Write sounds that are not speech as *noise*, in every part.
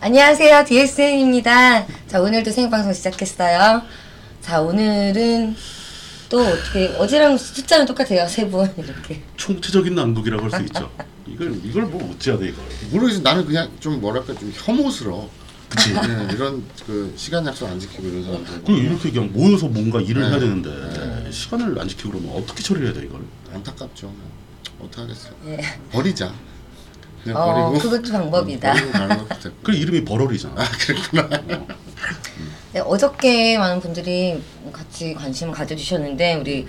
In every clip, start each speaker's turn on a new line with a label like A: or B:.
A: 안녕하세요. DSN입니다. 자, 오늘도 생방송 시작했어요. 자, 오늘은 또 어떻게, 어제랑 숫자는 똑같아요. 세 분, 이렇게.
B: 총체적인 난국이라고 할 수 있죠. 이걸 이걸 뭐 어찌해야 돼 이걸.
C: 모르겠어 나는 그냥 좀 뭐랄까 좀 혐오스러워
B: 그치. 음.
C: 네, 이런 그 시간 약속 안 지키고 이런 사람들
B: 그리고 이렇게 그냥 모여서 뭔가 일을 해야 되는데 시간을 안 지키고 그러면 어떻게 처리해야 돼 이걸?
C: 안타깝죠 뭐 어떻게 하겠어요
A: 예.
C: 버리자 그냥
A: 어,
C: 버리고 음,
A: 그것도 방법이다.
C: 버리고 가는 것도 되고.
B: 그 이름이 버럴이잖아.
A: 네, 어저께 많은 분들이 같이 관심을 가져주셨는데, 우리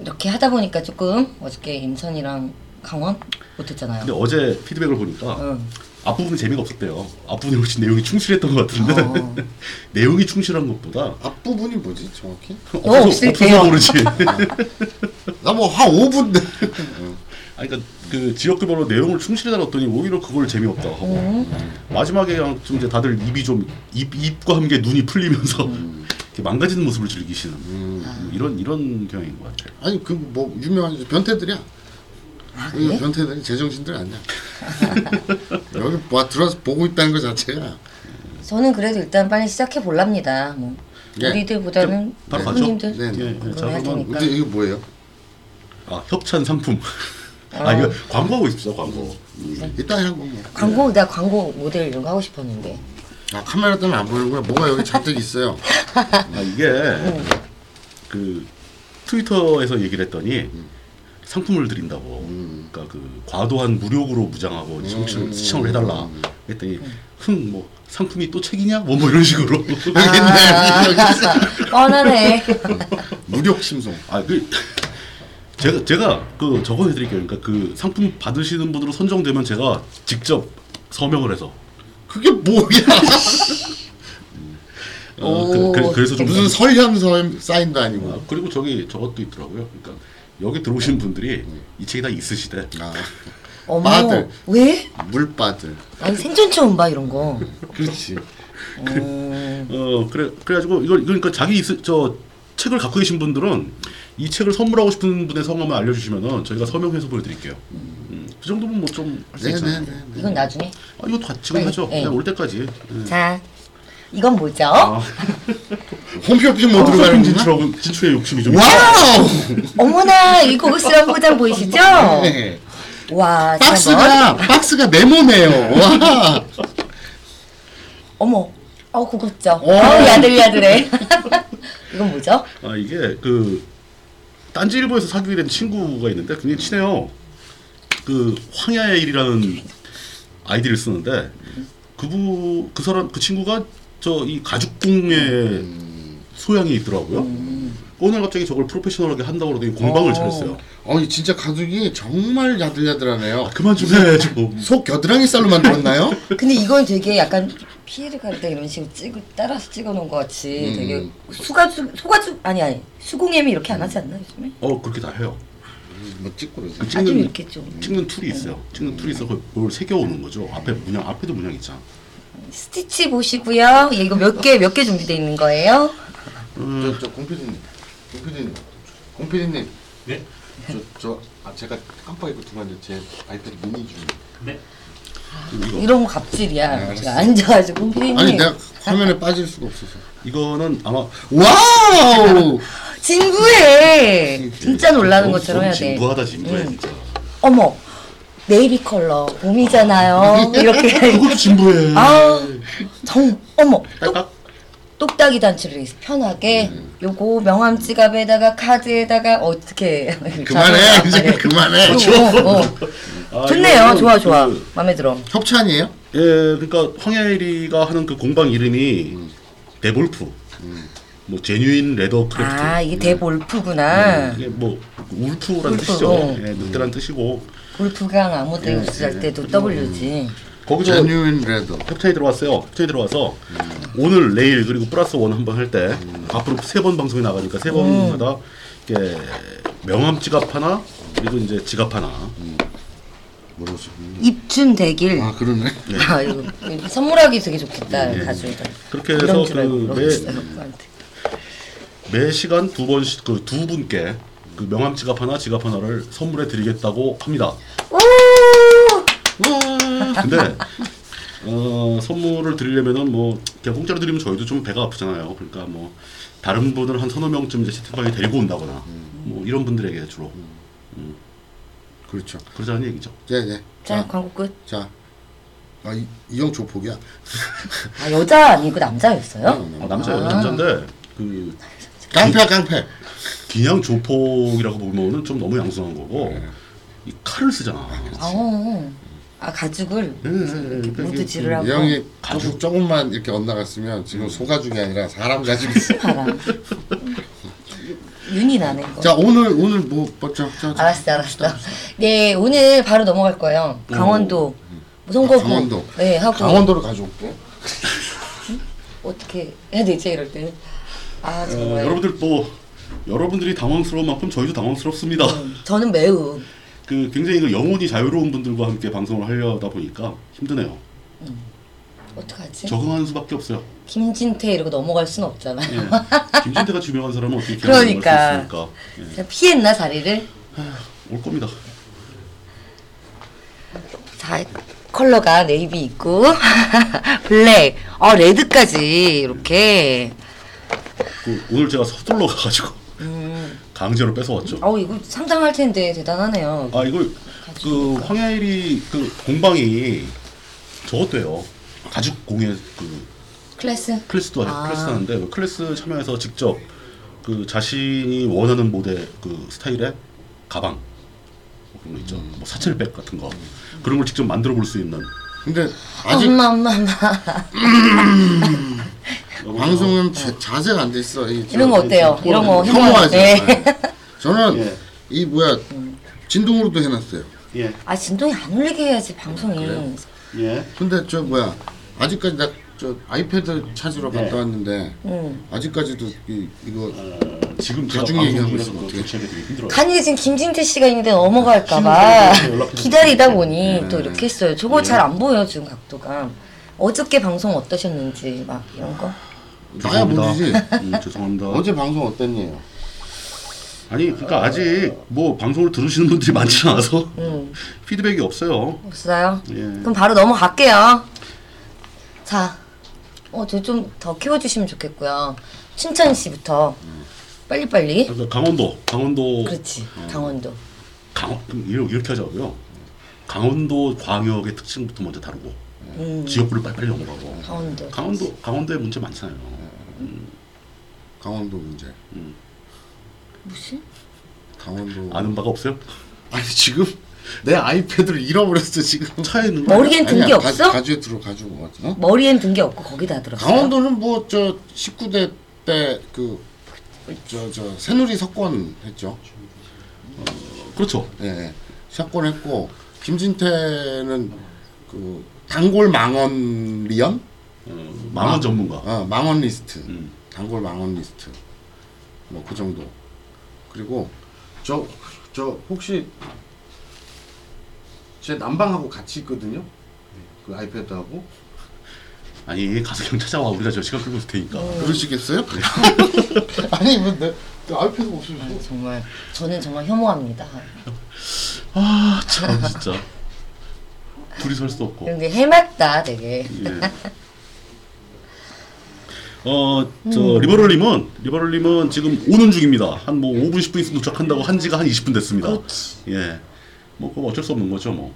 A: 이렇게 하다 보니까 조금 어저께 인천이랑 강원
B: 근데 네.
A: 못했잖아요.
B: 어제 피드백을 보니까
A: 응.
B: 앞부분이 재미가 없었대요. 앞부분이 훨씬 내용이 충실했던 것 같은데
A: 어.
B: *laughs* 내용이 충실한 것보다
C: 앞부분이 뭐지 정확히
B: 없어서,
A: 없을
B: 없어서
A: 때요.
B: 모르지.
C: 나 뭐 한 5분데
B: 아니, 그러니까 그 지역구별로 내용을 충실히 다뤘더니 오히려 그걸 재미없다 하고 음. 마지막에 그냥 좀 이제 다들 입이 좀 입 입과 함께 눈이 풀리면서 이렇게 망가지는 모습을 즐기시는 뭐 이런 이런 경향인 것 같아요.
C: *laughs* 아니 그 뭐 유명한 변태들이야
A: 아,
C: 이
B: 음.
A: 그래?
C: 변태들이 제정신들 아니야 *laughs* 여기 와 들어와서 보고 있다는 것 자체가
A: 저는 그래도 일단 빨리 시작해 볼랍니다. 뭐.
C: 예.
A: 우리들보다는
B: 네. 바로 가죠.
A: 손님들.
C: 네, 네.
B: 예, 예.
A: 그래야
B: 자 그러면
A: 되니까.
C: 근데 이거 뭐예요
B: 아 협찬 상품. 아 이거 광고하고 있습니다 광고.
A: 네.
C: 이따 하고 뭐.
A: 광고 나 광고 모델 이런 거 하고 싶었는데
C: 아 카메라 때문에 안 보이는구나 뭐가 여기 잔뜩 있어요
B: 아 이게 그 트위터에서 얘기를 했더니 상품을 드린다고. 그러니까 그 과도한 무력으로 무장하고 시청을 시청을 해달라. 했더니 흥 뭐 상품이 또 책이냐? 뭐 뭐 이런 식으로.
A: 아,
C: *laughs* 네.
A: 뻔하네
B: 어,
C: 무력 심송
B: 아 그 제가 제가 그 저거 해드릴게요. 그러니까 그 상품 받으시는 분으로 선정되면 제가 직접 서명을 해서
C: 그게 뭐야 *laughs*
B: 어, 그,
A: 오.
B: 그, 그래서 좀
C: 무슨 설현 서 사인도 아니고
B: 아, 그리고 저기 저것도 있더라고요. 그러니까 여기 들어오신 분들이 이 책이 다 있으시대.
C: 아,
A: 어머
C: 마들.
A: 왜?
C: 물바들
A: 아니 생존 처음 봐 이런 거
C: 그렇지
A: 음,
B: 어 그래 그래가지고 이걸 그러니까 자기 있으, 저 책을 갖고 계신 분들은 이 책을 선물하고 싶은 분의 성함을 알려주시면은 저희가 서명해서 보여드릴게요. 음, 그 정도면 뭐 좀 할 수 있잖아요.
C: 네네네
A: 이건 나중에
B: 아, 이것도 같이 네,
A: 네,
B: 하죠.
A: 네.
B: 그냥 올 때까지. 네.
A: 자 이건 뭐죠?
B: 아,
C: 홈쇼핑 모드로
B: 홈쇼핑
C: 가는구나
B: 진출하고 진출의 욕심이 좀.
C: 뭐 네. 와우
A: 어머나 이 고급스러운 포장 보이시죠?
C: 네.
A: 와 뭐? 잠깐만
C: 박스가 박스가 네모네요 와
A: 어머 어 고급죠?
C: 오.
A: 어 야들야들해 *laughs* 이건 뭐죠?
B: 아 이게 그 딴지일보에서 사귀게 된 친구가 있는데 굉장히 친해요. 그 황야의 일이라는 아이디를 쓰는데 그부 그 사람 그 친구가 저 이 가죽공예 소양이 있더라고요. 오늘 갑자기 저걸 프로페셔널하게 한다고 그러더니 공방을
A: 어.
B: 차렸어요.
C: 어이 진짜 가죽이 정말 야들야들하네요
B: 그만 좀 해, 좀.
C: 속 겨드랑이 살로 만들었나요?
A: 근데 이건 되게 약간 피해를 가리다 이런 식으로 찍어 따라서 찍어놓은 것 같이
B: 음.
A: 되게 수가죽 소가죽 아니 아니 수공예미 이렇게 안 하지 않나 요즘에?
B: 어 그렇게 다 해요.
C: 뭐 찍고 그러지
B: 그
A: 아좀
B: 찍는
A: 이렇게 좀
B: 찍는 툴이 있어요. 찍는 툴이 있어 그걸 새겨 오는 거죠. 앞에 문양 앞에도 문양 있잖아.
A: 스티치 보시고요. 예, 이거 몇 개 몇 개 준비돼 있는 거예요?
C: 저저 공피디님 공피디님 공피디님
D: 네?
C: 저저 아, 제가 깜빡 잊고 들어왔는데 제 아이패드 미니 중
D: 네?
B: 이거
A: 이런 거 갑질이야. 제가 앉아가지고 피디님
C: 아니 내가 화면에 빠질 수가 없어서
B: 이거는 아마
C: 와우
A: 진구해. 진짜 놀라는
B: 너무-
A: 것처럼 해야
B: 어, 너무
A: 돼.
B: 진부하다 진부해
A: 응.
B: 진짜.
A: 어머 네이비 컬러 봄이잖아요. 이렇게
B: 그것도 진부해. 그러니까,
A: 아정 어머 똑
B: 딸깍.
A: 똑딱이 단추를 편하게 요거 명함 지갑에다가 카드에다가 어떻게 *laughs*
C: 그만해
A: 자동으로
C: 이제 그만해
A: 어, 어, 어. 좋네요
B: 이거는
A: 좋아 좋아
B: 그,
A: 마음에 들어
C: 협찬이에요?
B: 예, 그러니까 황야일이가 하는 그 공방 이름이 데볼프, 뭐 제뉴인 레더 크래프트,
A: 아 이게 대볼프구나
B: 이게 뭐 울프라는
A: 울프,
B: 뜻이죠.
A: 어.
B: 예, 늑대란 뜻이고
A: 골프강 아무
C: 네,
A: 데 없을 때도
C: 음,
A: W지
B: 거기서
C: 제뉴인 레더
B: 협찬이 들어왔어요. 협찬이 들어와서 오늘 내일 그리고 플러스 원 한 번 할 때 앞으로 세 번 방송이 나가니까 세 번마다 이게 명함 지갑 하나 그리고 이제 지갑 하나
C: 물어서
A: 입춘 대길
C: 음. 아 그러네 예,
A: 아 이거 이거 선물하기 되게 좋겠다 가족이다
B: 그렇게 해서
A: 이런 줄 알고
B: 그 매,
A: 물어봤어요 오빠한테
B: 매 시간 두 번씩 그 두 분께 그 명함 지갑 하나 지갑 하나를 선물해 드리겠다고 합니다.
A: 오
C: 와
B: 근데 어, 선물을 드리려면은 뭐 그냥 공짜로 드리면 저희도 좀 배가 아프잖아요. 그러니까 뭐 다른 분을 한 서너 명쯤 이제 채팅방에 데리고 온다거나 뭐 이런 분들에게 주로
C: 그렇죠.
B: 그러자는 얘기죠.
C: 예, 예.
A: 자,
C: 자,
A: 광고 끝.
C: 자. 아, 이, 이형 조폭이야.
A: 아, 여자 아니고
C: 네,
A: 남자였어요?
B: 어, 남자예요. 남자인데 그
C: 깡패야, 깡패.
B: 그냥 조폭이라고 보면은 좀 너무 양성한 거고 이 칼을 쓰잖아.
A: 아, 어. 아, 가죽을
B: 예, 예,
C: 네,
B: 예.
A: 모두 지르라고.
C: 이 형이
B: 가죽.
C: 조금 조금만 이렇게 엇나갔으면 지금 소가죽이 아니라 사람 가죽이 있어.
A: 봐라. 윤이 나는 거.
C: 자, 오늘 오늘 뭐 뭐죠? 저- 저-
A: 알았어, 알았어. 네, 오늘 바로 넘어갈 거예요. 강원도 뭐 선거구.
C: 아, 강원도.
A: 네, 하고
C: 강원도로 가져올게.
A: 어떻게 해야 되지 이럴 때는. 아,
B: 어,
A: 정말.
B: 여러분들 뭐 여러분들이 당황스러운 만큼 저희도 당황스럽습니다.
A: 저는 매우
B: 그 굉장히 그 영혼이 자유로운 분들과 함께 방송을 하려다 보니까 힘드네요.
A: 어떡하지?
B: 적응하는 수밖에 없어요.
A: 김진태 이러고 넘어갈 순 없잖아요.
B: 예. 김진태가 유명한 사람은 어떻게 계속 넘어갈
A: *laughs*
B: 수
A: 그러니까.
B: 있으니까 예.
A: 제가 피했나 자리를?
B: 올 겁니다.
A: 자, 컬러가 네이비 있고 *laughs* 블랙, 어 레드까지 이렇게.
B: 그 오늘 제가 서둘러 가가지고
A: 음,
B: 강제로 뺏어왔죠.
A: 어 이거 상장할 텐데 대단하네요.
B: 아 이거 그 황야일이 그 공방이 저것도요. 가죽 공예 그
A: 클래스.
B: 클래스도 하-
A: 아.
B: 클래스 하는데 그 클래스 참여해서 직접 그 자신이 원하는 모델 그 스타일의 가방 뭐 그런 거 있죠.
A: 음.
B: 뭐 사철백 같은 거 그런 걸 직접 만들어 볼 수 있는
C: 근데 아직
A: 엄마, 엄마, 엄마.
C: 방송은 자- 자세가 안 돼 있어. 이, 저-
A: 이런 거 어때요?
B: 저-
A: 이런 거
B: 저-
A: 해봐요.
C: 혐오하죠.
A: 네. 음.
C: 네. 저는
B: 예.
C: 이 뭐야 진동으로도 해놨어요.
B: 예.
A: 아 진동이 안 울리게 해야지 방송이.
B: 예.
C: 근데 저 뭐야 아직까지 나 저 아이패드 찾으러
B: 네.
C: 갔다 왔는데
A: 음.
C: 아직까지도 이, 이거
B: 어, 지금 제가
C: 나중에 얘기하고
B: 방송이라서
C: 있으면 어떡해.
B: 교체하기 되게 힘들어요.
A: 간이 지금 김진태 씨가 있는데 넘어갈까봐
B: 신동엽한테
A: *laughs*
B: 연락해서
A: 기다리다 보니 또 이렇게 했어요. 저거 잘 안 보여 요 지금 각도가. 어저께 방송 어떠셨는지 막 이런 거.
C: 나야 모르지.
B: 음, 죄송합니다.
C: *laughs* 어제 방송 어땠니요?
B: 아니 그러니까 아직 뭐 방송을 들으시는 분들이 *laughs* 많지 않아서
C: 음.
B: 피드백이 없어요.
A: 없어요?
B: 예.
A: 그럼 바로 넘어갈게요. 자, 어, 저 좀 더 키워주시면 좋겠고요. 춘천 씨부터 빨리빨리.
B: 그러니까 강원도, 강원도,
A: 그렇지, 강원도.
B: 강원 그럼 이렇게, 이렇게 하자고요. 강원도 광역의 특징부터 먼저 다루고
C: 음.
B: 지역구를 빨리빨리 넘어가고
A: 강원도.
B: 강원도 강원도에 문제 많잖아요.
C: 강원도 문제.
A: 무슨?
C: 강원도.
B: 아는 바가 없어요?
C: *laughs* 아니 지금 내 아이패드를 잃어버렸어 지금.
B: 차에 있는 거
A: 머리엔 든 게
C: 아니야, 가-
A: 네, 없어?
C: 가지에 들어 가지고 왔어. 어?
A: 머리엔 든 게 없고 거기다 들었어.
C: 강원도는 뭐 저 19대 그 때그저저 새누리 석권 했죠.
B: 그렇죠.
C: 예, 예. 석권 했고 김진태는 그 단골 망언 리언?
B: 어, 망원 전문가.
C: 어, 망언 리스트.
B: 음.
C: 단골 망언 리스트. 뭐 그 정도. 그리고 저 저 혹시 제 남방하고 같이 있거든요. 그 아이패드하고.
B: 아니 가서 형 찾아와 우리가 저 시간 끌고 있을 테니까.
C: 음. 그러시겠어요? *laughs* 아니 뭐 내, 내 아이패드 없으면 뭐.
A: 아니, 정말 저는 정말 혐오합니다.
B: 아 참 진짜 둘이 설 수도 없고.
A: 이런 게 해맑다, 되게.
B: 예. 어저
A: 음.
B: 리버럴님은 리버럴님은 지금 오는 중입니다. 한 뭐 5분 10분 있으면 도착한다고 한 지가 한 20분 됐습니다.
A: 그렇지.
B: 예. 뭐 그거 어쩔 수 없는 거죠 뭐.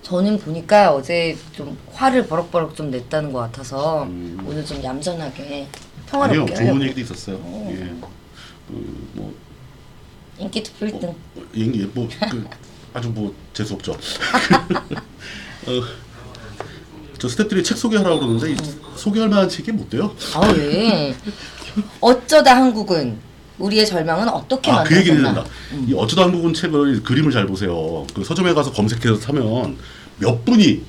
A: 저는 보니까 어제 좀 화를 버럭버럭 좀 냈다는 것 같아서 오늘 좀 얌전하게
B: 음. 아니요
A: 평화롭게 하려고.
B: 좋은 얘기도 있었어요. 예. 그뭐
A: 인기 투표 1등.
B: 얘기 뭐그 아주 뭐 재수 없죠. *laughs* 어, 저 스태프들이 책 소개하라고 그러는데 이 소개할 만한 책이 뭐 못 돼요.
A: 아 왜? 어쩌다 한국은 우리의 절망은 어떻게
B: 아, 그 얘기 해야
A: 만들었나? 음.
B: 된다. 이 어쩌다 한국은 책을 그림을 잘 보세요. 그 서점에 가서 검색해서 사면 몇 분이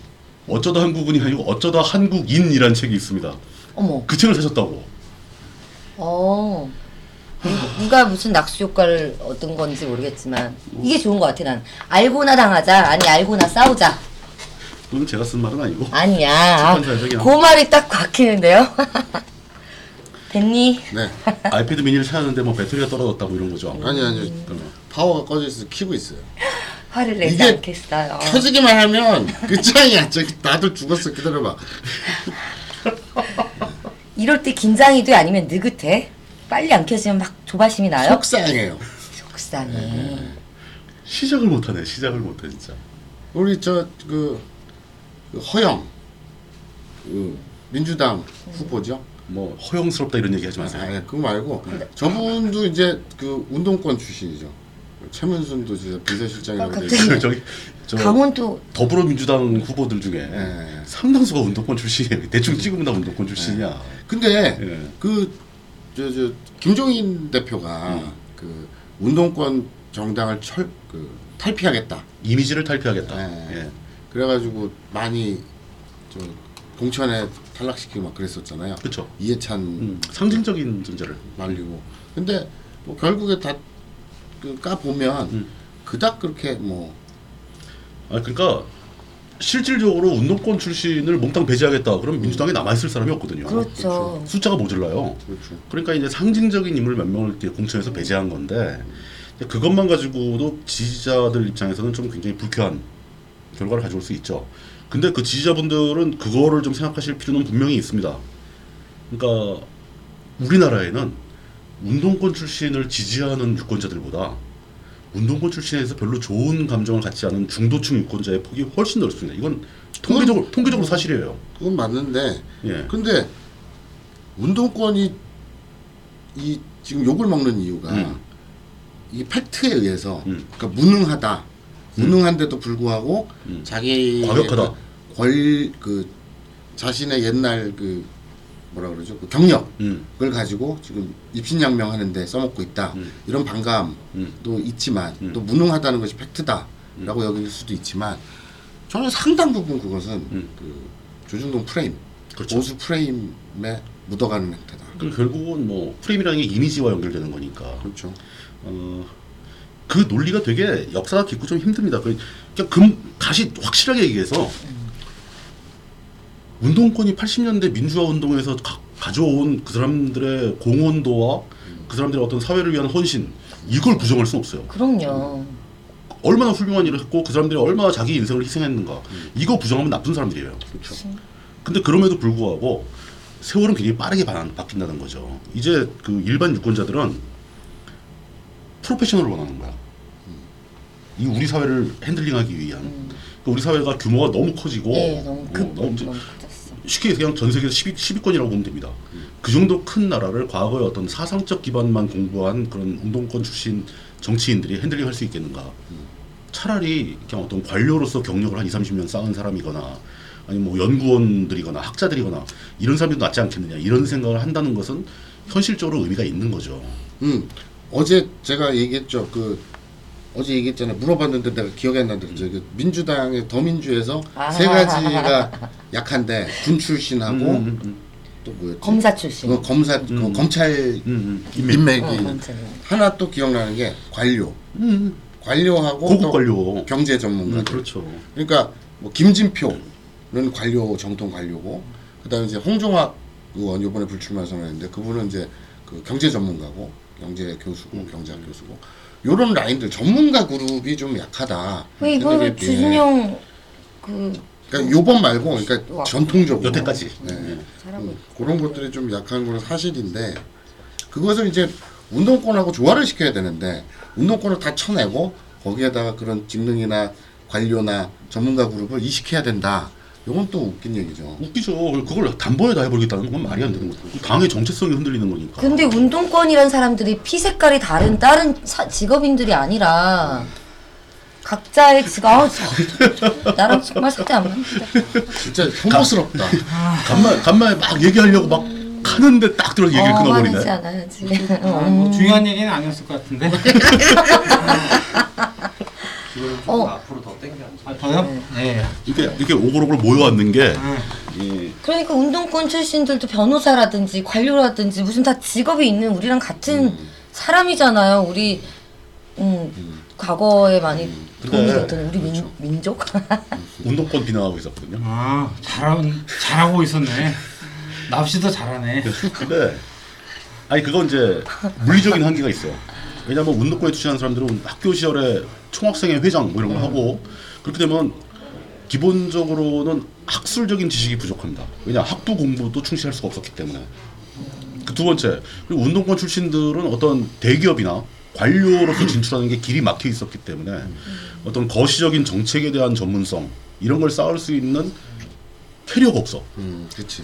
B: 어쩌다 한국은이 아니고 어쩌다 한국인이라는 책이 있습니다.
A: 어머,
B: 그 책을 사셨다고.
A: 어 누- 누가 무슨 낙수 효과를 얻은 건지 모르겠지만 이게 좋은 것 같아 난. 알고나 당하자 아니 알고나 싸우자
B: 그건 제가 쓴
A: *laughs*
B: 말은 아니고.
A: 아니야.
B: 착한 사람이야.
A: 그 말이 딱 박히는데요. *laughs* 됐니?
C: 네.
B: 아이패드 미니를 찾았는데 뭐 배터리가 떨어졌다고 이런 거죠.
C: 아니 아니.
B: 그러면
C: 파워가 꺼져 있어서 키고 있어요.
A: 화를 내지
C: 이게
A: 않겠어요.
C: 켜지기만 하면 끝장이야. 저기 나도 죽었어. 기다려봐.
A: 이럴 때 긴장이 돼 아니면 느긋해? 빨리 안 켜지면 막 조바심이 나요?
C: 속상해요.
A: 속상해.
B: 시작을 못하네. 시작을 못해 진짜.
C: 우리 저 그 허영 그 민주당
A: 네.
C: 후보죠.
B: 뭐 허용스럽다 이런 얘기 하지 마세요.
C: 아, 그거 말고
A: 네.
C: 저분도 이제 그 운동권 출신이죠. 최문순도 진짜
A: 아,
C: 비서실장이라고 돼
A: 갑자기.
C: 있고.
B: *laughs* 저기 저
A: 강원도
B: 더불어민주당 후보들 중에
A: 네.
C: 예.
B: 상당수가 운동권 출신이에요. 대충 찍으면 다 운동권 출신이야.
A: 네.
C: 근데 그,
B: 예.
C: 그저저 김종인 대표가 그 운동권 정당을 철 그 탈피하겠다.
B: 이미지를 탈피하겠다.
A: 네.
C: 예.
B: 예.
C: 그래가지고 많이 저 공천에 탈락시키고 막 그랬었잖아요.
B: 그렇죠.
C: 이해찬
B: 음, 상징적인 존재를.
C: 말리고. 근데 뭐 결국에 그 다까 보면
B: 음.
C: 그닥 그렇게 뭐
B: 아 그러니까 실질적으로 운동권 출신을 몽땅 배제하겠다. 그럼 민주당에 남아 있을 사람이 없거든요.
A: 그렇죠.
B: 숫자가 모질라요.
C: 그렇죠.
B: 그러니까 이제 상징적인 인물 몇 명을 이렇게 공천해서 배제한 건데 이제 그것만 가지고도 지지자들 입장에서는 좀 굉장히 불쾌한 결과를 가져올 수 있죠. 근데 그 지지자분들은 그거를 좀 생각하실 필요는 분명히 있습니다. 그러니까 우리나라에는 운동권 출신을 지지하는 유권자들보다 운동권 출신에서 별로 좋은 감정을 갖지 않은 중도층 유권자의 폭이 훨씬 넓습니다. 이건 통계적으로 통계적으로 사실이에요.
C: 그건 맞는데
B: 예.
C: 근데 운동권이 이 지금 욕을 먹는 이유가
B: 음.
C: 이 팩트에 의해서
B: 음.
C: 그러니까 무능하다 무능한데도 불구하고
B: 음.
C: 자기 그
B: 과격하다.
C: 권그 자신의 옛날 그 뭐라 그러죠 그 경력
B: 음.
C: 그걸 가지고 지금 입신양명하는데 써먹고 있다
B: 음.
C: 이런 반감도
B: 음.
C: 있지만
B: 음.
C: 또 무능하다는 것이 팩트다라고 여길 수도 있지만 저는 상당 부분 그것은
B: 음.
C: 그 조중동 프레임
B: 그렇죠.
C: 보수 프레임에 묻어가는 행태다
B: 그 결국은 뭐 프레임이라는 게 이미지와 연결되는 거니까
C: 그렇죠
B: 어, 그 논리가 되게 역사가 깊고 좀 힘듭니다. 그- 그러니까 금 다시 확실하게 얘기해서 운동권이 80년대 민주화 운동에서 가, 가져온 그 사람들의 공헌도와 그 사람들의 어떤 사회를 위한 헌신 이걸 부정할 수는 없어요.
A: 그럼요.
B: 얼마나 훌륭한 일을 했고 그 사람들이 얼마나 자기 인생을 희생했는가 이거 부정하면 나쁜 사람들이에요.
C: 그렇죠
B: 근데 그럼에도 불구하고 세월은 굉장히 빠르게 바, 바뀐다는 거죠. 이제 그 일반 유권자들은 프로페셔널을 원하는 거야. 이 우리 사회를 핸들링하기 위한 그 우리 사회가 규모가 너무 커지고
A: 예, 너무 급
B: 어,
A: 너무
B: 너무 이제
A: 커졌어.
B: 쉽게 얘기해서 그냥 전 세계에서 10위, 10위권이라고 보면 됩니다. 그 정도 큰 나라를 과거의 어떤 사상적 기반만 공부한 그런 운동권 출신 정치인들이 핸들링 할 수 있겠는가. 차라리 그냥 어떤 관료로서 경력을 한 20, 30년 쌓은 사람이거나 아니 뭐 연구원들이거나 학자들이거나 이런 사람이 낫지 않겠느냐 이런 생각을 한다는 것은 현실적으로 의미가 있는 거죠.
C: 음 어제 제가 얘기했죠 그 어제 얘기했잖아요 물어봤는데 내가 기억이 안 나는데 저기 민주당의 더민주에서
A: 아.
C: 세 가지가 약한데 군 출신하고
B: 음, 음, 음,
C: 또 뭐였지
A: 검사 출신.
C: 그 검사 그
B: 음.
C: 검찰
B: 음, 음. 인맥.
C: 인맥이
A: 어, 검찰.
C: 하나 또 기억나는 게 관료
B: 음,
C: 관료하고
B: 고급
C: 또
B: 관료.
C: 경제 전문가
B: 음,
C: 들
B: 그렇죠.
C: 그러니까 뭐 김진표는 관료 정통 관료고 그다음에 이제 홍종학 의원 이번에 불출마 선언했는데 그분은 이제 그 경제 전문가고 경제 교수고
B: 음.
C: 경제학 교수고 요런 라인들 전문가 그룹이 좀 약하다.
A: 왜
C: 생각에
A: 이거를
C: 비해.
A: 주준영 그
C: 그러니까 요번 말고 그러니까
A: 와.
C: 전통적으로
B: 여태까지.
C: 네.
A: 잘하고 있-
C: 그런 것들이 좀 약한 건 사실인데 그것을 이제 운동권하고 조화를 시켜야 되는데 운동권을 다 쳐내고 거기에다가 그런 직능이나 관료나 전문가 그룹을 이식해야 된다. 이건 또 웃긴 얘기죠.
B: 웃기죠. 그걸 단번에 다 해버리겠다는 건 말이 안 되는 거죠. 당의 정체성이 흔들리는 거니까.
A: 근데 운동권이란 사람들이 피 색깔이 다른 다른 사- 직업인들이 아니라 각자의 직업 아우, 저- 나랑 정말 상대 안 맞는다.
C: 진짜 혐오스럽다.
B: 간만, 간만에 막 얘기하려고 막 하는데 딱 들어서 얘기를
A: 어,
B: 끊어버리네.
A: 화내지 않아야지.
D: 아, 뭐 중요한 얘기는 아니었을 것 같은데.
E: 네.
D: *laughs*
E: 기회를 좀
A: 어.
E: 앞으로 더 당겨야지.
D: 아, 더요? 네.
B: 이렇게, 이렇게 오글오글 모여왔는 게, 이
A: 그러니까 운동권 출신들도 변호사라든지 관료라든지 무슨 다 직업이 있는 우리랑 같은
B: 음.
A: 사람이잖아요. 우리 음, 과거에 많이 도움이
B: 음. 근데- 그렇죠. 음.
A: 됐던 우리 민, 민족. *laughs*
B: 운동권 비난하고 있었거든요.
D: 아, 잘하고, 잘하고 있었네. 납시도 잘하네.
B: 근데, 아니, 그건 이제 물리적인 한계가 있어요. 왜냐하면 운동권에 투자한 사람들은 학교 시절에 총학생회 회장 뭐 이런 거 하고 그렇게 되면 기본적으로는 학술적인 지식이 부족합니다. 왜냐 학부 공부도 충실할 수가 없었기 때문에 그 두 번째 그리고 운동권 출신들은 어떤 대기업이나 관료로서 진출하는 게 길이 막혀 있었기 때문에 어떤 거시적인 정책에 대한 전문성 이런 걸 쌓을 수 있는 캐리어가 없어.
C: 음, 그렇지.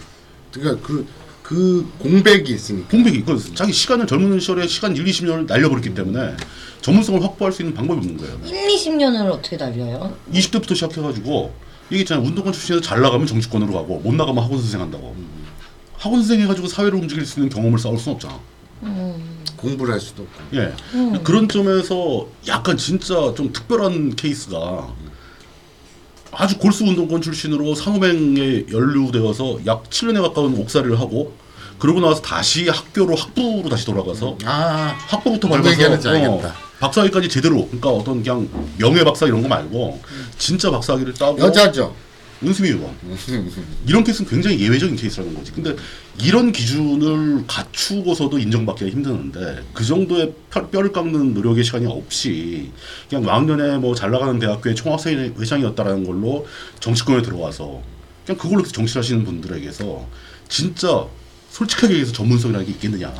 C: 그러니까 그, 그 공백이 있으니까.
B: 공백이 그 자기 시간을 젊은 시절에 시간 1, 20년을 날려버렸기 때문에 전문성을 확보할 수 있는 방법이 없는 거예요.
A: 1, 20년을 어떻게 날려요?
B: 20대부터 시작해가지고 이게 있잖아요. 운동권 출신에서 잘 나가면 정치권으로 가고 못 나가면 학원 선생 한다고. 학원 선생 해가지고 사회를 움직일 수 있는 경험을 쌓을 수는 없잖아.
C: 공부를 할 수도 없고.
B: 예. 그런 점에서 약간 진짜 좀 특별한 케이스가 아주 골수 운동권 출신으로 상호맹에 연루되어서 약 7년에 가까운 옥살이를 하고 그러고 나서 다시 학교로 학부로 다시 돌아가서
C: 아,
B: 학부부터
C: 무슨 얘기하는지
B: 밟아서 어,
C: 알겠다.
B: 박사학위까지 제대로 그러니까 어떤 그냥 명예 박사 이런 거 말고 진짜 박사학위를 따고
C: 여자죠.
B: 은수미
C: *laughs*
B: 의원 이런 케이스는 굉장히 예외적인 케이스라는 거지. 근데 이런 기준을 갖추고서도 인정받기가 힘드는데 그 정도의 펴- 뼈를 깎는 노력의 시간이 없이 그냥 왕년에 뭐 잘 나가는 대학교의 총학생 회장이었다라는 걸로 정치권에 들어와서 그냥 그걸로 정치하시는 분들에게서 진짜 솔직하게 얘기해서 전문성이라는 게 있겠느냐.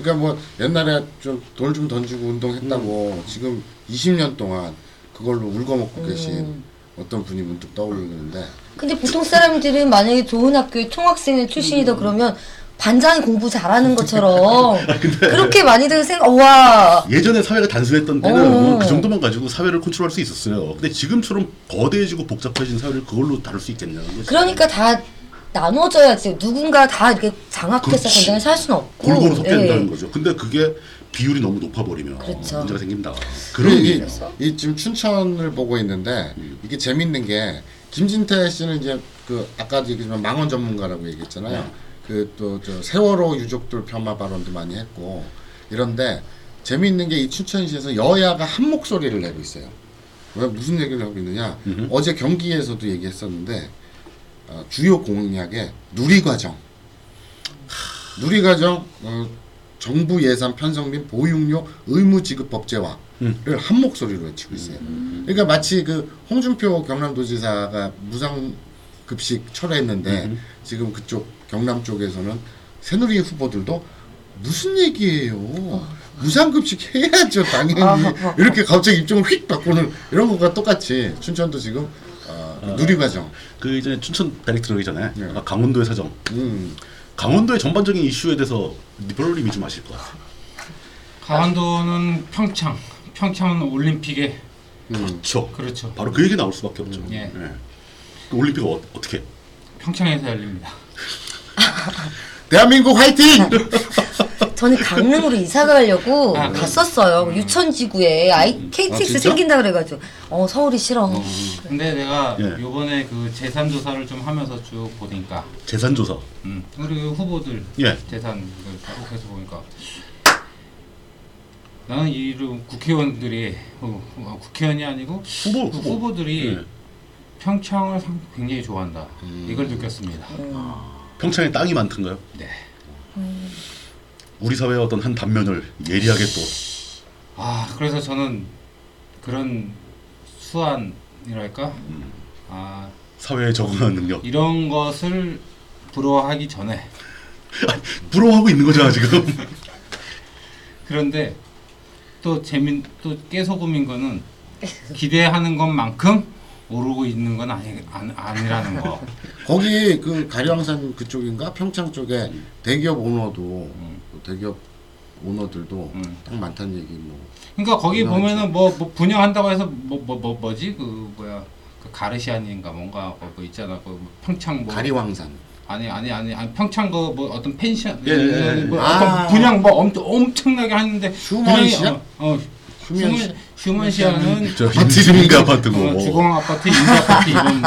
C: 그러니까 뭐 옛날에 좀 돈 좀 던지고 운동했다고 지금 20년 동안 그걸로 울거먹고 계신 어떤 분이 문득 떠오르는데
A: 근데 보통 사람들은 만약에 좋은 학교에 총학생의
B: 음.
A: 출신이다 그러면 반장이 공부 잘하는 것처럼
B: *laughs*
A: 그렇게 많이들 생각, 와
B: 예전에 사회가 단순했던 때는
A: 어.
B: 뭐그 정도만 가지고 사회를 컨트롤할 수 있었어요. 근데 지금처럼 거대해지고 복잡해진 사회를 그걸로 다룰 수 있겠냐는 거지.
A: 그러니까 다 나눠져야지 누군가 다 이렇게 장악해서
B: 그렇지.
A: 전쟁을 살 수는 없고
B: 골고루 섞여
A: 예.
B: 된다는 거죠. 근데 그게 비율이 너무 높아 버리면
A: 그렇죠. 네,
B: 문제가 생긴다. 그런
C: 그리고 이,
B: 얘기예요. 음.
C: 이 지금 춘천을 보고 있는데 이게 재밌는 게 김진태 씨는 이제 그 아까도 얘기했지만 망언 전문가라고 얘기했잖아요.
B: 네.
C: 그 또 저 세월호 유족들 폄하 발언도 많이 했고 이런데 재미있는 게 이 춘천시에서 여야가 한 목소리를 내고 있어요. 왜 무슨 얘기를 하고 있느냐? 어제 경기에서도 얘기했었는데 어, 주요 공약의 누리과정, 누리과정 어, 정부 예산 편성 및 보육료 의무 지급 법제화를 한 목소리로 외치고 있어요. 그러니까 마치 그 홍준표 경남도지사가 무상 급식 철회했는데 지금 그쪽 경남 쪽에서는 새누리 후보들도 무슨 얘기예요? 무상 급식 해야죠 당연히 이렇게 갑자기 입장을 휙 바꾸는 이런 것과 똑같이 춘천도 지금 어, 누리과정
B: 그 이제 춘천 다이렉트 들어기 전에
C: 예.
B: 아까 강원도의 사정.
C: 음, 니
B: 강원도의 전반적인 이슈에 대해서 니폴로님이 좀 아실 것 같아요.
D: 강원도는 평창, 평창은 올림픽에
B: 그렇죠.
D: 그렇죠.
B: 바로 그 얘기 나올 수밖에 없죠.
D: 예.
B: 그 올림픽 어, 어떻게? 해?
D: 평창에서 열립니다.
C: 대한민국 화이팅!
A: 저는 강릉으로 이사 가려고
D: 아,
A: 갔었어요 유천지구에 아이 KTX
C: 진짜?
A: 생긴다 그래가지고 어 서울이 싫어
D: 근데 내가
B: 예.
D: 요번에 그 재산 조사를 좀 하면서 쭉 보니까
B: 재산 조사.
D: 음, 그리고 후보들
B: 예.
D: 재산을 해서 보니까 나는 이런 국회의원들이 어, 어, 국회의원이 아니고
B: 후보
D: 그
B: 후보.
D: 후보들이
B: 예. 음.
D: 평창을 상- 굉장히 좋아한다. 이걸 느꼈습니다.
B: 평창에 땅이 많던가요?
D: 네.
B: 우리 사회의 어떤 한 단면을 예리하게 또
D: 아 그래서 저는 그런 수완이랄까
B: 음.
D: 아
B: 사회에 적응하는 능력.
D: 이런 것을 부러워하기 전에
B: 부러워하고 있는 거잖아 지금.
D: 그런데 또 재민 또 깨소금인 거는 기대하는 것만큼 오르고 있는 건 아니 안, 아니라는 거.
C: 거기 그 가령산 그쪽인가 평창 쪽에 대기업 오너도 뭐 대기업 오너들도
D: 음.
C: 딱 많다는 얘기 뭐
D: 그러니까 거기
C: 분양하죠.
D: 보면은 뭐, 뭐 분양한다고 해서 뭐 뭐 뭐 뭐, 지그 뭐야 그 가르시안인가 뭔가 그뭐 있잖아 그 평창 뭐
C: 가리왕산
D: 아니 아니 아니 아니 평창 그 뭐 어떤 펜션
B: 예, 예, 예.
D: 뭐
C: 아.
D: 어떤 분양 뭐 엄청 엄청나게 하는데
C: 휴먼
D: 분양이-
C: 시야?
D: 어, 어
C: 휴먼 시-
D: 휴먼 휴먼 시야는
B: 저 빈티지민가 아파트고.
D: 어, 주공 아파트 인디 아파트 이런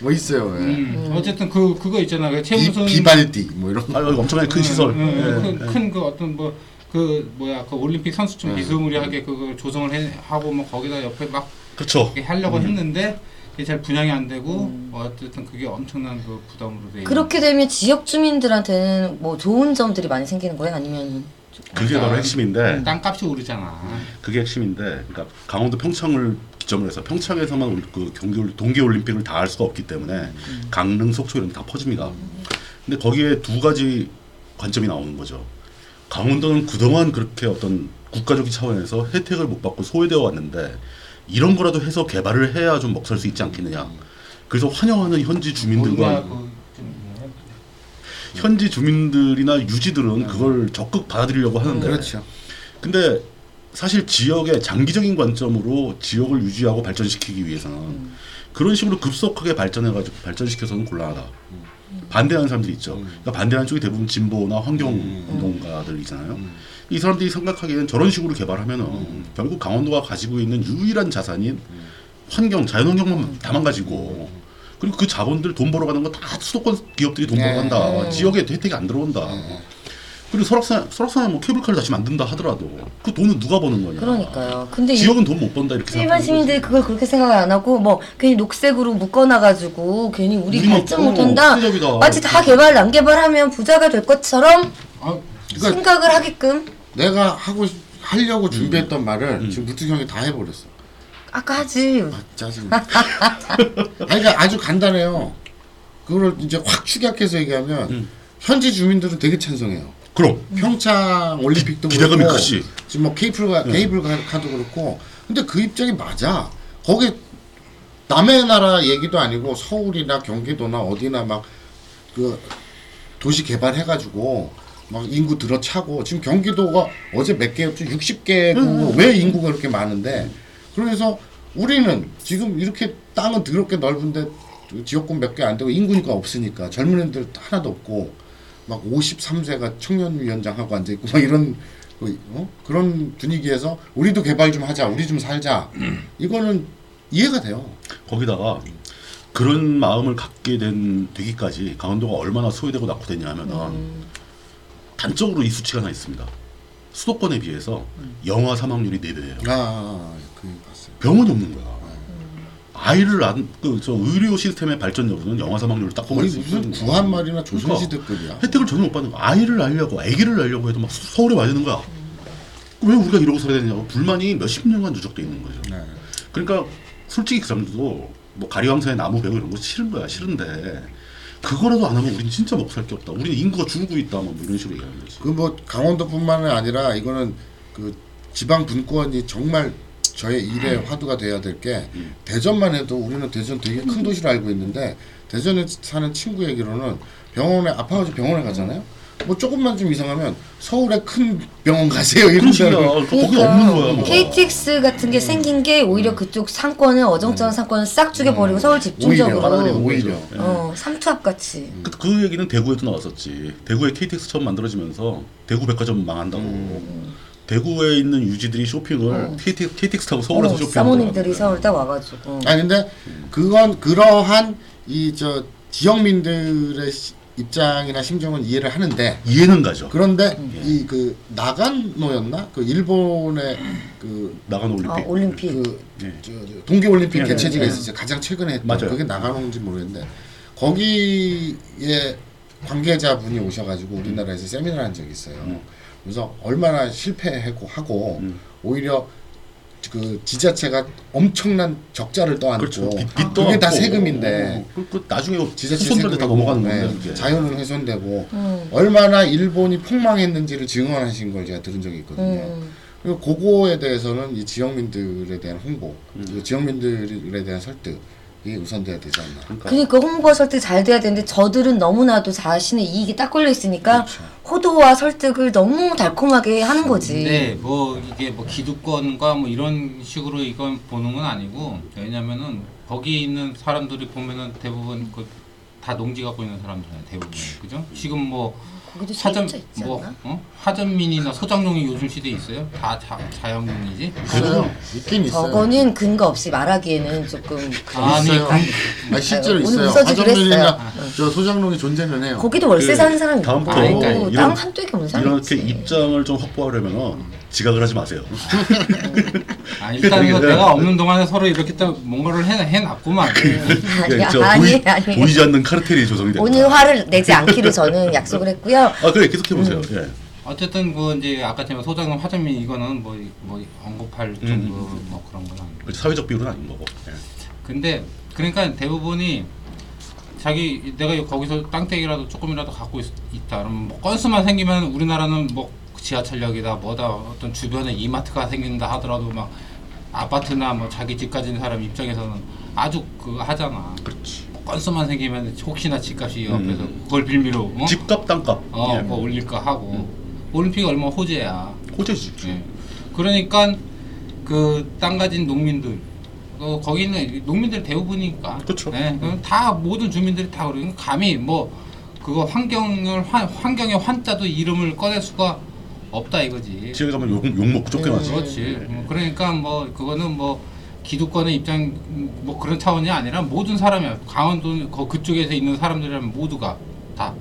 C: 뭐 있어요 예.
D: 음. 어쨌든 그 그거 있잖아 그
C: 비,
D: 최무선 그, 음,
C: 비발디 뭐 이런
B: 아,
C: 거
B: 여기 엄청나게 큰 시설. 예, 예.
D: 큰그 어떤 뭐 그 뭐야 그 올림픽 선수촌 비스무리하게 그걸 조성을 해, 하고 뭐 거기다 옆에 막
B: 그렇죠.
D: 그렇게 하려고 했는데 그게 잘 분양이 안 되고 어, 어쨌든 그게 엄청난 그 부담으로 돼 있는
A: 그렇게 되면 지역 주민들한테는 뭐 좋은 점들이 많이 생기는 거예요 아니면
B: 그게 바로 핵심인데
D: 땅값이 오르잖아.
B: 그게 핵심인데 그러니까 강원도 평창을 기점으로 해서 평창에서만 올- 그 경기 동계 올림픽을 다 할 수가 없기 때문에 강릉 속초 이런 데 다 퍼집니다. 근데 거기에 두 가지 관점이 나오는 거죠. 강원도는 그동안 그렇게 어떤 국가적인 차원에서 혜택을 못 받고 소외되어 왔는데 이런 거라도 해서 개발을 해야 좀 먹설 수 있지 않겠느냐. 그래서 환영하는 현지 주민들과
D: 그좀 예.
B: 현지 주민들이나 유지들은 그걸 적극 받아들이려고
D: 네.
B: 하는데
C: 그렇죠.
B: 근데 사실 지역의 장기적인 관점으로 지역을 유지하고 발전시키기 위해서는 그런 식으로 급속하게 발전해가지고 발전시켜서는 곤란하다. 반대하는 사람들이 있죠. 그러니까 반대하는 쪽이 대부분 진보나 환경 운동가들이잖아요. 이 사람들이 생각하기에는 저런 식으로 개발하면은 결국 강원도가 가지고 있는 유일한 자산인 환경, 자연환경만 다 망가지고 그리고 그 자본들 돈 벌어가는 거 다 수도권 기업들이 돈
C: 네.
B: 벌어간다. 지역에 혜택이 안 들어온다.
C: 네.
B: 그리고 설악산 설악산에 뭐 케이블카를 다시 만든다 하더라도 그 돈은 누가 버는 거냐?
A: 그러니까요. 근데 이
B: 지역은 돈 못 번다 이렇게
A: 일반
B: 생각하는
A: 시민들이
B: 거지.
A: 그걸 그렇게 생각 안 하고 뭐 괜히 녹색으로 묶어놔가지고 괜히 우리
B: 우리만
A: 발전
B: 뭐
A: 못한다.
B: 세적이다.
A: 마치 다 개발 안 개발하면 부자가 될 것처럼
D: 아,
C: 그러니까
A: 생각을 하게끔
C: 내가 하고 싶-
D: 음.
C: 하려고 준비했던 말을 지금 무튼 형이 다 해버렸어.
A: 아까 하지.
C: 아, 짜증.
D: *laughs*
C: 나 그러니까 아주 간단해요. 그걸 이제 확 축약해서 얘기하면
D: 음.
C: 현지 주민들은 되게 찬성해요.
B: 그럼
C: 평창 올림픽도
B: 기- 기대감이
C: 그렇고
B: 크지. 예.
C: 지금 뭐 케이블카 케이블카도 그렇고 근데 그 입장이 맞아. 거기 남의 나라 얘기도 아니고 서울이나 경기도나 어디나 막 그 도시 개발해가지고 막 인구 들어차고 지금 경기도가 어제 몇 개였죠?
B: 음,
C: 60개고 왜 인구가 그렇게 많은데 그래서 우리는 지금 이렇게 땅은 더럽게 넓은데 지역권 몇 개 안 되고 인구니까 없으니까 젊은 애들 하나도 없고 막 53세가 청년위원장하고 앉아 있고 막 이런 그, 어? 그런 분위기에서 우리도 개발 좀 하자, 우리 좀 살자
B: 음.
C: 이거는 이해가 돼요.
B: 거기다가 그런 마음을 갖게 된 되기까지 강원도가 얼마나 소외되고 낙후됐냐면은
A: 음.
B: 단적으로 이 수치가 하나 있습니다. 수도권에 비해서
A: 음.
B: 영아 사망률이 4배예요.
C: 아, 그 봤어요.
B: 병원이 없는 거야. 아이를 안그저 의료 시스템의 발전 여부는 영아 사망률을 딱 보면
C: 거의
B: 알 수 있는
C: 무슨
B: 거야.
C: 구한말이나
B: 음. 그러니까
C: 조선시대급이야.
B: 혜택을 전혀 못 받는 거야. 아이를 낳으려고 아기를 낳으려고 해도 막 서울에 와야 되는 거야. 왜 우리가 이러고 살아야 되냐고 불만이 몇십 년간 누적돼 있는 거죠.
C: 네.
B: 그러니까 솔직히 그 사람들도 뭐 가리왕산의 나무 배우 이런 거 싫은 거야 싫은데 그거라도 안 하면 우린 진짜 먹고 살 게 없다. 우리는 인구가 줄고 있다 뭐 이런 식으로 얘기하는 거지.
C: 그 뭐 강원도뿐만 아니라 이거는 그 지방 분권이 정말 저의 일의 화두가 돼야 될 게 대전만 해도 우리는 대전 되게 큰 도시로 알고 있는데 대전에 사는 친구 얘기로는 병원에 아파가지고 병원에 가잖아요. 뭐 조금만 좀 이상하면 서울에 큰 병원 가세요 이런
B: 그런 식이야.
C: 데를
B: 거기
A: 그러니까
B: 없는 거야. 뭐.
A: KTX 같은 게 생긴 게 오히려 그쪽 상권을
B: 음.
A: 어정쩡한 상권을 싹 죽여버리고 서울 집중적으로
C: 오히려 그렇죠. 오히려
B: 음.
A: 어 삼투압 같이
B: 그, 그 얘기는 대구에도 나왔었지. 대구에 KTX 처음 만들어지면서 대구 백화점 망한다고. 음. 대구에 있는 유지들이 쇼핑을 KTX, KTX 타고 서울에서 쇼핑하고
A: 사모님들이
B: 들어가는 거야.
A: 서울 딱 와가지고
C: 아니 근데 그건 그러한 이 저 지역민들의 시- 입장이나 심정은 이해를 하는데
B: 이해는 가죠.
C: 그런데 이 그 나간노였나 그 일본의 그,
B: 나가는 올림픽.
A: 아, 올림픽
C: 그
B: 예.
C: 저, 저 동계올림픽
B: 예,
C: 개최지가
B: 예.
C: 있었어요 가장 최근에 했던
B: 맞아요.
C: 그게 나가노인지 모르겠는데 거기에 관계자분이 오셔가지고 우리나라에서 세미나를 한 적이 있어요 그래서 얼마나 실패했고 하고
B: 음.
C: 오히려 그 지자체가 엄청난 적자를 떠안고
B: 그렇죠. 빚, 빚도
C: 어. 그게 다
B: 없고.
C: 세금인데
B: 어, 그, 그 나중에
C: 지자체
B: 후손들한테 다
C: 세금이고,
B: 넘어가는
C: 네,
B: 건데 그게.
C: 자연은 훼손되고
A: 음.
C: 얼마나 일본이 폭망했는지를 증언하신 걸 제가 들은 적이 있거든요.
B: 네.
A: 음.
C: 그리고 그거에 대해서는 이 지역민들에 대한 홍보, 그리고 지역민들에 대한 설득 이게 우선돼야 되지 않나.
B: 그러니까
A: 그러니까 홍보가 설득 잘 돼야 되는데 저들은 너무나도 자신의 이익이 딱 걸려 있으니까
B: 그렇죠.
A: 호도와 설득을 너무 달콤하게 하는
B: 음,
A: 거지.
D: 네, 뭐 이게 뭐 기득권과 뭐 이런 식으로 이건 보는 건 아니고 왜냐면은 거기 있는 사람들이 보면은 대부분 그, 다 농지 갖고 있는 사람들이야 대부분 그죠? 지금 뭐
A: 거기도
D: 하전
A: 세입자 있지
D: 뭐
A: 않나?
D: 어? 하전민이나 소장농이 요즘 시대에 있어요? 다 자, 자연민이지?
C: 그래요? 있긴 있어요.
A: 저거는 근거 없이 말하기에는
B: 음.
A: 조금
D: 아니
C: 있어요.
D: 그-
C: 아, 실제로
A: 오늘
C: 있어요.
A: 웃어주기로
C: 화정면이나 저 소장농이 존재는 해요.
A: 거기도 월세
B: 그
A: 사는 사람 있고
B: 다음부터
D: 그러니까
A: 땅
B: 이런-
A: 한두 개 없는 사람
B: 이렇게
A: 있지.
B: 입장을 좀 확보하려면 지각을 하지 마세요.
D: 아, 일단은
C: 그러니까.
B: 그게 되게-
D: 내가 없는 동안에 서로 이렇게 딱 뭔가를 해,
C: *laughs*
A: *laughs*
D: 해놨구만
A: 아니야,
B: 예, 저
A: 아니에요,
B: 보이,
A: 아니에요.
B: 보이지 않는 카르텔이 조성이 됩니다.
A: 오늘 화를 내지 않기로 저는 약속을 했고요. 음.
B: 아 그래 계속해 보세요. 예.
D: 어쨌든 그 이제 아까 제가 소장님 화장민 이거는 뭐 뭐 언급할
C: 음.
D: 정도 뭐 그런 건 아니고.
B: 그렇지, 사회적 비율은 아닌 거고. 예.
D: 근데 그러니까 대부분이 자기 내가 거기서 땅떼기라도 조금이라도 갖고 있, 다 그러면 뭐 건수만 생기면 우리나라는 뭐 지하철역이다 뭐다 어떤 주변에 이마트가 생긴다 하더라도 막 아파트나 뭐 자기 집 가진 사람 입장에서는 아주 그 하잖아.
B: 그렇지.
D: 뭐 건수만 생기면 혹시나 집값이 옆에서
B: 음.
D: 그걸 빌미로 어?
B: 집값, 음. 땅값.
D: 어,
C: 아,
B: 예.
D: 뭐 올릴까 하고 올림픽이 얼마 호재야.
B: 호재지.
D: 예. 그러니까 그 땅 가진 농민들 어, 거기 있는 농민들 대부분이니까
B: 그쵸.
D: 예, 그럼 다 모든 주민들이 다 그러고 감히 뭐 그거 환경을 환, 환경의 환자도 이름을 꺼낼 수가 없다
C: 예.
D: 이거지
B: 지역에 가면 욕,
A: 음,
B: 욕먹고 쫓겨나지.
D: 그렇지 뭐 그러니까 뭐 그거는 뭐 기득권의 입장 뭐 그런 차원이 아니라 모든 사람이야 강원도 거 그쪽에서 있는 사람들이라면 모두가 다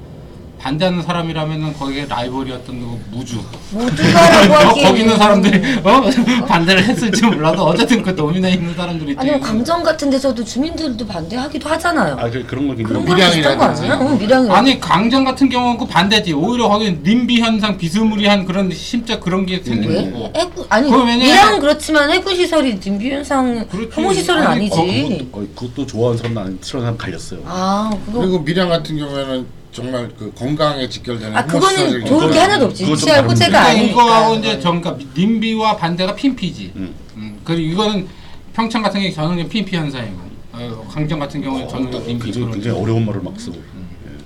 D: 반대하는 사람이라면은 거기에 라이벌이었던 그 무주
A: 모두가라고
D: *laughs* 어,
A: 하기에는
D: 거기 있는 사람들이 어? *laughs* 반대를 했을지 몰라도 어쨌든 그 노민에 있는 사람들이
A: 아니면 뭐 광장 같은 데서도 주민들도 반대하기도 하잖아요.
B: 아, 그, 그런 건 굉장히.
A: 그런 거랑 비슷한 거 아니야?
C: 밀양이라든지.
A: 응, 밀양이
D: 아니 광장 같은 경우는 그 반대지 오히려 거기 님비 현상 비스무리한 그런 심적 그런 게
A: 왜?
D: 생기고
A: 해군 아니
D: 뭐. 그건 왜냐면-
A: 밀양은 그렇지만 해군 시설이 님비현상
D: 그렇지.
A: 혐오 시설은
D: 아니,
A: 아니지.
B: 어, 그것도, 어, 그것도 좋아하는 사람, 안 싫어하는 사람 갈렸어요.
A: 아 그거
C: 그리고 밀양 같은 경우에는 정말 그 건강에 직결되는
A: 아 그거는
C: 홍수사적인
A: 좋을 게
C: 거라서
A: 하나도 없지.
B: 그건 좀
A: 치아 호재가
D: 그러니까
A: 아니니까.
D: 이거하고 이제 전 그러니까 님비와 반대가 핀피지. 음. 그리고 이거는 평창 같은 경우 저는 그냥 핀피 현상이고 어, 광장 같은 경우는 저는 님비
B: 굉장히,
D: 어, 그런.
B: 굉장히 어려운 말을 막 쓰고.
C: 음.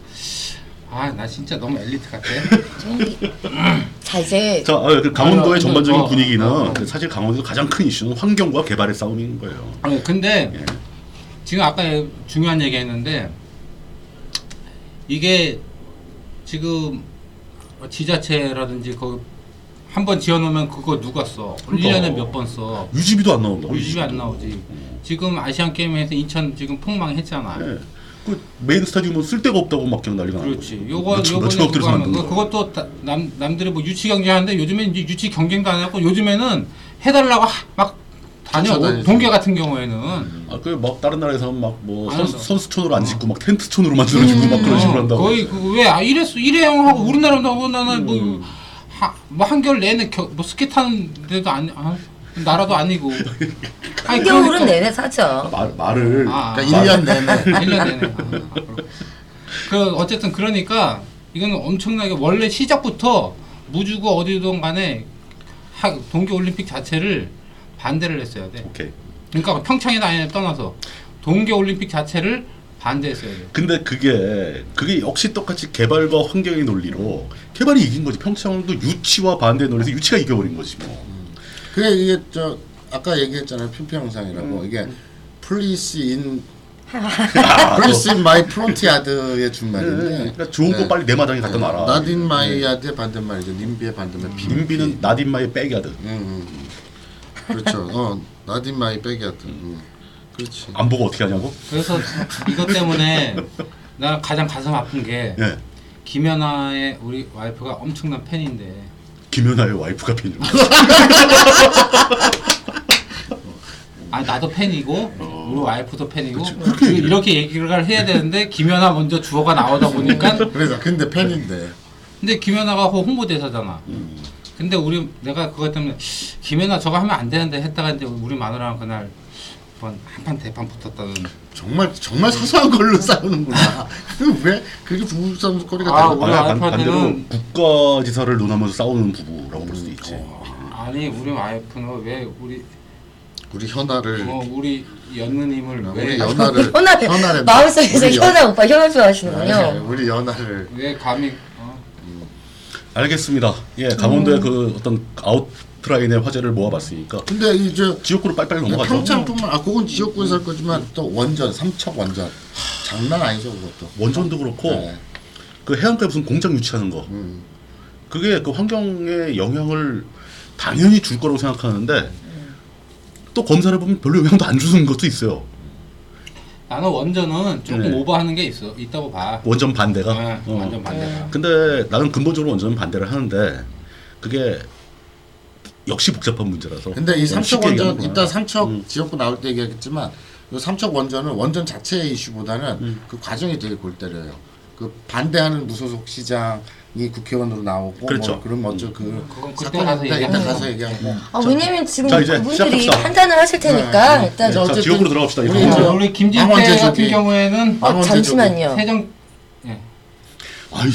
D: 아나 진짜 너무 엘리트 같아. *laughs*
A: 자 이제
B: 자, 어, 그 강원도의
D: 아,
B: 전반적인
D: 어,
B: 분위기는
D: 어.
B: 그 사실 강원도에서 가장 큰 이슈는 환경과 개발의 싸움인 거예요.
D: 어, 근데 지금 아까 중요한 얘기했는데 이게 지금 지자체라든지 그 한번 지어놓으면 그거 누가 써?
B: 그러니까.
D: 1년에 몇 번 써?
B: 유지비도 안 나온다.
D: 어, 유지비 안 나오지. 지금 아시안 게임에서 인천 지금 폭망했잖아.
B: 예. 그 메인 스타디움은 쓸데가 없다고 막 그냥 난리가 나는
D: 그렇지. 요거
B: 몇천-
D: 요거는
B: 몇천억
D: 그거
B: 예. 들여서
D: 하는
B: 만든
D: 거.
B: 거.
D: 그것도 다- 남 남들이 뭐 유치 경쟁하는데 요즘엔 이제 유치 경쟁도 안 하고 요즘에는 해달라고 하- 막 다녀.
C: 쫓아다니지.
D: 동계 같은 경우에는
B: 아, 그 막 다른 나라에서 하면 막뭐
D: 안 한다.
B: 선수촌으로 안 짓고 막 텐트촌으로 만들어주고 막 그런 식으로
D: 어,
B: 한다고.
D: 거의 그왜 아, 이랬어 이래요 하고 우리나라도 하고 나는
B: 음.
D: 뭐, 하, 뭐 한결 내내 겨, 뭐 스키 타는 데도 아니 아,
B: *laughs*
D: 나라도 아니고.
B: 그러니까.
D: 아니,
A: 겨울은
D: 그러니까-
A: 내내
D: *laughs*
A: 사죠.
B: 말, 말을
D: 아,
B: 말-
C: 그러니까 1년 내내
D: 1년 내내. 아, 그렇구나. 그 어쨌든 그러니까 이건 엄청나게 원래 시작부터 무주고 어디든 간에 하- 동계 올림픽 자체를 반대를 했어야 돼.
B: 오케이.
D: 그러니까 평창이나 아니냐 떠나서 동계 올림픽 자체를 반대했어야 돼.
B: 근데 그게 그게 역시 똑같이 개발과 환경의 논리로 개발이 이긴 거지. 평창도 유치와 반대 논리에서 유치가 이겨버린 거지 뭐.
C: *laughs* 그게 이게 저 아까 얘기했잖아요 핀피 영상이라고 이게 플리스
A: *laughs*
C: 인 플리스 인 마이 프론티아드의
D: 네.
B: 예, 예.
C: 준말인데
B: 그러니까 좋은 거
C: 네.
B: 빨리 내 마당에 갖다 놔라. 음.
C: 나딘 마이아드의 반대말이죠 님비의 반대말 피-
B: 임비는 나딘마의 백야드.
C: 음, 음. 그렇죠 어 나딘 마이 백이아드 음. 그렇지
B: 안 보고 어떻게 하냐고?
D: 그래서 이것 때문에 나 가장 가슴 아픈 게
B: 예.
D: 김연아의 우리 와이프가 엄청난 팬인데
B: 김연아의 와이프가 빈.
D: 아 나도 팬이고 우리 와이프도 팬이고
B: 그렇게 얘기를
D: 이렇게 얘기를 해야 되는데 김연아 먼저 주어가 나오다 보니까
C: 그래서 근데 팬인데
D: 근데 김연아가 그 홍보대사잖아. 근데 우리 내가 그것 때문에 김연아 저거 하면 안 되는데 했다가 이제 우리 마누라랑 그날 한판 한판 대판 붙었다는.
C: 정말 정말 사소한 걸로 싸우는구나 왜 그렇게 부부싸움거리가
D: 아,
C: 되는 거야
D: 우리
B: 아, 반-
D: 와이프한테는- 음.
B: 반대로 국가지사를 논하면서 싸우는 부부라고 볼 수도 있지.
D: 어. 아니 우리 와이프는 왜 우리
C: 우리 현아를 어,
D: 뭐 우리 연느님을
B: 네.
C: 우리
D: 왜
A: *laughs*
C: 연아를
A: 현아
C: 현아를
A: 마음속에서
C: 우리 연-
A: 현아 오빠 현아
C: 아니,
A: 좋아하시는군요.
C: 우리 연아를
D: 왜 감히 어?
B: 알겠습니다. 예, 강원도의
D: 음.
B: 그 어떤 아웃라인의 화제를 모아봤으니까
C: 근데 이제
B: 지역구로
D: 그
B: 빨리빨리 넘어가죠.
C: 평창뿐만 아 그건 지역구에서 할 거지만 또 원전 삼척 원전 장난 아니죠 그것도
B: 원전도 그렇고
C: 네.
B: 그 해안가에 무슨 공장 유치하는 거
C: 음.
B: 그게 그 환경에 영향을 당연히 줄 거라고 생각하는데
D: 음.
B: 또 검사를 보면 별로 영향도 안 주는 것도 있어요.
D: 나는 원전은 조금
B: 네.
D: 오버하는 게 있어 있다고 봐.
B: 원전 반대가.
D: 아,
B: 어.
D: 완전 반대다.
B: 근데 나는 근본적으로 원전 반대를 하는데 그게 역시 복잡한 문제라서.
C: 근데 이 삼척
B: 네. 쉽게
C: 원전
B: 얘기하는구나. 음.
C: 일단 삼척 지역구 나올 때
B: 음.
C: 얘기하겠지만 이 삼척 원전은 원전 자체의 이슈보다는 그 과정이 되게 골 때려요. 그 반대하는 무소속 시장이 국회의원으로 나오고
B: 그렇죠. 음.
C: 뭐 그런 먼저 그
D: 그건 그때
C: 사건을
D: 가서
C: 일단
D: 얘기하는
C: 가서
D: 거고.
C: 얘기하고
A: 아, 왜냐면 지금
B: 자, 이제
A: 그분들이
B: 시작합시다.
A: 판단을 하실 테니까
C: 네,
A: 일단
B: 네. 자,
C: 어쨌든
B: 지옥으로 들어갑시다, 이제.
C: 우리
D: 자,
C: 저
D: 우리 김진태
C: 망원제
D: 같은
C: 저기.
D: 경우에는
A: 어,
C: 망원제
A: 잠시만요.
D: 세정
B: 아이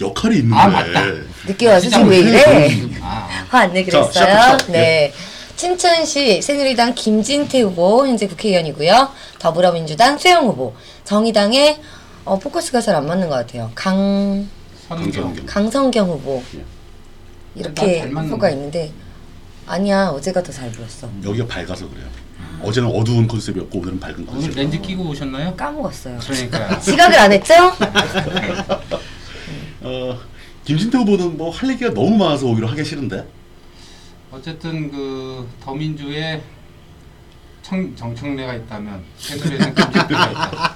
B: 역할이 있는데.
D: 아, 맞다.
A: 늦게 와서 지금 왜 이래?
D: 아,
A: *laughs* 화 안 내기로
B: 자,
A: 했어요.
B: 시작합시다. 예.
A: 네. 춘천시 새누리당 김진태 후보 현재 국회의원이고요. 더불어민주당 최영 후보, 정의당의 어, 포커스가 잘 안 맞는 것 같아요. 강
D: 선경
A: 강성경 후보
D: 난
A: 이렇
D: 잘
A: 게
D: 맞는데.
A: 후보가 있는데 아니야 어제가 더 잘 보였어.
B: 여기가 밝아서 그래요. 어제는 어두운 컨셉이었고 오늘은 밝은
D: 오늘
B: 컨셉.
D: 렌즈 끼고 오셨나요?
A: 까먹었어요.
D: 그러니까
A: 지각을 안
B: *laughs*
A: 했죠?
B: 어, 김진태 후보는 뭐 할 얘기가 너무 많아서 오히려 하기 싫은데.
D: 어쨌든 그 더민주의 청, 정청래가 있다면 새누리당 김진태가 있다.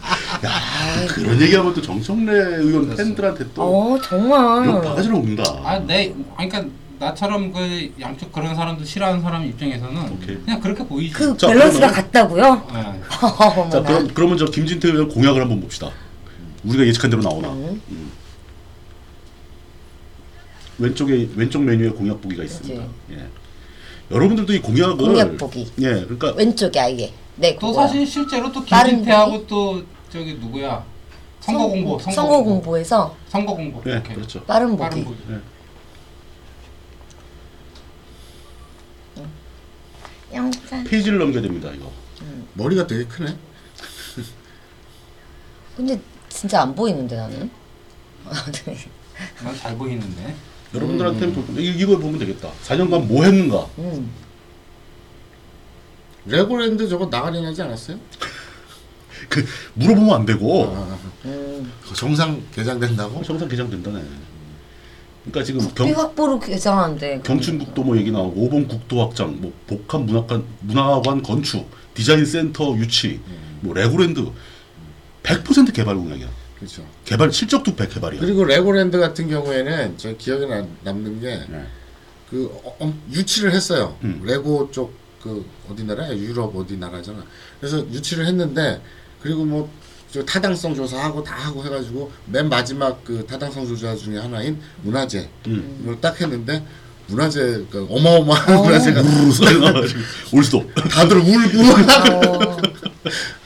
B: 그런 얘기하면 또 정청래 의원 팬들한테 또
A: 어
B: 이거
A: 정말.
B: 바가지로 옵니다.
D: 아, 내 아니, 그러니까 나처럼 그 양쪽 그런 사람도 싫어하는 사람 입장에서는
B: 오케이.
D: 그냥 그렇게 보이지.
A: 그
B: 자,
A: 밸런스가
B: 그러면은-
A: 같다고요?
D: 예.
B: 자
A: 어머나. *laughs*
B: 그럼 그러면 저 김진태 의원 공약을 한번 봅시다. 우리가 예측한 대로 나오나.
A: 음.
B: 음. 왼쪽에 왼쪽 메뉴에 공약 보기가 있습니다. 예. 여러분들도 이 공약을
A: 네. 공약 보기.
B: 예, 그러니까
A: 왼쪽이 아예. 네.
D: 또
A: 그거야.
D: 사실 실제로 또
A: 다른
D: 김진태하고 또 저기 누구야? 선거 공보, 선거,
A: 선거 공보에서
D: 선거 공보.
B: 예,
D: 이렇게.
B: 그렇죠.
A: 빠른
D: 빠른
A: 보기.
D: 보기.
A: 영상.
B: 페이지를 넘겨야 됩니다. 이거.
C: 머리가 되게 크네.
A: 근데 진짜 안 보이는데 *laughs* 나는. 네.
D: 난 잘 보이는데.
B: 여러분들한테 이걸 보면 되겠다. 4년간 뭐 했는가?
A: 음.
C: 레고랜드 저거 나가리 나지 않았어요?
B: 그 물어보면 안 되고 어,
A: 음.
B: 그
C: 정상 개장된다고?
B: 정상 개장된다네. 그러니까 지금
A: 비
B: 경,
A: 확보로 예상하는데.
B: 경춘북도 뭐 얘기 나오고 오봉 국도 확장, 뭐 복합 문학관 문화관 건축, 디자인 센터 유치, 뭐 레고랜드 100% 개발 공약이야.
C: 그렇죠.
B: 개발 실적도 100 개발이야.
C: 그리고 레고랜드 같은 경우에는 저 기억에 남- 남는 게
B: 네.
C: 그 어, 어, 유치를 했어요.
B: 음.
C: 레고 쪽 그 어디 나라야? 유럽 어디 나라잖아. 그래서 유치를 했는데 그리고 뭐 저 타당성 조사하고 다 하고 해가지고 맨 마지막 그 타당성 조사 중에 하나인 문화재
B: 음.
C: 이걸 딱 했는데 문화재 그 어마어마한 문화재가
B: 우르르
A: *laughs*
B: 쏟아나가지고 올 수도.
C: 다들 울고 *laughs*
A: 어.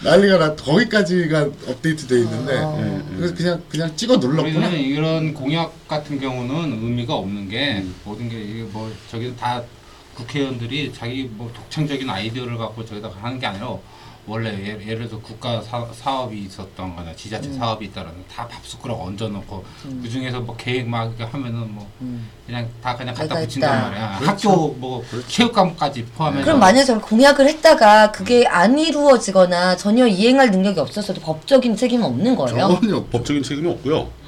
C: 난리가 나 거기까지가 업데이트돼 있는데
B: 음,
A: 아.
C: 예, 그래서 그냥 그냥 찍어 눌렀구나.
D: 우리는 이런 공약 같은 경우는 의미가 없는 게 모든 게 이게 뭐 저기 다 국회의원들이 자기 뭐 독창적인 아이디어를 갖고 저기다 하는 게 아니라 원래 예를, 예를 들어 국가 사, 사업이 있었던 거나 지자체 사업이 있다라는 다 밥숟가락 얹어놓고 그 중에서 뭐 계획 막 이렇게 하면은 뭐
A: 음.
D: 그냥 다 그냥 갖다
A: 내가
D: 붙인단
A: 있다.
D: 말이야.
C: 그렇죠.
D: 학교 뭐 체육관까지 포함해서
A: 그럼 만약에 저는 공약을 했다가 그게 안 이루어지거나 전혀 이행할 능력이 없었어도 법적인 책임은 없는 거예요?
C: 전혀
B: 법적인 책임이 없고요.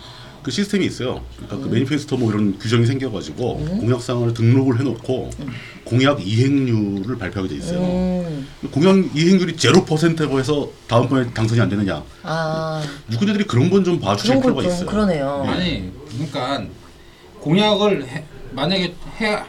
B: 그 시스템이 있어요. 그러니까
A: 음.
B: 그 매니페스토 뭐 이런 규정이 생겨가지고 공약사항을 등록을 해놓고 공약 이행률을 발표하게 돼 있어요.
A: 음.
B: 공약 이행률이 0%라고 해서 다음번에 당선이 안 되는 양.
A: 아.
B: 유권자들이 그런 건 좀 봐주실
A: 그런
B: 필요가
A: 건 좀
B: 있어요.
A: 그러네요.
D: 아니 그러니까 공약을 해, 만약에 해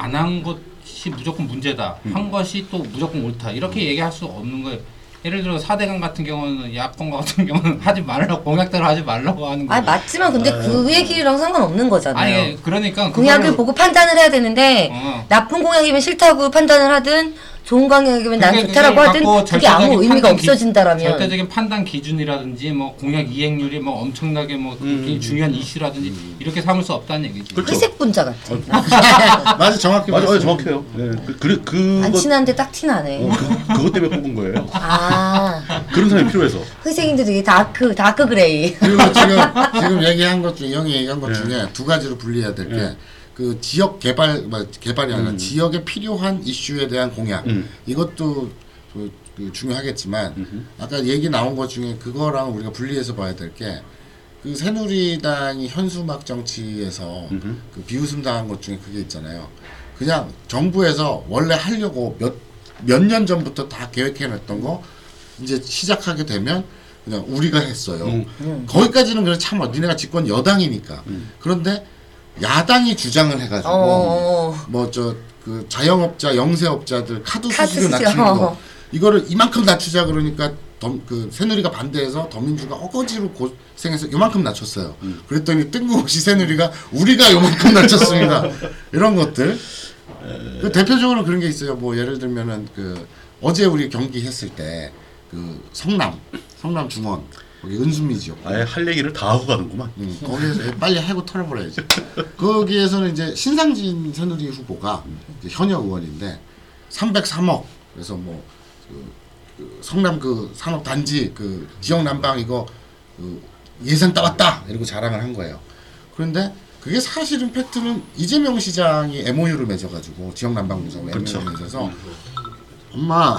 D: 안 한 것이 무조건 문제다 한 것이 또 무조건 옳다 이렇게 얘기할 수 없는 거예요 예를 들어 사대강 같은 경우는 야권과 같은 경우는 하지 말라고 공약대로 하지 말라고 하는
A: 아니
D: 거예요
A: 맞지만 근데
B: 아.
A: 그 얘기랑 상관없는 거잖아요.
D: 아니 그러니까
A: 공약을
D: 그거를-
A: 보고 판단을 해야 되는데
D: 어.
A: 나쁜 공약이면 싫다고 판단을 하든 좋은 공약이면 난
D: 그게
A: 좋다라고
D: 그걸
A: 하든
D: 갖고
A: 그게 아무
D: 절대적인
A: 의미가
D: 판단 기-
A: 없어진다라면
D: 절대적인 판단 기준이라든지 뭐 공약 이행률이 뭐 엄청나게 뭐 굉장히 중요한 이슈라든지 이렇게 삼을 수 없다는 얘기지
B: 그렇죠.
A: 회색 분자 같아.
C: 맞아 정확히
B: 맞아요,
C: 맞아요.
B: 정확해요. 네. 그, 그,
A: 안
B: 그것,
A: 친한데 딱 티나네.
B: 어, 그, 그것 때문에 뽑은 거예요.
A: 아
B: 그런 사람이 필요해서.
A: 회색인데 되게 다크 다크 그레이.
C: 그리고 지금 지금 얘기한 것 중에 형이 얘기한 것
B: 예.
C: 중에 두 가지로 분리해야 될 게 그 지역 개발 뭐, 개발이 아니라 지역에 필요한 이슈에 대한 공약
B: 음.
C: 이것도 그, 그 중요하겠지만 아까 얘기 나온 것 중에 그거랑 우리가 분리해서 봐야 될 게 그 새누리당이 현수막 정치에서 그 비웃음 당한 것 중에 그게 있잖아요. 그냥 정부에서 원래 하려고 몇 몇 년 전부터 다 계획해놨던 거 이제 시작하게 되면 그냥 우리가 했어요.
A: 음.
C: 거기까지는 그래 참아. 니네가 집권 여당이니까. 그런데 야당이 주장을 해가지고
A: 어.
C: 뭐 저 그 자영업자, 영세업자들 카드
A: 카드
C: 수수료
A: 수수료.
C: 낮추는 거 이거를 이만큼 낮추자 그러니까 덤, 그 새누리가 반대해서 더민주가 어거지로 고생해서 요만큼 낮췄어요. 그랬더니 뜬금없이 새누리가 우리가 요만큼 낮췄습니다. 이런 것들. 그 대표적으로 그런 게 있어요. 뭐 예를 들면은 그 어제 우리 경기 했을 때 그 성남 성남 중원 거기 은수미 지역
B: 아예 할 얘기를 다 하고 가는구만.
C: 음, 거기에서 빨리 해고 털어버려야지. 거기에서는 이제 신상진 새누리 후보가 이제 현역 의원인데 303억 그래서 뭐 그, 그 성남 그 산업 단지 그 지역 난방 이거 그 예산 따왔다 이러고 자랑을 한 거예요. 그런데 그게 사실은 팩트는 이재명 시장이 MOU를 맺어가지고 지역 난방 공사와
B: 그쵸.
C: MOU를 맺어서 엄마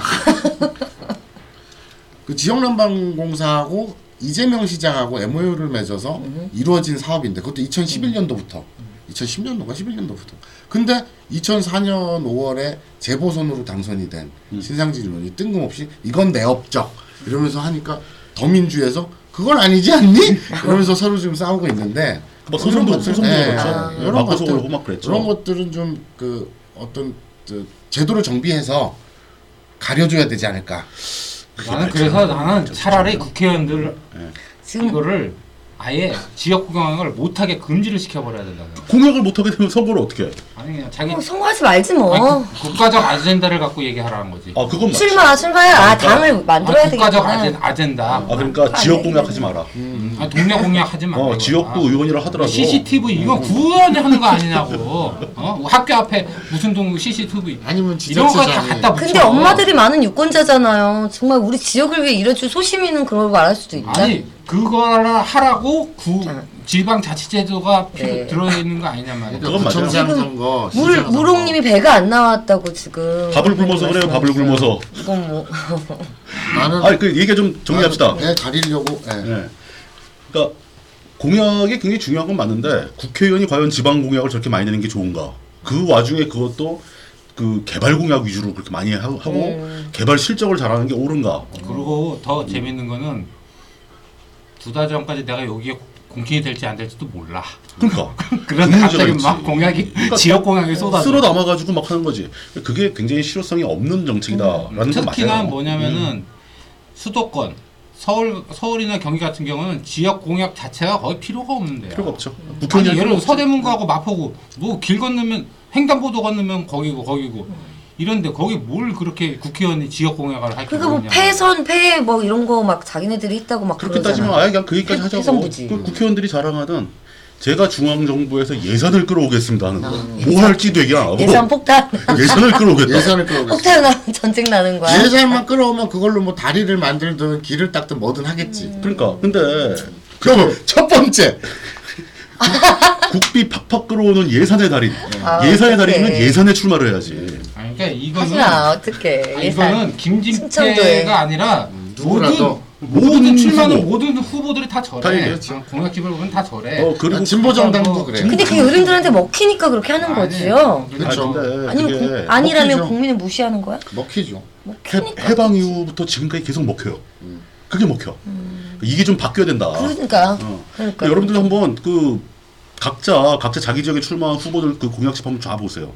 C: 그 지역난방공사하고 이재명 시장하고 MOU를 맺어서 이루어진 사업인데 그것도 2011년도부터
B: 음.
C: 2010년도가 11년도부터 근데 2004년 5월에 재보선으로 당선이 된
B: 음.
C: 신상진 의원이 뜬금없이 이건 내 업적 이러면서 하니까 더민주에서 그건 아니지 않니? 이러면서 서로 지금 싸우고 있는데
B: 막뭐 소송도-
C: 이런 것들-
B: 소송도
C: 예,
B: 그렇죠.
C: 이런
B: 막
C: 것들-
B: 소송을 하고 막 그랬죠.
C: 이런 것들은 좀 그 어떤 저 제도를 정비해서 가려줘야 되지 않을까
D: 나는 그래서 나는 차라리 국회의원들
A: 지금
D: 이거를 아예 지역 구경을 못하게 금지를 시켜버려야 된다고.
B: 공약을 못 하게 되면 선거를 어떻게 해?
D: 아니 그냥 자기
A: 뭐 선거하지 말지 뭐.
D: 아니, 국- 국가적 아젠다를 갖고 얘기하라는 거지.
B: 아 그건 맞죠.
A: 출마 출마야. 아
B: 그러니까-
A: 당을 만들어야
D: 아, 국가적 아젠,
A: 되겠구나.
D: 아젠다.
B: 아 그러니까 지역 공약하지 마라.
D: 음, 아, 동네 공약 하지 마.
B: 어 지역구 어. 의원이라 하더라도
D: CCTV 이거 구원이 하는 거 아니냐고. 어? 학교 앞에 무슨 동구 CCTV
C: 아니면
D: 이런 거 다
C: 지자체장이
D: 갖다 붙여.
A: 근데 엄마들이 많은 유권자잖아요. 정말 우리 지역을 위해 일해줄 소시민은 그런 걸 말할 수도 있다.
D: 아니 그거를 하라고 구
A: 응.
D: 지방자치제도가 필요
A: 네.
D: 들어있는 거 아니냐 말이야.
B: 그건 맞아요.
C: 구청장
A: 지금
C: 선거,
A: 물
C: 시장 선거.
A: 무롱님이 배가 안 나왔다고 지금.
B: 밥을 굶어서 그래요. 밥을 굶어서.
A: 이건 뭐 *laughs*
C: 나는
B: 아니 그 얘기 좀 정리합시다.
C: 나는 내 가리려고 예.
B: 예. 그러니까 공약이 굉장히 중요한 건 맞는데 국회의원이 과연 지방 공약을 저렇게 많이 내는 게 좋은가? 그 와중에 그것도 그 개발 공약 위주로 그렇게 많이 하- 하고
D: 네.
B: 개발 실적을 잘하는 게 옳은가?
D: 그리고 더 재밌는 거는 두 달 전까지 내가 여기에 공신이 될지 안 될지도 몰라.
B: 그러니까
D: *laughs* 그런데
B: 그 문제가
D: 갑자기 막
B: 있지.
D: 공약이 지역 공약이 쏟아져.
B: 쓸어 담아가지고 막 하는 거지. 그게 굉장히 실효성이 없는 정책이다라는 건
D: 특히나
B: 맞아요. 음.
D: 뭐냐면은 수도권 서울 서울이나 경기 같은 경우는 지역 공약 자체가 거의 필요가 없는데요.
B: 필요가 없죠.
D: 아니
B: 국회의원
D: 예를 들어 서대문구하고 마포구 뭐 길 건너면 횡단보도 건너면 거기고 거기고 이런데 거기 뭘 그렇게 국회의원이 지역 공약을 할
A: 그러니까 뭐
D: 필요가 있냐.
A: 폐선 폐 뭐 이런 거 막 자기네들이 했다고 막
B: 그렇게
A: 그러잖아.
B: 따지면 아예 그냥 그 얘기까지 하자고.
A: 해성부지.
B: 그 국회의원들이 자랑하는 제가 중앙 정부에서 예산을 끌어오겠습니다 하는
D: 아,
B: 거. 뭐 할지도 얘기 안 하고
A: 예산 폭탄.
B: *laughs* 예산을 끌어오겠다.
C: 예산을 끌어오겠어.
A: 폭탄 나면 전쟁 나는 거야.
C: 예산만 끌어오면 그걸로 뭐 다리를 만들든 길을 닦든 뭐든 하겠지.
A: 음.
B: 그러니까 근데
C: 그럼 첫 번째
B: 국비 팍팍 끌어오는 예산의 달인.
A: 아,
B: 예산의
A: 어떡해.
B: 달인은 예산에 출마를 해야지.
D: 아니, 그러니까 이거는
A: 하지마 어떡해. 예산.
D: 아, 이거는
A: 충청도에.
D: 김진태가 아니라
C: 누구라도.
D: 모든 모든
B: 모든
D: 출마는
B: 후보.
D: 모든 후보들이 다 저래.
B: 다 그렇죠.
D: 어, 공약집을 보면 다
A: 네.
D: 저래.
B: 어 그리고
C: 아, 진보 정당도
D: 뭐,
C: 그래.
A: 근데 그게 어른들한테 먹히니까 그렇게 하는
D: 아니,
A: 거지요.
B: 아,
D: 그렇죠.
B: 근데
A: 아니면
B: 그게
A: 공, 아니라면
C: 먹히죠.
A: 국민을 무시하는 거야?
C: 먹히죠.
A: 먹히니까.
B: 해, 방 이후부터 지금까지 계속 먹혀요.
C: 음.
B: 그게 먹혀. 이게 좀 바뀌어야 된다.
A: 음. 그러니까.
B: 어.
A: 그러니까.
B: 여러분들 한번 그 각자 각자 자기 지역에 출마한 후보들 그 공약집 한번 좌보세요.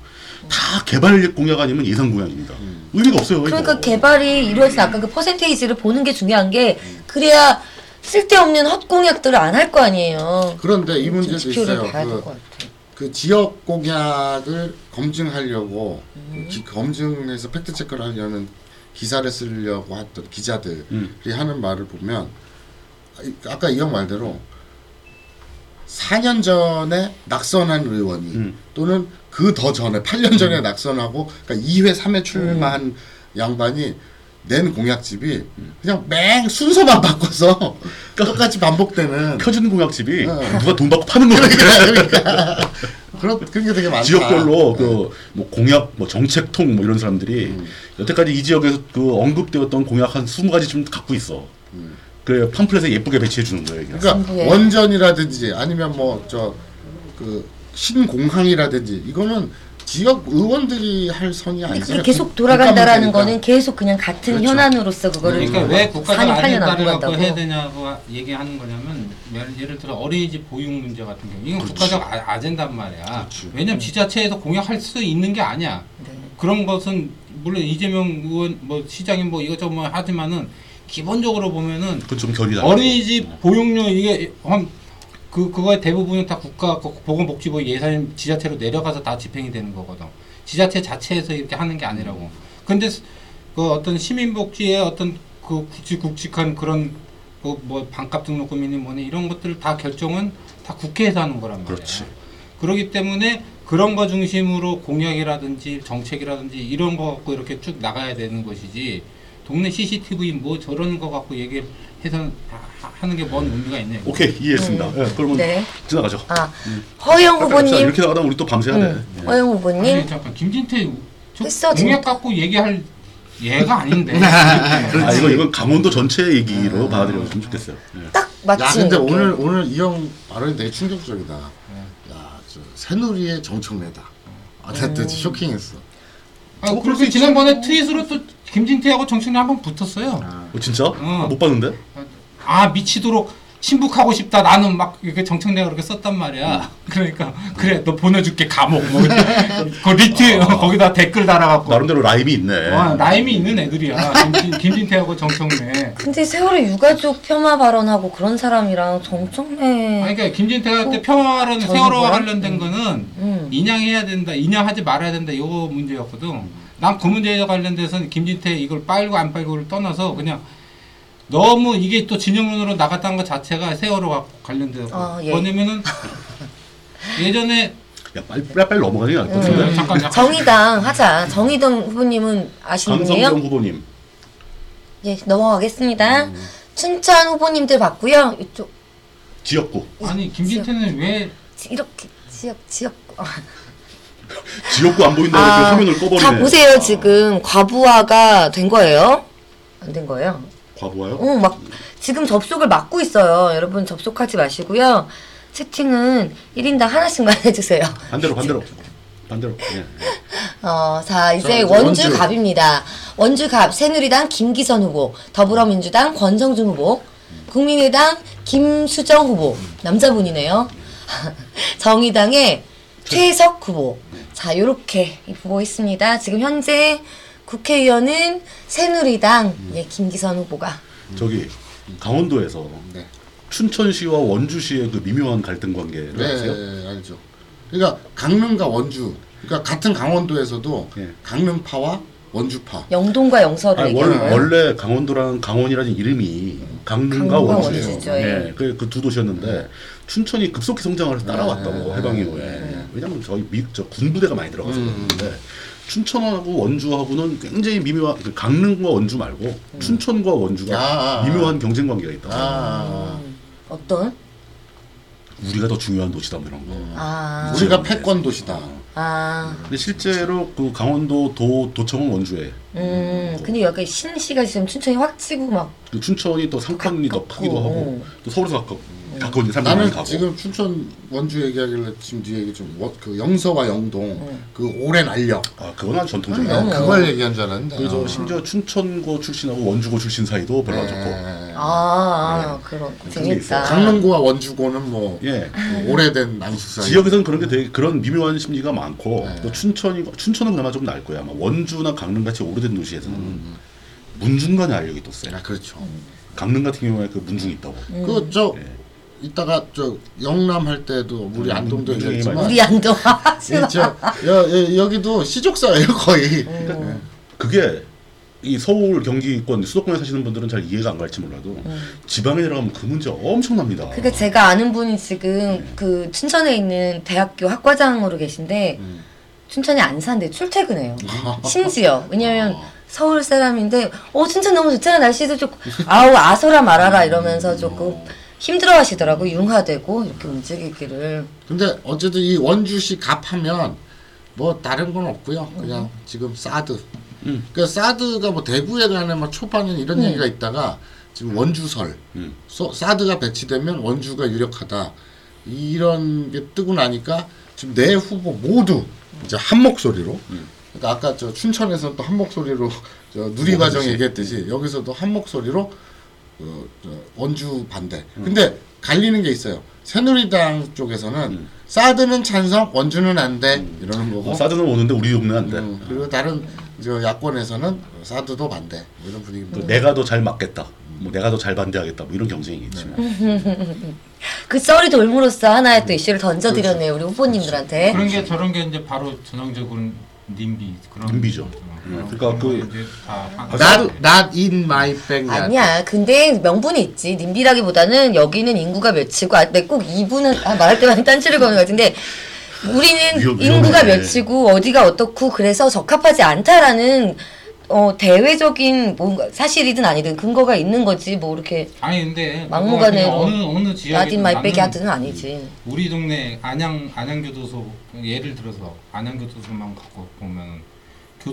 B: 다 개발 공약 아니면 예산 공약입니다.
C: 음.
B: 의미가 없어요. 이거.
A: 그러니까 개발이 이루어진 아까 그 퍼센테이지를 보는 게 중요한 게 그래야 쓸데없는 헛공약들을 안 할 거 아니에요.
C: 그런데 이 문제도
A: 지표를
C: 있어요.
A: 그렇죠. 봐야 될 것
C: 그,
A: 같아.
C: 그 지역 공약을 검증하려고 기- 검증해서 팩트 체크를 하려는 기사를 쓰려고 했던 기자들이
B: 음.
C: 하는 말을 보면 이- 아까 이형 말대로 4년 전에 낙선한 의원이
B: 음.
C: 또는 그 더 전에 8년 전에 낙선하고 그러니까 2회 3회 출마한
B: 음.
C: 양반이 낸 공약집이 그냥 맹 순서만 바꿔서
B: 그
C: *laughs* 똑같이 반복되는
B: 펴진 공약집이
C: 어.
B: 누가 돈 받고 파는 거예요.
C: 그러니까 그런 그런 게 되게 많다.
B: 지역별로 그 뭐 공약 뭐 정책통 뭐 이런 사람들이 여태까지 이 지역에서 그 언급되었던 공약 한 20가지쯤 갖고 있어. 그래 팜플렛에 예쁘게 배치해 주는 거예요. 그냥.
C: 그러니까
A: 정부의-
C: 원전이라든지 아니면 뭐 저 그 신공항이라든지 이거는 지역 의원들이 할 선이 그러니까
A: 근데
C: 아니라
A: 그게 계속 돌아간다라는 거는 계속 그냥 같은
C: 그렇죠.
A: 현안으로서 그거를
D: 그러니까 왜 국가적
A: 4년, 8년 안
D: 안전다를 갖고
A: 간다고.
D: 해야 되냐고 얘기하는 거냐면 예를- 예를 들어 어린이집 보육 문제 같은 경우 이건 국가적 아,
A: 음. 네.
D: 아젠단 말이야. 왜냐면 지자체에서 공약할 수 있는 게 아니야. 그런 것은 물론 이재명 의원 뭐 시장이 뭐 이것저것 뭐 하지만은 기본적으로 보면은
B: 그좀 견이다.
D: 어린이집 보육료 이게 한 그 그거의 대부분은 다 국가 그 보건복지부 예산 지자체로 내려가서 다 집행이 되는 거거든. 지자체 자체에서 이렇게 하는 게 아니라고. 근데 스- 그 어떤 시민복지의 어떤 그 굵직 굵직한 그런 그 뭐 반값 등록금이니 뭐니 이런 것들을 다 결정은 다 국회에서 하는 거란 말이야.
B: 그렇지.
D: 그렇기 때문에 그런 거 중심으로 공약이라든지 정책이라든지 이런 거 갖고 이렇게 쭉 나가야 되는 것이지 동네 CCTV 뭐 저런 거 갖고 얘기해서 하- 하는 게 뭔 의미가 있냐 이거.
B: 오케이 이해했습니다. 예, 그러면
A: 네.
B: 지나가죠.
A: 아
C: 음.
A: 허영
C: 그렇죠.
B: 자,
A: 후보님,
B: 이렇게 나가다 우리 또 밤새야
A: 음,
C: 네.
B: 돼.
A: 허영
D: 아니
A: 후보님,
D: 잠깐 김진태 저
A: 했어,
D: 공약
A: 진짜.
D: 갖고 얘기할
A: *laughs*
D: 얘가 아닌데
B: 아 이거 이건 강원도 전체 얘기로 받아들여줬으면 좋겠어요. 예.
A: 딱
C: 야
A: 맞춘.
C: 근데
A: 느낌.
C: 오늘 오늘 이 형 발언이 되게 충격적이다. 야, 저 새누리의 정청래다. 아, 나
A: 음.
C: 진짜 쇼킹했어.
D: 아, 그렇게 지난번에 트윗으로 또 김진태하고 정신이 한번 붙었어요
B: 어, 진짜?
D: 응.
B: 못 봤는데?
D: 아 미치도록 신북하고 싶다 나는 막 이렇게 정청래가 그렇게 썼단 말이야 그러니까 그래 너 보내줄게 감옥 뭐그 리트 거기다 댓글 달아갖고
B: 나름대로 라임이 있네.
D: 와 라임이 있는 애들이야 김진, 김진태하고 정청래
A: 근데 세월의 유가족 폄하 발언하고 그런 사람이랑 정청래.
D: 아니, 그러니까 김진태가 그때 평화론
A: 네. 어, 저는
D: 세월호와
A: 뭐야?
D: 관련된 거는
A: 음.
D: 인양해야 된다 인양하지 말아야 된다 요 문제였거든 난 그 문제에 관련돼서는 김진태 이걸 빨고 안 빨고를 떠나서 그냥 너무 이게 또 진영론으로 나갔다는 것 자체가 세월호와 관련돼서
A: 어, 예. *laughs*
D: 왜냐면은 예전에
B: 야 빨리 빨리, 빨리 넘어가는 게 나을 것 같은데.
A: 음.
D: 잠깐 잠깐
A: 정의당 하자. 정의당 후보님은 아시는
B: 강성경
A: 분이에요?
B: 후보님.
A: 예, 넘어가겠습니다.
C: 음.
A: 춘천 후보님들 봤고요. 이쪽
B: 지역구.
D: 아니 김진태는 왜
A: 지- 이렇게 지역 지역 어.
B: 지역구 안 보인다고
A: 아,
B: 이렇게 화면을 꺼버리네.
A: 다 보세요 지금 과부하가 된 거예요? 안 된 거예요?
B: 과부하요?
A: 어, 막 지금 접속을 막고 있어요. 여러분 접속하지 마시고요. 채팅은 1인당 하나씩만 *laughs* 해주세요.
B: 반대로 반대로. 반대로. 예.
A: 어, 자 이제
C: 자,
A: 원주
C: 원주.
A: 갑입니다. 원주 갑 새누리당 김기선 후보, 더불어민주당 권성준 후보, 국민의당 김수정 후보 남자분이네요. *laughs* 정의당의 최석 후보. 자 요렇게 보고 있습니다. 지금 현재 국회의원은 새누리당 예, 김기선 후보가
B: 저기 강원도에서
C: 네.
B: 춘천시와 원주시의 그 미묘한 갈등 관계를 아세요?
C: 네, 알죠. 그러니까 강릉과 원주, 그러니까 같은 강원도에서도
B: 예.
C: 강릉파와 원주파.
A: 영동과 영서를
B: 아니,
A: 얘기하는
B: 원,
A: 거예요.
B: 원래 강원도랑 강원이라는 이름이 강릉과
A: 강릉과
B: 원주예요.
A: 원주죠, 예.
B: 예, 그두 도시였는데 춘천이 급속히 성장을 해서 따라왔다고
C: 예.
B: 해방 이후에 왜냐면 저희 미, 저 군부대가 많이 들어가서 그랬는데 춘천하고 원주하고는 굉장히 미묘한 그 강릉과 원주 말고 춘천과 원주가
C: 아, 아, 아.
B: 미묘한 경쟁 관계가 있다.
C: 아,
A: 음. 어떤?
B: 우리가 더 중요한 도시다 뭐 이런 거.
A: 아,
C: 우리가 패권 도시다.
A: 아,
B: 근데 실제로 그 강원도 도 도청은 원주에
A: 음, 근데 약간 신시가 지금 춘천이 확 치고 막
B: 그 춘천이 또 상권이 더 크기도 하고
A: 음.
B: 또 서울에서 가까 가까운 사람들이 많이
C: 어. 네. 나는
B: 가고
C: 지금 춘천 원주 얘기하길래 지금 뒤에 얘기 좀그 영서와 영동 그 오랜 알력
B: 아 그건 아주 전통적이야.
C: 그러니까 그걸 얘기한 줄 알았는데.
B: 그래서
C: 아.
B: 심지어 춘천고 출신하고 원주고 출신 사이도 별로 안 좋고
C: 예.
A: 아, 그런 거
B: 그런 게
A: 재밌다.
B: 있어요.
C: 강릉구와 원주고는 뭐
B: 예
C: 뭐 오래된 난숙사.
B: 지역에서는 그런 게 되게 그런 미묘한 심리가 많고
C: 네.
B: 또 춘천이 춘천은 그나마 좀 나을 거야 아마 원주나 강릉 같이 오래된 도시에서는
C: 음.
B: 문중간의 알력이 또 세.
C: 아 그렇죠.
B: 강릉 같은 경우에 그 문중이 있다고.
C: 그 저 이따가 저 영남 할 때도 우리
B: 네. 음,
C: 안동도
B: 문중이
C: 얘기했지만
A: 우리 안동 하지 마.
C: 이 저, 여, 여, 여기도 시족사예요 거의.
B: 그게 이 서울 경기권 수도권에 사시는 분들은 잘 이해가 안 갈지 몰라도 지방에 내려가면 그 문제 엄청납니다.
A: *laughs* 음. 그게 제가 아는 분이 지금 그 춘천에 있는 대학교 학과장으로 계신데 춘천이 안 산대 출퇴근해요. 심지어 왜냐면 서울 사람인데 어 춘천 너무 좋잖아 날씨도 좋고 아우 아소라 말아라 이러면서 조금 힘들어하시더라고 융화되고 이렇게 움직이기를
C: 근데 어쨌든 이 원주시 갑하면 뭐 다른 건 없고요. 그냥 지금 사드. 그러니까 사드가 뭐 대구에 관해 막 초반에 이런 얘기가 있다가 지금 원주설.
B: 음.
C: 소- 사드가 배치되면 원주가 유력하다. 이런 게 뜨고 나니까 지금 네 후보 모두 이제 한 목소리로. 그러니까 아까 저 춘천에서 또 한 목소리로 *laughs* 저 누리과정 얘기했듯이 여기서도 한 목소리로 어, 저 원주 반대. 근데 갈리는 게 있어요. 새누리당 쪽에서는 음. 어, 사드는 찬성, 원주는 안 돼 이러는 거고.
B: 어, 사드는 오는데 우리 동네 안 돼.
C: 음, 그리고 다른 이제 야권에서는 사드도 반대 뭐 이런 분위기입니다.
B: 또 내가 더 잘 맞겠다. 뭐 내가 더 잘 반대하겠다. 뭐 이런 경쟁이겠지.
A: 음. 그 썰이 돌므로써 하나의 또 이슈를 던져드렸네요 우리 후보님들한테.
D: 그렇죠. 그런 게 저런 게 이제 바로 전형적인 님비 그런
B: 님비죠. 음, 그러니까 그-
D: 나도
C: Not, not in my backyard.
A: 아니야. 근데 명분이 있지. 님비라기보다는 여기는 인구가 몇이고, 아, 근데 꼭 이분은 아, 말할 때마다 딴지를 거는 것 같은데, 우리는
B: 위험-
A: 인구가
B: 위험해.
A: 몇이고 어디가 어떻고 그래서 적합하지 않다라는 어, 대외적인 뭔가 사실이든 아니든 근거가 있는 거지. 뭐 이렇게
D: 아니 근데
A: 막무가내
D: 그냥
A: 뭐
D: 어느 어느
A: 나딘
D: 지역이든
A: 말빼기
D: 나는
A: 하든 아니지.
D: 우리 동네 안양 안양교도소 예를 들어서 안양교도소만 갖고 보면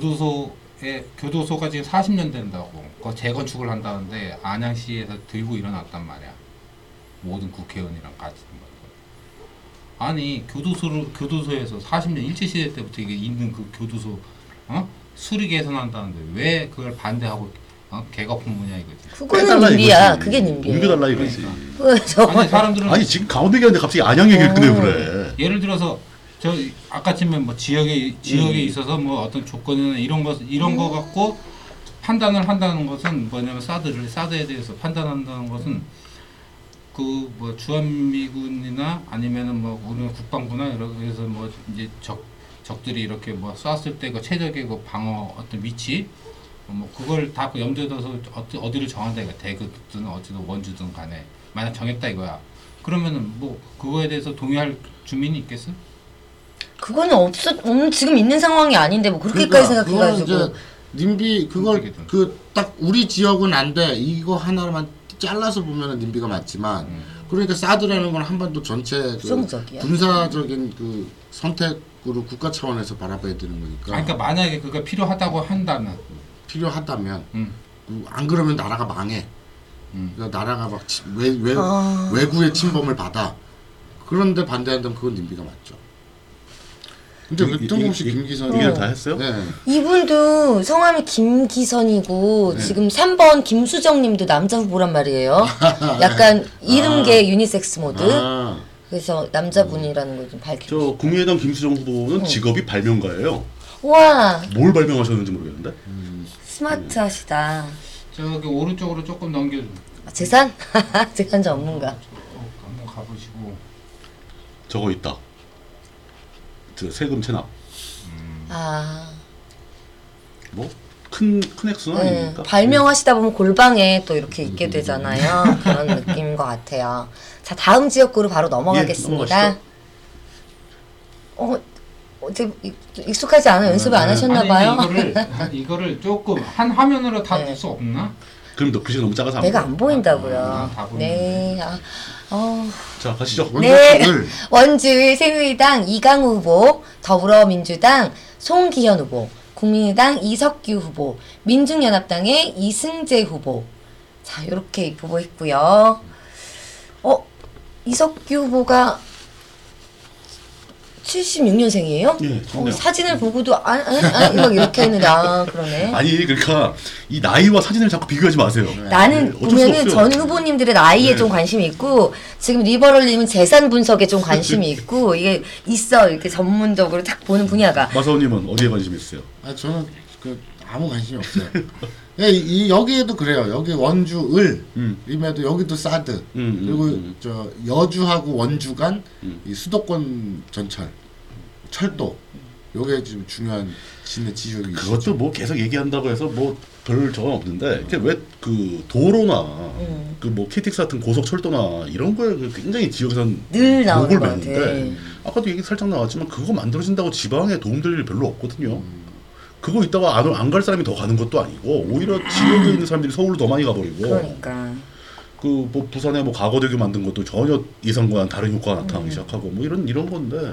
D: 교도소에 교도소가 지금 40년 된다고 그 재건축을 한다는데 안양시에서 들고 일어났단 말이야 모든 국회의원이랑 같이 아니 교도소를 교도소에서 40년 일제 시대 때부터 이게 있는 그 교도소 어? 수리 개선한다는데 왜 그걸 반대하고 어? 개거품 문냐 이거지
A: 그거는
B: 빼달라
A: 님비야.
B: 이거지.
A: 그게 그러니까. 님비야.
B: 옮겨달라 이거지.
A: 그거 저거
D: 아니 사람들은
B: 아니 지금 가운데 얘기하는데 갑자기 안양
A: 어.
B: 얘기를 꺼내 그래.
D: 예를 들어서 저 아까쯤에 뭐 지역에 지역에 있어서 뭐 어떤 조건이나 이런 것 이런 거 갖고 판단을 한다는 것은 뭐냐면 사드를 사드에 대해서 판단한다는 것은 그 뭐 주한미군이나 아니면은 뭐 우리 국방부나 이렇게 해서 뭐 이제 적 적들이 이렇게 뭐 쐈을 때 그 최적의 그 방어 어떤 위치 뭐 그걸 다그 염두에 둬서 어디, 어디를 정한다 이거 대극든 어디든 원주든 간에 만약 정했다 이거야 그러면은 뭐 그거에 대해서 동의할 주민이 있겠어?
A: 그거는 없어. 없는- 지금 있는 상황이 아닌데 뭐 그렇게까지
C: 그러니까 그거는
A: 생각해가지고.
C: 이제 님비 그걸
D: 어떻게든.
C: 그 딱 우리 지역은 안 돼 이거 하나만 잘라서 보면은 님비가 맞지만 그러니까 사드라는 건 한반도 전체 그
A: 부정적이야.
C: 군사적인 그 선택으로 국가 차원에서 바라봐야 되는 거니까
D: 아니, 그러니까 만약에 그가 필요하다고 한다면
C: 필요하다면
D: 음.
C: 음, 안 그러면 나라가 망해
D: 음.
C: 그러니까 나라가 막 치- 외, 외,
A: 아.
C: 외구의 침범을 받아 그런데 반대한다면 그건 님비가 맞죠 근데
B: 이-
C: 왜
B: 이-
C: 뜬금없이
B: 이- 이-
C: 김기선
B: 얘기를 다 했어요?
C: 네.
A: 이분도 성함이 김기선이고 지금 3번 김수정 님도 남자 후보란 말이에요. 약간 이름계 유니섹스 모드.
C: 아.
A: 그래서 남자분이라는 걸 좀 밝히고
B: 저 국민의당 김수정
A: 어.
B: 후보는 직업이 발명가예요.
A: 와
B: 뭘 발명하셨는지 모르겠는데.
A: 스마트하시다.
D: 저기 오른쪽으로 조금 넘겨줘.
A: 아, 재산? *laughs* 재산 전문가.
D: 어, 한번 가보시고
B: 저거 있다. 저 세금 체납.
A: 아
B: 뭐 큰 큰 액수는
A: 네.
B: 아니니까.
A: 발명하시다 보면 골방에 또 이렇게 있게 되잖아요. 그런 느낌인 것 같아요. 자 다음 지역구로 바로 넘어가겠습니다.
B: 넘어가시죠.
A: 어 어제 익- 익숙하지 않아 연습을 안 하셨나봐요.
D: 아니,
A: *laughs*
D: 이거를 이거를 조금 한 화면으로 다
A: 네.
D: 볼 수 없나?
B: 그럼 너 글씨가 너무 작아서 안
A: 내가
B: 보여.
A: 안
D: 아, 다
A: 보인다고요.
D: 보이는데.
A: 네. 아, 어,
B: 자 가시죠.
A: 네.
C: 원자핵을
A: 원주의 새누리당 이강우 후보, 더불어민주당 송기현 후보, 국민의당 이석규 후보, 민중연합당의 이승재 후보. 자, 이렇게 보고있고요. 어, 이석규 후보가 76년생이에요? 어,
B: 예, 좋네요.
A: 사진을 보고도 아, 아, 아, 막 이렇게 했는데 아, 그러네.
B: 아니 그러니까 이 나이와 사진을 자꾸 비교하지 마세요.
A: 나는
B: 네, 어쩔 수 네.
A: 보면은
B: 없어요.
A: 전 후보님들의 나이에 좀 관심이 있고 지금 리버럴님은 재산 분석에 좀
B: *laughs*
A: 관심이 있고 이게 있어 이렇게 전문적으로 딱 보는 분야가
B: 마사오님은 어디에 관심 있으세요?
C: 아 저는 그 아무 관심이 없어요. *laughs* 예, 이, 이 여기에도 그래요. 여기 원주 을
B: 음.
C: 임에도 여기도 사드
B: 음,
C: 그리고
B: 음, 음.
C: 저 여주하고 원주 간
B: 음.
C: 이 수도권 전철 철도 요게 지금 중요한 시내 지역이
B: 그것도 뭐 계속 얘기한다고 해서 뭐 별 저건 없는데 이게 왜 그 도로나
A: 음.
B: 그 뭐 KTX 같은 고속 철도나 이런 거에 그 굉장히 지역에선
A: 늘 나오는
B: 네, 목을
A: 것 네. 같아.
B: 매는데 아까도 얘기 살짝 나왔지만 그거 만들어진다고 지방에 도움될 일 별로 없거든요.
A: 음.
B: 그거 있다가 안갈 갈 사람이 더 가는 것도 아니고 오히려 지역에 있는 사람들이 서울로 더 많이 가버리고
A: 그러니까
B: 그 뭐 부산에 뭐 과거대교 만든 것도 전혀 예상과는 다른 효과가 나타나기 시작하고 뭐 이런 이런 건데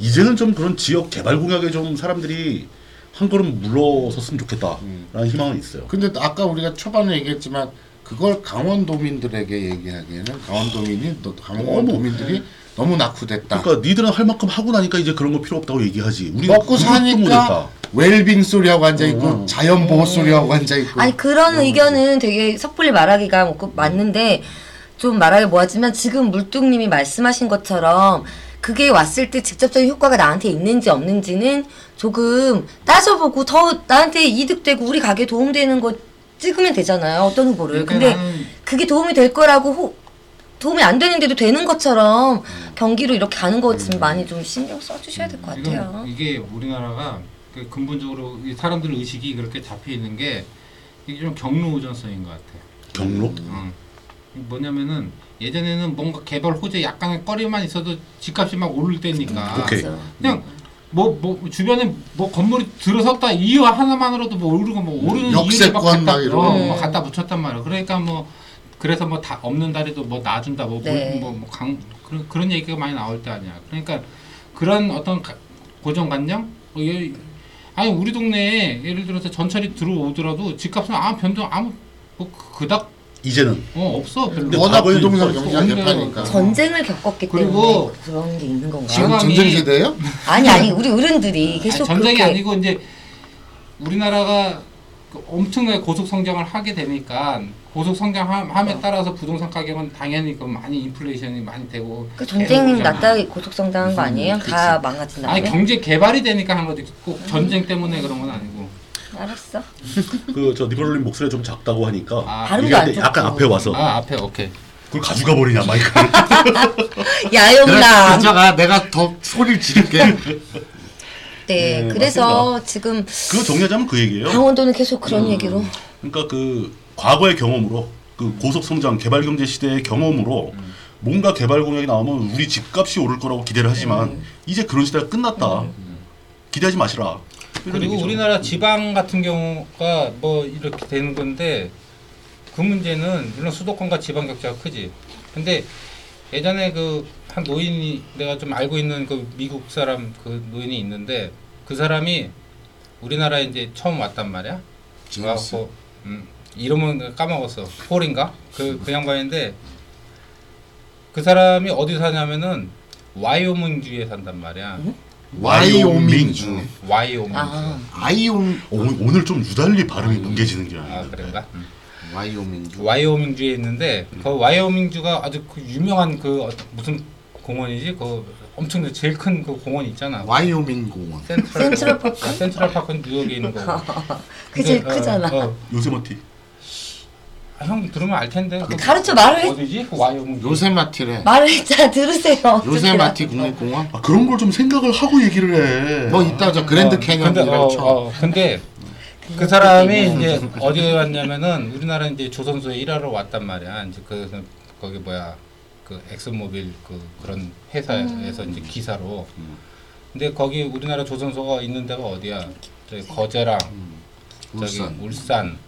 B: 이제는 좀 그런 지역 개발 공약에 좀 사람들이 한 걸음 물러섰으면 좋겠다라는 희망은 있어요.
C: 근데 아까 우리가 초반에 얘기했지만 그걸 강원도민들에게 얘기하기에는 강원도민이 또 강원도민들이 너무 낙후됐다.
B: 그러니까 니들은 할 만큼 하고 나니까 이제 그런 거 필요 없다고 얘기하지. 우리 어.
C: 먹고 사니까 웰빙 소리하고 앉아 있고 자연 보호 소리하고 앉아 있고
A: 네. 아니 그런 의견은 되게 섣불리 말하기가 뭐 그- 맞는데 좀 말하기 뭐하지만 지금 물뚱님이 말씀하신 것처럼 그게 왔을 때 직접적인 효과가 나한테 있는지 없는지는 조금 따져보고 더 나한테 이득되고 우리 가게 도움되는 거 찍으면 되잖아요. 어떤 후보를.
D: 그러니까
A: 근데
D: 나는
A: 그게 도움이 될 거라고 호, 도움이 안 되는데도 되는 것처럼
D: 음.
A: 경기로 이렇게 가는 거 지금 많이 좀 신경 써주셔야 될 것
D: 지금
A: 같아요.
D: 음. 이게 우리나라가 그 근본적으로 이 사람들 의식이 그렇게 잡혀 있는 게 이게 좀 경로 우선성인 것 같아요.
B: 경로?
D: 어. 뭐냐면은 예전에는 뭔가 개발 호재 약간의 꺼리만 있어도 집값이 막 오를
C: 음,
D: 때니까
A: 아,
B: 오케이.
A: 그래서
D: 그냥 뭐 뭐 주변에 뭐 건물이 들어섰다 이유 하나만으로도 뭐 오르고 뭐 오르는 이유를
C: 역세권
D: 막 갖다,
C: 막 이런
D: 어,
A: 거.
D: 뭐 갖다 붙였단 말이야. 그러니까 뭐 그래서 뭐 다 없는 다리도 뭐 놔준다 뭐 뭐
A: 네.
D: 강 그런 그런 얘기가 많이 나올 때 아니야. 그러니까 그런 어떤 가- 고정관념 뭐 예- 아니 우리 동네에 예를 들어서 전철이 들어오더라도 집값은 아무 변동 아무 뭐 그- 그닥
B: 이제는
D: 어 없어 별로.
B: 근데
C: 워낙
B: 밥을
C: 부동산
B: 먹을
C: 경기가
D: 수가
C: 개판이니까
D: 없네요.
A: 전쟁을 겪었기
D: 그리고
A: 때문에 그런 게 있는 건가?
D: 지금-
C: 지금 전쟁
D: 상황이-
C: 세대예요?
A: 아니 아니 우리 어른들이 계속
D: 아니, 전쟁이
A: 그렇게
D: 아니고 이제 우리나라가 그 엄청나게 고속 성장을 하게 되니까 고속
A: 어.
D: 성장함에 따라서 부동산 가격은 당연히 그 많이 인플레이션이 많이 되고
A: 그 전쟁
D: 계속 오잖아.
A: 났다 고속성장한 거 아니에요? 다 망가진
D: 그렇죠. 아니
A: 다음에?
D: 경제 개발이 되니까 한 거지 꼭 전쟁 때문에 그런 건 아니고
A: 알았어. *laughs*
B: 그저 니콜님 목소리 좀 작다고 하니까
D: 아,
A: 발음도
B: 얘기할
A: 안
B: 때
A: 좋고.
B: 약간 앞에
A: 어.
B: 와서
D: 아 앞에 오케이
B: 그걸 가져가 버리냐 마이크를.
D: 그렇죠.
A: 야영남.
C: 가져가 내가 더 소리를 *laughs* 지를게
A: 네,
B: 네,
A: 그래서 지금
B: 그거 정리하자면 그 얘기예요.
A: 강원도는 계속
D: 음.
A: 그런 얘기로
B: 그러니까 그 과거의 경험으로 그 고속 성장 개발 경제 시대의 경험으로 뭔가 개발 공약이 나오면 우리 집값이 오를 거라고 기대를 하지만 이제 그런 시대가 끝났다. 기대하지 마시라. 이런
D: 그리고
B: 얘기죠.
D: 우리나라 지방 같은 경우가 뭐 이렇게 되는 건데 그 문제는 물론 수도권과 지방 격차가 크지. 근데 예전에 그 한 노인이 내가 좀 알고 있는 그 미국 사람 그 노인이 있는데 그 사람이 우리나라에 이제 처음 왔단 말이야.
C: 어,
D: 와갖고 음, 이름은 까먹었어. 폴인가? 그, 그 양반인데 그 사람이 어디 사냐면은 와이오밍주에 산단 말이야.
C: 와이오밍주
D: 와이오밍주.
A: 아, *laughs*
C: 아이옴
B: 오, 오늘 좀 유달리 발음이 뭉개지는 게 아니야.
D: 아 그런가? 음.
C: 와이오밍주
D: 그 와이오밍주에 있는데 그 와이오밍주가 아주 그 유명한 그 어떤- 무슨 공원이지? 그 엄청 제일 큰 그 공원 있잖아.
C: 와이오밍 공원
D: 센트럴,
A: 센트럴 파크?
D: 아, 센트럴 파크는 뉴욕에 있는 거고.
A: 그 제일
D: 근데, 어,
A: 크잖아.
D: 어.
B: 요새마티.
D: 아, 형 들으면 알 텐데. 그
A: 가르쳐 말을 해.
D: 어디지? 그 와이오밍주.
C: 요세마티래
A: 말을 했잖아 들으세요.
C: 요세마티
A: 군
C: 국립공원
B: 아, 그런 걸 좀 생각을 하고 얘기를 해.
C: 뭐 이따 저 그랜드 캐년이라고
D: 어, 근데,
C: 쳐
D: 어, 어, 근데 그 사람이 이제 어디에 왔냐면은 우리나라 이제 조선소에 일하러 왔단 말이야. 이제 그 거기 뭐야 그 엑스모빌 그 그런 회사에서 이제 기사로. 근데 거기 우리나라 조선소가 있는 데가 어디야? 저기 거제랑 저기
C: 울산
D: 울산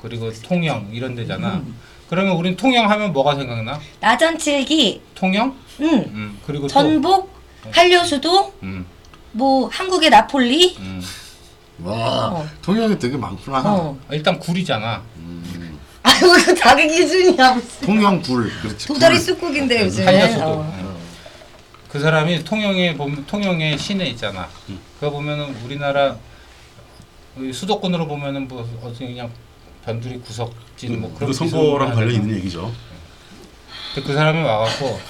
D: 그리고 통영 이런 데잖아. 그러면 우린 통영 하면 뭐가 생각나?
A: 나전칠기,
D: 통영?
A: 응,
D: 음 그리고 또
A: 전북, 한려수도,
D: 음,
A: 뭐 한국의 나폴리,
D: 음.
C: 와
A: 어.
C: 통영이 되게 많구나
A: 어.
D: 일단 구리잖아.
A: 아유 그 자기 기준이야. 무슨.
C: 통영굴 그렇지
A: 도다리
C: 굴.
A: 쑥국인데 요즘.
D: 한려수도. 음.
A: 어.
D: 그 사람이 통영에 보면 통영의 시내 있잖아.
B: 음.
D: 그거 보면은 우리나라 이 수도권으로 보면은 뭐 어디 그냥 변두리 구석진 뭐 그런
B: 그 선거랑 관련 있는 얘기죠.
D: 근데 그 사람이 와갖고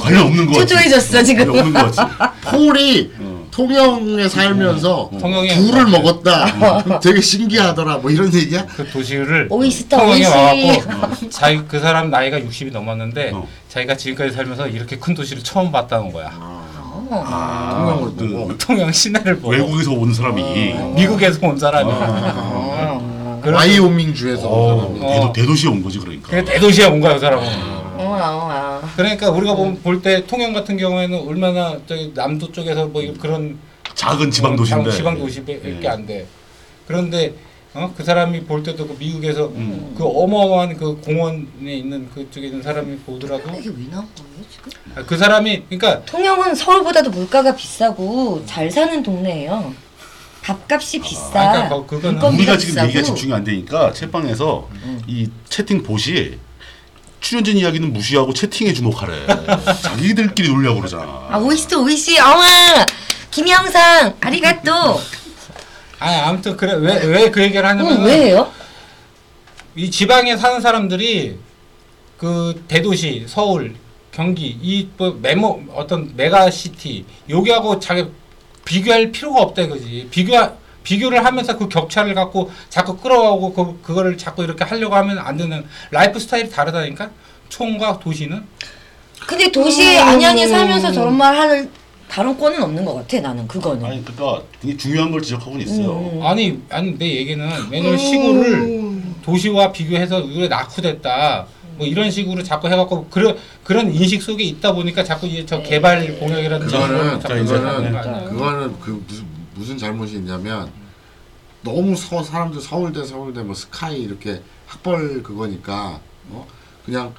B: 관련 없는 거 같지.
A: 초조해졌어, 지금. 아,
B: 관련 없는
A: *laughs*
B: 거 같지.
C: 폴이
B: 어.
C: 음. 통영에 살면서
D: 통영에
C: 굴을 먹었다 *laughs* 되게 신기하더라 뭐 이런 얘기야
D: 그 도시를
A: *laughs* 오이스터
D: 통영에
A: 오이시.
D: 와갖고 자기 그 사람 나이가 60이 넘었는데
B: 어.
D: 자기가 지금까지 살면서 이렇게 큰 도시를 처음 봤다는 거야.
A: 어.
B: 아,
C: 통영을
B: 그
C: 보고.
D: 통영 시내를 보고
B: 외국에서 아. 온 사람이
D: 어. 미국에서 온 사람이.
C: 음.
A: 어.
D: 그런-
C: 와이오밍 주에서
B: 어,
D: 어.
B: 대도, 대도시에 온 거지 그러니까.
D: 그게 대도시에 온 거야 그
B: 아.
D: 사람은.
A: 어, 어, 어.
D: 그러니까 우리가
B: 네.
D: 볼 때 통영 같은 경우에는 얼마나 저기 남도 쪽에서 뭐 그런
B: 작은 지방 도시인데.
D: 어, 지방 도시밖에
B: 예.
D: 안 돼. 그런데 어? 그 사람이 볼 때도 그 미국에서
B: 음.
D: 그 어마어마한 그 공원에 있는 그쪽에 있는 아, 사람이 보더라도
A: 이게 왜 나온 거예요 지금?
D: 아, 그 사람이 그러니까
A: 통영은 서울보다도 물가가 비싸고 잘 사는 동네예요. 밥값이 비싸.
D: 그러니까 뭐 그거는
A: 물건비가
B: 우리가 지금
A: 비싸고.
B: 얘기가 집중이 안 되니까 채방에서 이 채팅 봇이 출연진 이야기는 무시하고 채팅에
A: *laughs*
B: 주목하래. 자기들끼리 놀려고 그러잖아.
A: 아 오이시토 오이시 어마 김영상 아리가또.
D: 아 아무튼 그래 왜 왜 그 얘기를
A: 어,
D: 하냐면
A: 왜요?
D: 이 지방에 사는 사람들이 그 대도시 서울 경기 이뭐 메모 어떤 메가시티 여기하고 자기 비교할 필요가 없다 이거지. 비교 비교를 하면서 그 격차를 갖고 자꾸 끌어오고 그 그거를 자꾸 이렇게 하려고 하면 안 되는 라이프 스타일이 다르다니까. 총과 도시는
A: 근데 도시에 안양에 살면서 저런 말 할 발언권은 없는 것 같아 나는 그거는.
B: 아니 그러니까 굉장히 중요한 걸 지적하고는 있어요.
A: 음,
D: 아니 아니 내 얘기는 왜냐면 시골을 도시와 비교해서 우리 낙후됐다 뭐 이런 식으로 자꾸 해갖고 그런 그런 인식 속에 있다 보니까 자꾸 이제 저 개발 공약이라든지
C: 그거는 네.
B: 그러니까 이제
C: 그거는
B: 그러니까
C: 그거는 그 무슨 무슨 잘못이 있냐면 너무 서 사람들 서울대 서울대 뭐 스카이 이렇게 학벌 그거니까 어 그냥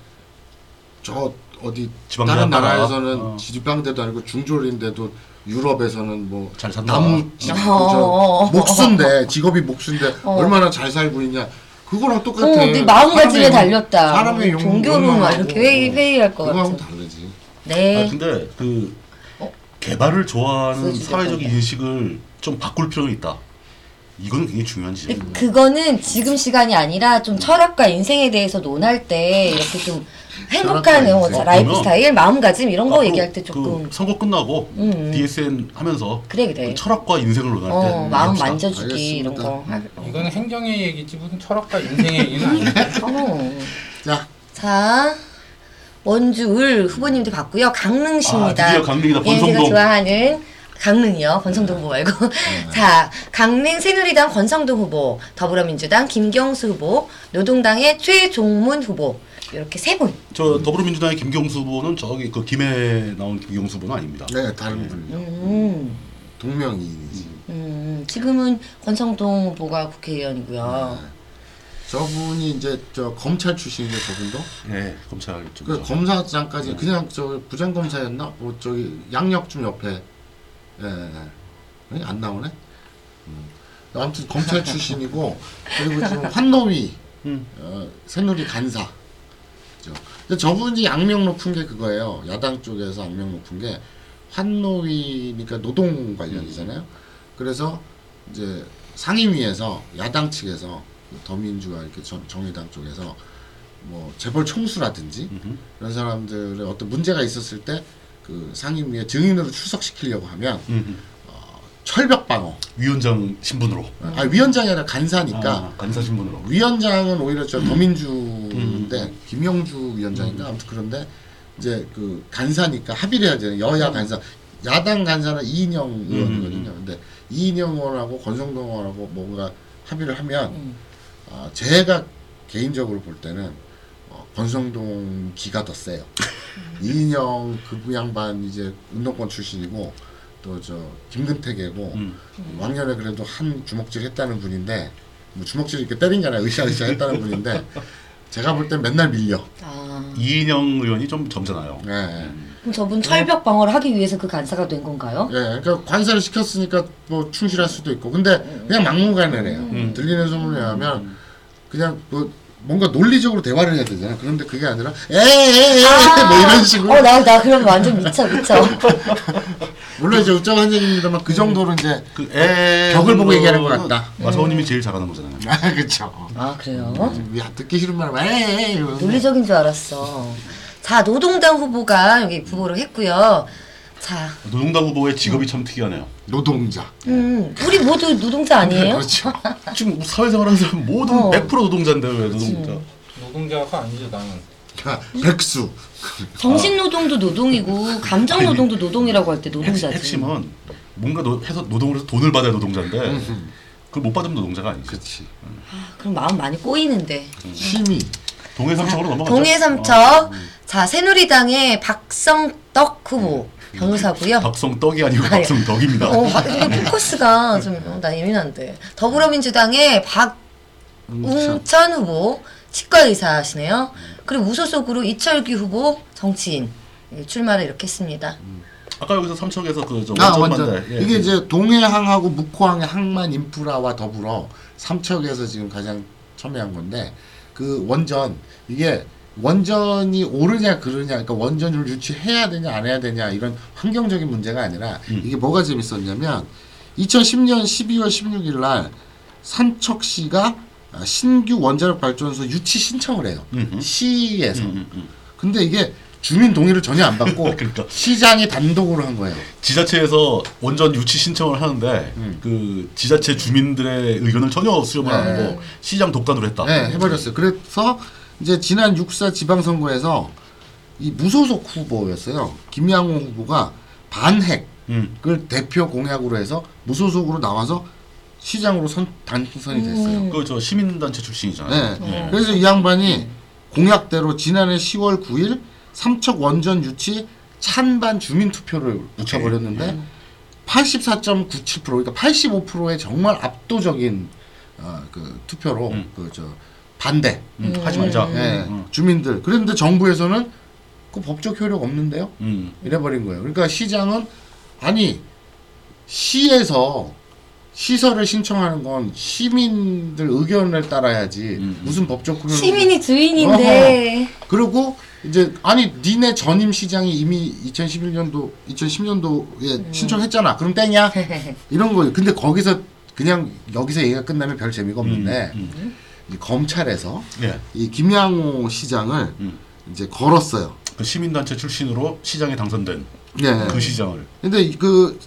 C: 저 어디
B: 지방
C: 다른
B: 나라.
C: 나라에서는
B: 어.
C: 지방대도 아니고 중졸인데도 유럽에서는 뭐
B: 잘 산다.
C: 나무 집,
A: 어.
C: 저 목수인데 직업이 목수인데
A: 어.
C: 얼마나 잘 살고 있냐 그거랑 똑같아.
A: 어, 네 마음가짐에
C: 사람의 용-
A: 달렸다. 어, 뭐
C: 사람의 용-
A: 종교로 막
C: 욕망하고. 뭐
A: 이렇게 회의, 회의할 것
C: 그거하고
A: 같아.
C: 다르지.
A: 네.
B: 아 근데 그
A: 어?
B: 개발을 좋아하는
A: 쓰여주세요.
B: 사회적인 인식을 좀 바꿀 필요는 있다. 이거는 굉장히 중요한
A: 근데
B: 지적입니다.
A: 그거는 지금 시간이 아니라 좀 철학과 인생에 대해서 논할 때 이렇게 좀
C: 철학과
A: 행복한
C: 인생.
A: 어,
B: 그러면
A: 라이프 스타일, 마음가짐 이런 거
B: 앞으로
A: 얘기할 때 조금
B: 그 선거 끝나고
A: 음, 음.
B: DSN 하면서
A: 그래 그래.
B: 그 철학과 인생을 논할 때
A: 어, 마음
B: 합시다.
A: 만져주기 이런
C: 뭐 알겠습니다.
A: 거. 할-
D: 이거는 행정의 얘기지 무슨 철학과 인생의 얘기는 아니야.
A: 어.
C: 자
A: 자. 원주 을 후보님도 봤고요. 강릉시입니다.
B: 아, 드디어 강릉이다.
A: 예, 제가
B: 권성동. 네.
A: 좋아하는 강릉이요. 권성동 후보 말고. *laughs* 자, 강릉 새누리당 권성동 후보, 더불어민주당 김경수 후보, 노동당의 최종문 후보. 이렇게 세 분.
B: 저 더불어민주당의 김경수 후보는 저기 그 김해 나온 김경수 후보는 아닙니다.
C: 네 다른 분이요.
A: 음.
C: 동명이인이지.
A: 음, 지금은 권성동 후보가 국회의원이고요.
C: 저분이 이제 저 검찰 출신이죠 저분도.
B: 네, 검찰 쪽.
C: 그 검사장까지 그냥 저 부장 검사였나? 뭐 저기 양력쯤 옆에. 예. 예. 아니, 안 나오네. 음. 아무튼 검찰 출신이고 그리고 지금 환노위
B: 음.
C: 어, 새누리 간사. 그죠. 근데 저분이 악명 높은 게 그거예요. 야당 쪽에서 악명 높은 게 환노위니까 노동 관련이잖아요. 그래서 이제 상임위에서 야당 측에서 더민주와 이렇게 정, 정의당 쪽에서 뭐 재벌 총수라든지
B: 음흠.
C: 이런 사람들의 어떤 문제가 있었을 때 그 상임위에 증인으로 출석시키려고 하면
B: 음,
C: 철벽 방어.
B: 위원장 신분으로.
C: 아 위원장이 아니라 간사니까
B: 아, 간사 신분으로.
C: 위원장은 오히려 저 더민주인데 김영주 위원장인가 아무튼 그런데 이제 그 간사니까 합의를 해야 되는 여야 간사 야당 간사는 이인영 의원이거든요. 근데 이인영 의원하고 권성동 의원하고 뭔가 합의를 하면
A: 음.
C: 아, 제가 개인적으로 볼 때는 어, 권성동 기가 더 세요. 이인영 그 양반 이제 운동권 출신이고 또 저 김근태계고
B: 음.
C: 왕년에 그래도 한 주먹질 했다는 분인데 뭐 주먹질 이렇게 때린 게 아니라 으쌰으쌰 했다는 분인데 제가 볼 땐 맨날 밀려.
A: 아.
B: 이인영 의원이 좀 점잖아요.
C: 예, 예.
A: 그럼 저분 철벽 방어를 하기 위해서 그 간사가 된 건가요?
C: 예, 그러니까 관사를 시켰으니까 뭐 충실할 수도 있고, 근데 그냥 막무가내래요.
B: 음.
C: 들리는 소문에 의하면 그냥 뭐 뭔가 논리적으로 대화를 해야 되잖아. 그런데 그게 아니라 에에에 뭐 이런 식으로.
A: 어, 나, 나 그럼 완전 미쳐, 미쳐.
C: 물론 이제 우쩌한 얘기입니다만
A: 음.
C: 그 정도로 이제
B: 그 에.
C: 아, 벽을 보고 얘기하는 것 같다.
B: 마사오님이 제일 잘하는 거잖아요.
C: 아 그렇죠.
A: 아, 그래요?
C: 야 듣기 싫은 말만 에에에 이러면서.
A: 네. 논리적인 줄 알았어. 자, 노동당 후보가 여기 부보를 했고요. 자,
B: 노동당 후보의 직업이 참 특이하네요.
C: 노동자.
A: 음, 우리 모두 노동자
B: 네,
A: 아니에요?
C: 그렇죠. *laughs*
B: 지금 사회생활하는 사람 모든
A: 어.
B: 100% 노동자인데 왜 노동자?
D: 노동자가 아니죠 나는.
C: 그러니까 백수.
A: 정신 노동도 노동이고 감정 노동도 노동이라고 할 때
B: 아, 핵-
A: 노동자지.
B: 핵심은 뭔가 노, 해서 노동을 해서 돈을 받아야 노동자인데 그걸 못 받으면 노동자가 아니지.
C: 그렇지.
A: 그럼 마음 많이 꼬이는데.
C: 취미.
B: 동해 삼척으로 넘어가죠. 아, 음.
A: 동해 삼척. 자, 새누리당의 박성덕 후보
B: 어,
A: 변호사고요.
B: 박성 떡이 아니고
A: 아니.
B: 박성 덕입니다.
A: 어, 박- 이게 포커스가 좀 어, 나 예민한데. 더불어민주당의
C: 음,
A: 박웅천 후보 치과의사시네요. 그리고 무소속으로 이철규 후보 정치인 예, 출마를 이렇게 했습니다.
C: 음.
B: 아까 여기서 삼척에서 그저
C: 아,
B: 원전
C: 완전.
B: 반달. 예.
C: 이게 이제 동해항하고 묵호항의 항만 인프라와 더불어 삼척에서 지금 가장 첨예한 건데 그 원전 이게 원전이 오르냐 그러냐 그러니까 원전을 유치해야 되냐 안 해야 되냐 이런 환경적인 문제가 아니라
B: 음.
C: 이게 뭐가 재밌었냐면 2010년 12월 16일 날 산척시가 아, 신규 원자력 발전소 유치 신청을 해요.
B: 음흠.
C: 시에서. 근데 이게 주민 동의를 전혀 안 받고
B: *laughs* 그러니까.
C: 시장이 단독으로 한 거예요.
B: 지자체에서 원전 유치 신청을 하는데 그 지자체 주민들의 의견을 전혀 수렴을 안
C: 음. 네.
B: 하고 시장 독단으로 했다.
C: 네, 해버렸어요. 그래서 이제 지난 6사 지방선거에서 이 무소속 후보였어요. 김양호 후보가 반핵
B: 음.
C: 을 대표 공약으로 해서 무소속으로 나와서 시장으로 선, 당선이 됐어요.
B: 음. 그저 시민단체 출신이잖아요.
C: 네. 그래서 이 양반이 공약대로 지난해 10월 9일 삼척 원전 유치 찬반 주민 투표를 붙여버렸는데 84.97% 그러니까 85%의 정말 압도적인 어, 그 투표로
B: 음.
C: 그 저 반대
B: 음, 하지 말자.
C: 예,
B: 음.
C: 주민들 그런데 정부에서는 그 법적 효력 없는데요
B: 음.
C: 이래버린 거예요. 그러니까 시장은 아니 시에서 시설을 신청하는 건 시민들 의견을 따라야지
B: 음, 음.
C: 무슨 법적 효력
A: 시민이 주인인데
C: 그리고 이제 아니 니네 전임 시장이 이미 2011년도
A: 음.
C: 2010년도에 신청했잖아.
A: *laughs*
C: 그럼 땡이야. 이런 거예요. 근데 거기서 그냥 여기서 얘기가 끝나면 별 재미가 없는데
B: 음, 음.
C: 이 검찰에서
B: 예.
C: 이 김양호 시장을
B: 음.
C: 이제 걸었어요.
B: 그 시민단체 출신으로 시장에 당선된
C: 예.
B: 그 시장을
C: 근데 이 그,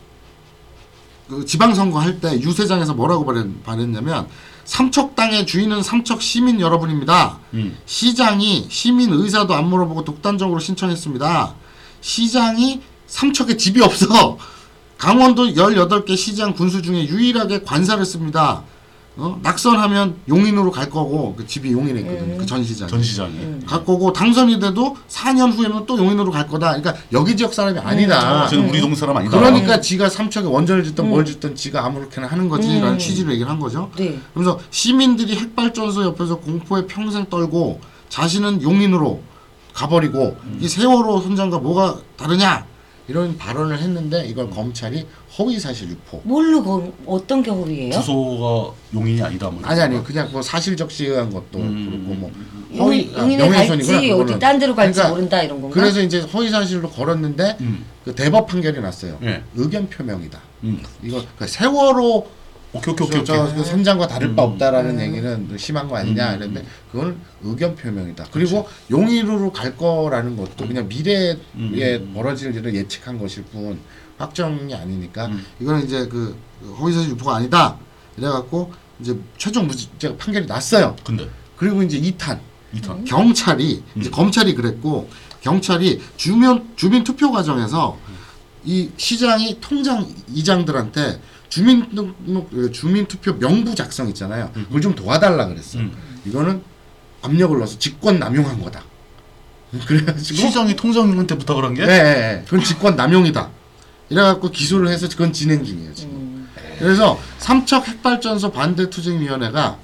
C: 그 지방선거 할 때 유세장에서 뭐라고 발했, 발했냐면 삼척 땅의 주인은 삼척 시민 여러분입니다.
B: 음.
C: 시장이 시민 의사도 안 물어보고 독단적으로 신청했습니다. 시장이 삼척에 집이 없어. 강원도 18개 시장 군수 중에 유일하게 관사를 씁니다. 어? 낙선하면 용인으로 갈 거고 그 집이 용인에 있거든요. 그 전시장.
B: 전 시장이
C: 갈 거고 당선이 돼도 4년 후에는 또 용인으로 갈 거다. 그러니까 여기 지역 사람이 음, 아니다.
B: 저는 우리 동 사람 아니다.
C: 네. 그러니까 지가 삼척에 원전을
A: 음.
C: 짓던 뭘 짓던 지가 아무렇게나 하는 거지라는 취지로 얘기를 한 거죠.
A: 네.
C: 그래서 시민들이 핵발전소 옆에서 공포에 평생 떨고 자신은 용인으로 가버리고 이 세월호 선장과 뭐가 다르냐 이런 발언을 했는데 이걸 검찰이 허위사실 유포
A: 뭘로 걸 어떤 경우예요?
B: 주소가 용인이 아니다. 뭐 이런
C: 아니 아니
B: 거.
C: 그냥 뭐 사실적시한 것도 그렇고 뭐
A: 음. 용인,
C: 아,
A: 용인에
C: 명예훼손이구나,
A: 갈지
C: 그거는.
A: 어디 딴 데로 갈지
C: 그러니까
A: 모른다 이런 건가?
C: 그래서 이제 허위사실로 걸었는데
B: 음.
C: 그 대법 판결이 났어요.
B: 예.
C: 의견 표명이다.
B: 음.
C: 이거 그러니까 세월호
B: 오케이 오케이 오케이.
C: 저, 저
B: 오케이.
C: 그 선장과 다를 바 없다라는 얘기는 심한 거 아니냐 이랬는데 그건 의견 표명이다. 그리고 용의로로 갈 거라는 것도 그냥 미래에 예, 벌어질 일을 예측한 것일 뿐 확정이 아니니까 이거는 이제 그 허위사실 유포가 아니다 이래갖고 이제 최종 무죄 판결이 났어요.
B: 근데
C: 그리고 이제 2탄
B: 이탄.
C: 경찰이 이제 검찰이 그랬고 경찰이 주민 주민 투표 과정에서 이 시장이 통장 이장들한테 주민 등록 주민 투표 명부 작성 있잖아요. 그걸 좀 도와달라 그랬어. 요
B: 음.
C: 이거는 압력을 넣어서 직권 남용한 거다. *laughs* 그래가지고
B: 시장이 통장님한테 부탁을 한 게.
C: 예, 예, 예. 그건 직권 남용이다. 이래갖고 기소를 해서 그건 진행 중이에요 지금. 그래서 삼척 핵발전소 반대 투쟁위원회가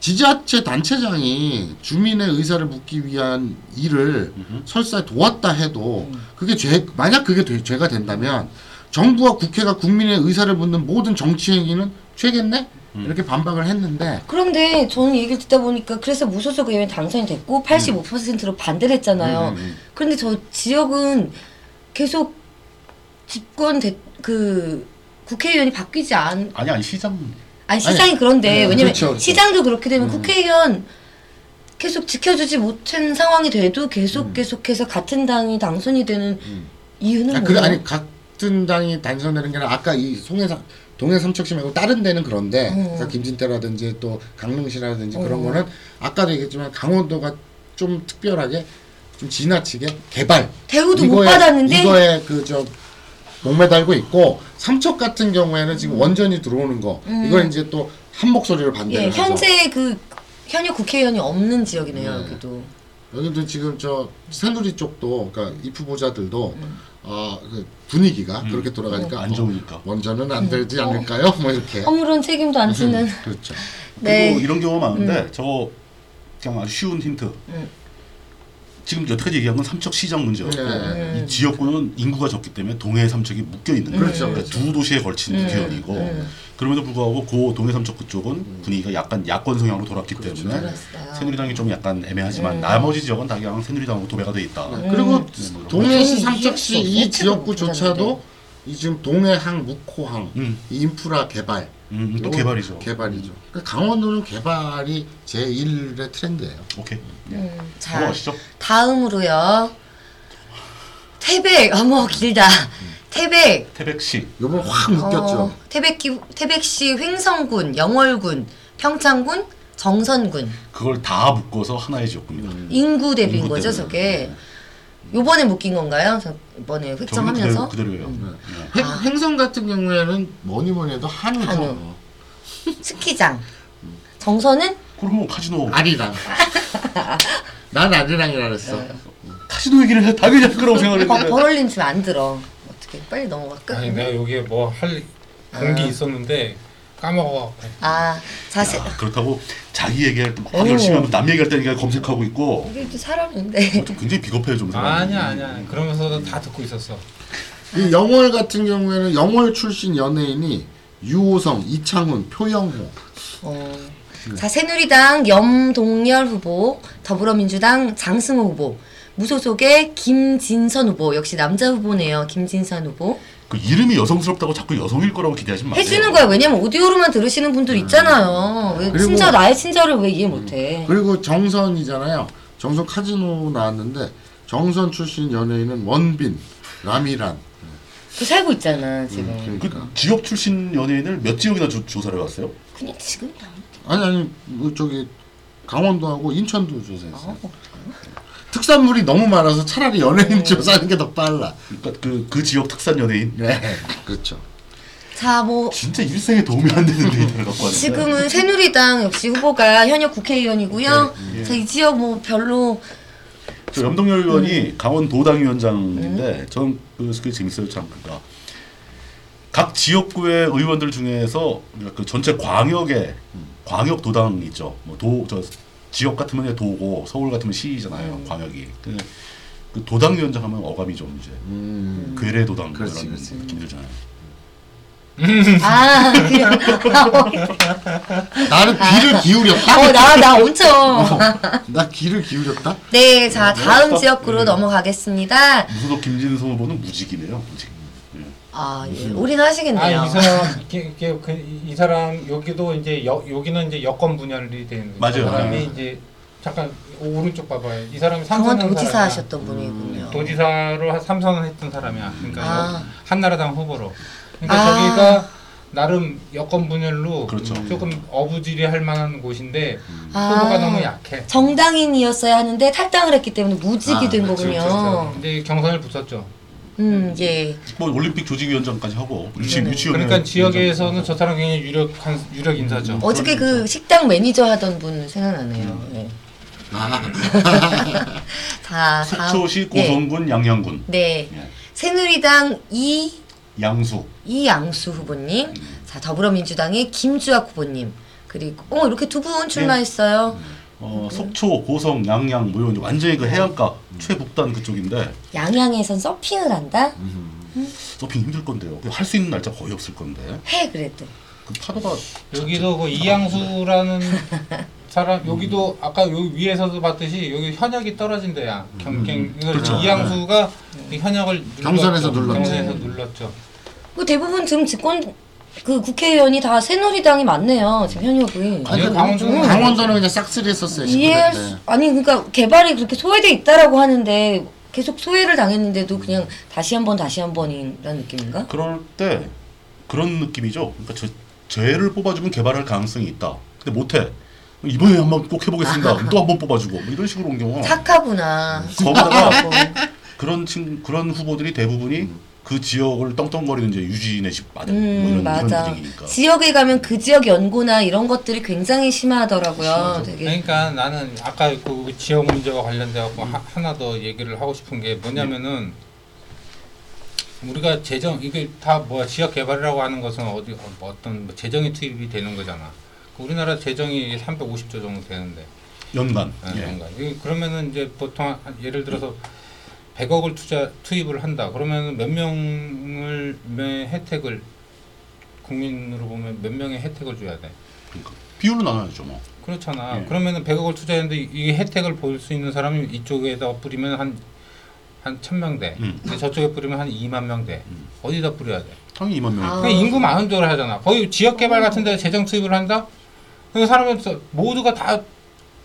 C: 지자체 단체장이 주민의 의사를 묻기 위한 일을 설사 도왔다 해도 그게 죄 만약 그게 되- 죄가 된다면 정부와 국회가 국민의 의사를 묻는 모든 정치 행위는 죄겠네 이렇게 반박을 했는데
A: 그런데 저는 얘기를 듣다 보니까 그래서 무소속 의원 당선이 됐고
C: 음.
A: 85%로 반대를 했잖아요. 그런데 저 지역은 계속 집권 대, 그 국회의원이 바뀌지 않
B: 아니 아니 시장.
A: 아니 시장이 그런데
C: 음,
A: 왜냐면
C: 그렇죠, 그렇죠.
A: 시장도 그렇게 되면 국회의원 계속 지켜주지 못한 상황이 돼도 계속
C: 음.
A: 계속해서 같은 당이 당선이 되는 이유는
C: 아,
A: 뭐예요?
C: 그 아니 같은 당이 당선되는 게 아니라 아까 이 송해사 동해 삼척시 말고 다른 데는 그런데
A: 음.
C: 그러니까 김진태라든지 또 강릉시라든지 그런 거는 아까도 얘기했지만 강원도가 좀 특별하게 좀 지나치게 개발
A: 대우도 못
C: 이거에-
A: 받았는데
C: 이거에 그저 목매달고 있고 삼척 같은 경우에는
A: 음.
C: 지금 원전이 들어오는 거 이걸 이제 또 한 목소리로 반대를
A: 예,
C: 해서
A: 현재 그 현역 국회의원이 없는 지역이네요
C: 네.
A: 여기도
C: 여기도 지금 저 새누리 쪽도 그러니까 이 후보자들도
A: 음.
C: 아, 그 분위기가 그렇게 돌아가니까
B: 음. 그러니까 안 좋으니까.
C: 원전은 안 되지
B: 음.
C: 않을까요?
B: 어.
C: 뭐 이렇게
A: 허물은 책임도 안 지는
C: 그렇죠.
A: 네.
B: 그리고 이런 경우가 많은데 저거 그냥 아주 쉬운 힌트. 지금 여태까지 얘기한 건 삼척 시장 문제였고
C: 네.
B: 이 지역구는 인구가 적기 때문에 동해 삼척이 묶여 있는 거예요.
C: 그렇죠,
B: 그러니까 두 도시에 걸친 지역이고 그럼에도 불구하고 고 동해 삼척 그쪽은 분위기가 약간 야권 성향으로 돌았기 때문에
A: 그랬어요.
B: 새누리당이 좀 약간 애매하지만 나머지 지역은 다 그냥 새누리당하고 도배가 돼 있다.
C: 그리고
B: 음.
C: 동해시
A: 음.
C: 삼척시
A: 음.
C: 이
A: 음.
C: 지역구조차도 이 지금 동해항, 묵호항
B: 음.
C: 이 인프라 개발
B: 음, 또
C: 요건
B: 개발이죠.
C: 개발이죠. 그러니까 강원도는 개발이 제 1의 트렌드예요.
B: 오케이.
C: 뭐
A: 음, 자
B: 넘어가시죠.
A: 다음으로요 태백 어머 길다.
C: 음,
A: 태백
B: 태백시
C: 요번 확
B: 음.
C: 묶였죠.
A: 어, 태백기 태백시 횡성군, 영월군, 평창군, 정선군
B: 그걸 다 묶어서 하나의 지역구입니다.
A: 음. 인구 대비인
B: 음. 인구
A: 거죠,
B: 대비.
A: 저게. 요번에 묶인 건가요? 저 이번에
B: 저는 그대로,
A: 획정하면서 음.
B: 그대로예요. 네.
A: 행-
B: 아.
F: 행성 같은 경우에는 뭐니 뭐니 해도 한우죠.
C: 어.
A: 한우. *laughs* 스키장. 정선은
B: 그러면 뭐 카지노 *laughs*
F: 아리랑. 난 아리랑이라 그랬어.
B: 네. 카지노 얘기를 해 당연히 할 거라고
A: 버-
B: 생각했는데
A: 버럴린 주면 안 들어. 어떻게 빨리 넘어갈까?
D: 아니 내가 여기에 뭐 할 공기 있었는데 까먹어.
A: 아 자세
B: 야, 그렇다고 자기 얘기할 때막
A: 오.
B: 열심히 하면 남 얘기할 때니까 검색하고 있고
A: 이게 또 사람인데
B: 좀 굉장히 비겁해요 좀 사람이.
D: 아니야 아니야. 그러면서도 다 듣고 있었어.
C: 이 영월 같은 경우에는 영월 출신 연예인이 유호성, 이창훈, 표영호
A: 어, 자 새누리당 염동열 후보, 더불어민주당 장승호 후보, 무소속의 김진선 후보 역시 남자 후보네요. 김진선 후보
B: 그 이름이 여성스럽다고 자꾸 여성일 거라고 기대하지 마세요.
A: 해주는 거야. 왜냐면 오디오로만 들으시는 분들 있잖아요. 왜
C: 음. 그리고-
A: 친자 나의 친자를 왜 이해 못해?
C: 그리고 정선이잖아요. 정선 카지노 나왔는데 정선 출신 연예인은 원빈, 라미란.
A: 그 살고 있잖아 지금.
C: 음. 네.
B: 그 지역 출신 연예인을 몇 지역이나 조, 조사를 해봤어요?
A: 그냥 지금 다.
C: 아니 아니 뭐 저기 강원도하고 인천도 조사했어요. 네. 특산물이 너무 많아서 차라리 연예인 조사하는 게 더 빨라.
B: 그러니까 그, 그 지역 특산 연예인
C: 네, 그렇죠.
A: 자뭐
C: 네.
B: 진짜 일생에 도움이 안
A: *laughs*
B: 되는 데이터를 갖고 왔는데
A: 지금은 새누리당 역시 후보가 현역 국회의원이고요.
C: 네.
A: 자, 이 지역 뭐 별로
B: 저 염동열 의원이
A: 네.
B: 강원도당 위원장인데 저는 그- 그게 재밌어요 참 그니까 각 지역구의 의원들 중에서 우리가 그 전체 광역의 광역 도당 있죠 뭐 도 저 지역 같으면 이제 도고 서울 같으면 시잖아요
A: 네.
B: 광역이 그, 그 도당 위원장 하면 어감이 좀 이제
A: 음.
C: 음.
B: 괴뢰 도당 그런
C: 그렇지, 그렇지.
B: 느낌 들잖아요
C: 음.
A: 아 그냥
C: 나는 귀를 *laughs* 기울였다.
A: 아, 어나나 엄청
C: 나 귀를 기울였다.
A: 네, 자 다음 지역구로 넘어가겠습니다.
B: 무소속 김진성 후보는 무직이네요 무직
A: 아, 예,
C: 음.
A: 올인 하시겠네요.
D: 아이 사람 이게, 이게 그, 이 사람 여기도 이제 여, 여기는 이제 여권 분열이 되는 거죠.
B: 맞아요.
D: 사람이
B: 네.
D: 이제 잠깐 오- 오른쪽 봐봐요. 이 사람이
A: 강원
D: 삼선한
A: 도지사
D: 사람이야.
C: 음,
A: 하셨던 분이군요.
D: 도지사로 한- 삼선을 했던 사람이야. 그러니까
A: 아.
D: 여- 한나라당 후보로. 그러니까
A: 아.
D: 저기가 나름 여권 분열로
B: 그렇죠.
D: 조금 어부지리 할 만한 곳인데
A: 아.
D: 후보가 너무 약해.
A: 정당인이었어야 하는데 탈당을 했기 때문에 무직이
C: 아,
A: 된
C: 그렇죠,
A: 거군요.
D: 근데 경선을 붙었죠.
A: 음, 예.
B: 뭐 올림픽 조직위원장까지 하고 유치
A: 네네.
B: 유치원
D: 그러니까 지역에서는 저 사람 굉장히 유력한 유력 인사죠.
A: 어저께 그 식당 매니저 하던 분 생각나네요.
B: 음.
A: 예. 자, *laughs* 다음.
B: 아. 속초시
A: 예.
B: 고성군 양양군
A: 네.
B: 예.
A: 새누리당 이
B: 양수
A: 이양수 후보님,
B: 음.
A: 자 더불어민주당의 김주학 후보님, 그리고 어 이렇게 두 분 출마했어요.
B: 어, 속초, 고성, 양양 뭐 이런 완전히 그 해안가
A: 음.
B: 최북단 그쪽인데
A: 양양에선 서핑을 한다.
B: 음. 서핑 힘들 건데요. 그 할 수 있는 날짜 거의 없을 건데
A: 해 그래도.
B: 그 파도가
D: 여기도
A: *laughs*
D: 그 이양수라는 사람 여기도 아까 여기 위에서도 봤듯이 여기 현역이 떨어진 데야. 경쟁
B: 그렇죠.
D: 이양수가
A: 네.
D: 그 현역을
C: 음, 경선에서 눌렀죠.
D: 경선에서 눌렀죠.
A: 그 대부분 지금 집권 그 국회의원이 다 새누리당이 많네요. 지금 현역이.
C: 아니,
D: 여기
C: 강원도는
D: 강원도는-
C: 강원도는 그냥 싹쓸이 했었어요.
B: 네.
A: 이해할
C: 시끄럽게.
A: 수 아니 그러니까 개발이 그렇게 소외돼 있다라고 하는데 계속 소외를 당했는데도 그냥 다시 한번 다시 한 번이라는 느낌인가?
B: 그럴 때 그런 느낌이죠. 그러니까 저, 쟤를 뽑아주면 개발할 가능성이 있다. 근데 못해. 이번에 한번 꼭 해보겠습니다. 그럼 또 한번 뽑아주고 뭐 이런 식으로 온 경우
A: 착하구나. 음,
B: 거기다가 그런 친 그런 후보들이 대부분이 그 지역을 떵떵거리는 이제 유진의 집 아들 뭐
A: 음
B: 이런 이런
A: 맞아.
B: 분위기니까
A: 지역에 가면 그 지역 연고나 이런 것들이 굉장히 심하더라고요. 되게
D: 그러니까 나는 아까 그 지역 문제와 관련돼 갖고
C: 음.
D: 하- 하나 더 얘기를 하고 싶은 게 뭐냐면은
C: 네.
D: 우리가 재정 이게 다 뭐야 지역 개발이라고 하는 것은 어디 어, 뭐 어떤 뭐 재정이 투입이 되는 거잖아. 그 우리나라 재정이 350조 정도 되는데
B: 연간
A: 네,
D: 아,
B: 예.
D: 그런가. 이- 그러면은 이제 보통 한- 예를 들어서 100억을 투자 투입을 한다. 그러면 몇 명을 의 혜택을 국민으로 보면 몇 명의 혜택을 줘야 돼.
B: 그러니까 비율로 나눠야죠 뭐.
D: 그렇잖아.
B: 예.
D: 그러면은 100억을 투자했는데 이- 이 혜택을 볼 수 있는 사람이 이쪽에다 뿌리면 한한 1000명 돼.
B: 음.
D: 근데 저쪽에 뿌리면 한 2만 명 돼. 어디다 뿌려야 돼?
B: 당연히 2만 명이
A: 아.
D: 그 인구 많은 쪽으로 하잖아. 거의 지역 개발 같은 데 재정 투입을 한다. 그 사람은 모두가 다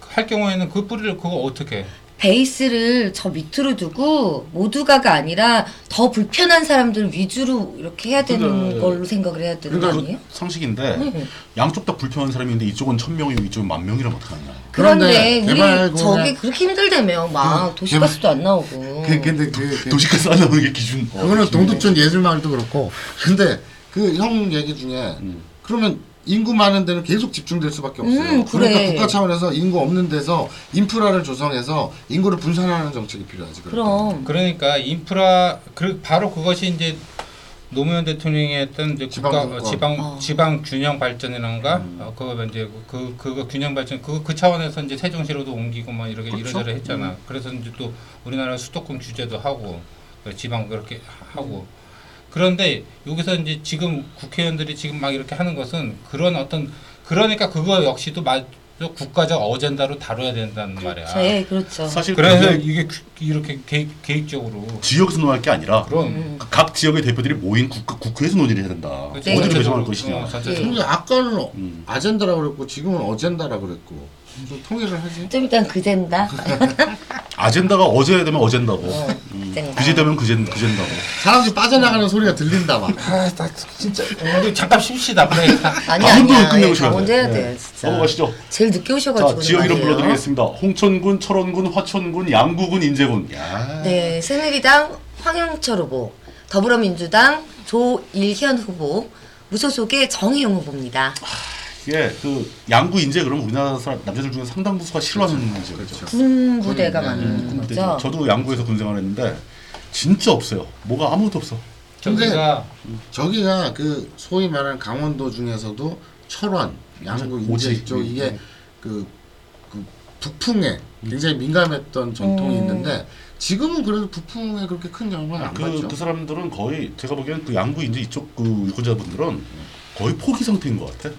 D: 할 경우에는 그 뿌리를 그거 어떻게 해?
A: 베이스를 저 밑으로 두고 모두가가 아니라 더 불편한 사람들 위주로 이렇게 해야 되는
B: 그러니까,
A: 걸로 생각을 해야 되는 거 아니에요? 네.
B: 그러니까 그 상식인데 양쪽 다 불편한 사람이 있는데 이쪽은 천 명이고 이쪽은 만 명이라면 어떡하냐.
A: 그런데
B: 네.
A: 우리
C: 개발
A: 저게
C: 공약-
A: 그렇게 힘들다며 막 도시가스도 안 나오고
C: 그, 근데 그, 그
B: 도시가스 안 나오는 게 기준. 어,
C: 그거는
B: 기준이네.
C: 동두천 예술마을도 그렇고 근데 그 형 얘기 중에 그러면 인구 많은 데는 계속 집중될 수밖에 없어요.
A: 음, 그래.
C: 그러니까 국가 차원에서 인구 없는 데서 인프라를 조성해서 인구를 분산하는 정책이 필요하지. 그럴 때는.
A: 그럼
D: 그러니까 인프라 그 바로 그것이 이제 노무현 대통령이 했던 이제
C: 지방
D: 국가
C: 정권. 음.
D: 어, 지방
A: 어.
D: 지방 균형 발전이란가 어, 그거 이제 그 그거 균형 발전 그거 그 차원에서 이제 세종시로도 옮기고 막 이렇게 이러저러 했잖아. 그래서 이제 또 우리나라 수도권 규제도 하고 그 지방 그렇게 하- 하고 그런데 여기서 이제 지금 국회의원들이 지금 막 이렇게 하는 것은 그런 어떤 그러니까 그거 역시도 마저 국가적 어젠다로 다뤄야 된다는 말이야.
A: 예 그렇죠.
B: 사실
D: 그래서
B: 그래서
D: 이게 규- 이렇게 계획, 계획적으로
B: 지역에서 논할 게 아니라
C: 음.
D: 그런
B: 그각 지역의 대표들이 모인 국, 국회에서 논의를 해야 된다.
C: 네.
D: 그치,
B: 어디를 배정할
D: 전체적으로,
B: 것이냐.
D: 어, 전체적으로.
C: 근데 아까는 어-
B: 음.
C: 아젠다라 그랬고 지금은 어젠다라 그랬고 좀 통일을 하지.
A: 좀 일단 그젠다.
B: 아, 아젠다가 어제 되면 어젠다고.
A: 어,
B: 음.
A: 그젠다.
B: 그제 되면 그젠 그젠다고.
C: 사람들이 빠져나가는 소리가 들린다 막.
D: 아나
C: 예.
D: 진짜 우리 음, 잠깐 쉽시다 그러니까 그래
C: *laughs*
A: 아니
B: 아, 운동은
A: 아니야. 예,
B: 끝내보셔야
A: 다 먼저 해야
B: 돼.
A: 돼요
B: 네.
A: 진짜.
B: 넘어가시죠.
A: 제일 늦게
B: 자,
A: 오셔가지고
B: 지역 이름
A: 말이에요.
B: 불러드리겠습니다. 홍천군, 철원군, 화천군, 양구군, 인제군. 야.
A: 네, 새누리당 황영철 후보, 더불어민주당 조일현 후보, 무소속의 정혜용 후보입니다.
B: 예, 그 양구 인제 그러면 우리나라 사람 남자들 중에 상당수가 싫어하는 문제죠. 그렇죠.
A: 군 부대가
C: 군,
A: 많은
B: 근데
A: 거죠.
B: 네, 저도 양구에서 군생활했는데 진짜 없어요. 뭐가 아무것도 없어.
D: 저기가
C: 저기가 그 소위 말하는 강원도 중에서도 철원, 양구, 인제
B: 오지.
C: 이쪽
B: 음,
C: 이게
B: 음.
C: 그, 그 북풍에 굉장히 민감했던 전통이
A: 음.
C: 있는데 지금은 그래도 북풍에 그렇게 큰 영향을 안
B: 그,
C: 받죠.
B: 그 사람들은 거의 제가 보기엔 그 양구 인제 이쪽 그 유권자분들은 거의 포기 상태인 것 같아.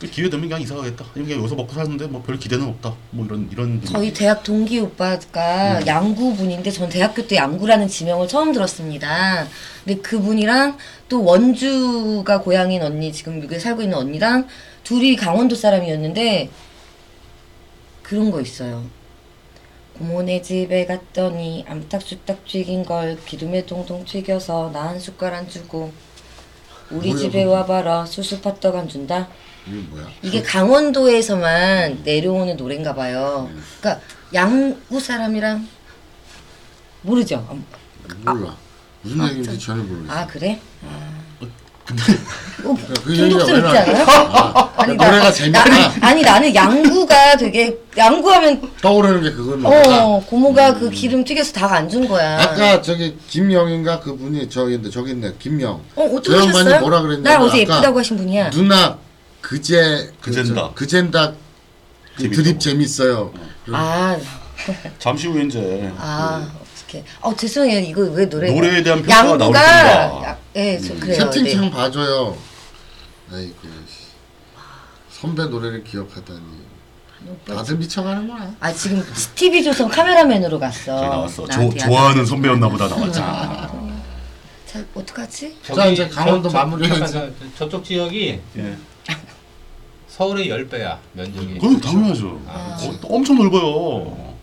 B: 그 기회 되면 그냥 이사 가겠다. 아니면 그냥 여기서 먹고 사는데 뭐 별 기대는 없다. 뭐 이런 이런
A: 저희 대학 동기 오빠가 양구 분인데 전 대학교 때 양구라는 지명을 처음 들었습니다. 근데 그분이랑 또 원주가 고향인 언니 지금 여기 살고 있는 언니랑 둘이 강원도 사람이었는데 그런 거 있어요. 고모네 집에 갔더니 암탉수탉 튀긴 걸 기름에 동동 튀겨서 나 한 숟갈 안 주고 우리 집에 와봐라 수수팥떡 안 준다.
C: 이게 뭐야?
A: 이게 강원도에서만 내려오는 노래인가 봐요. 그러니까 양구 사람이랑 모르죠.
C: 몰라. 무슨 얘기인지 전혀 모르겠어.
A: 아 그래? 어,
C: 그러니까 그 얘기가 왜
A: 중독스럽지
C: 나와? 그
A: 않아요?
C: *laughs*
A: 아니,
C: 노래가 재밌다.
A: 나는, 아니 나는 양구가 되게 양구하면
C: 떠오르는 게 그걸로.
A: 어 고모가 그 기름 튀겨서 닭 안 준 거야.
C: 음. 아까 저기 김영인가 그분이 저기인데 저기 있네 김영
A: 어 어떻게
C: 저 양반이
A: 하셨어요?
C: 뭐라 그랬냐면
A: 날 어제
C: 아까
A: 예쁘다고 하신 분이야.
C: 누나 그제
B: 그젠다.
C: 그, 젠다 그
B: 재밌다고.
C: 드립 재밌어요.
A: 아
B: 잠시 후에 이제
A: 아. 어떡해. 어 죄송해요 이거 왜 노래
B: 노래에 대한 평가가 나올 뿐이다.
A: 예저 그래요
C: 채팅창
A: 네.
C: 봐줘요. 아이고 씨. 선배 노래를 기억하다니 다들
A: *laughs*
C: 미쳐가는구나.
A: 아 지금 TV 조선 카메라맨으로 갔어.
B: 저기 나왔어. 조,
A: 나한테
B: 좋아하는 선배였나 보다 나왔잖아.
A: 야- 자 어떡하지?
C: 자, 이제 강원도 마무리해야지.
D: 잠깐, 저- 저쪽 지역이
B: 예.
D: 서울의 10배야 면적이
B: 그건 당연하죠.
D: 아,
B: 어, 엄청 넓어요.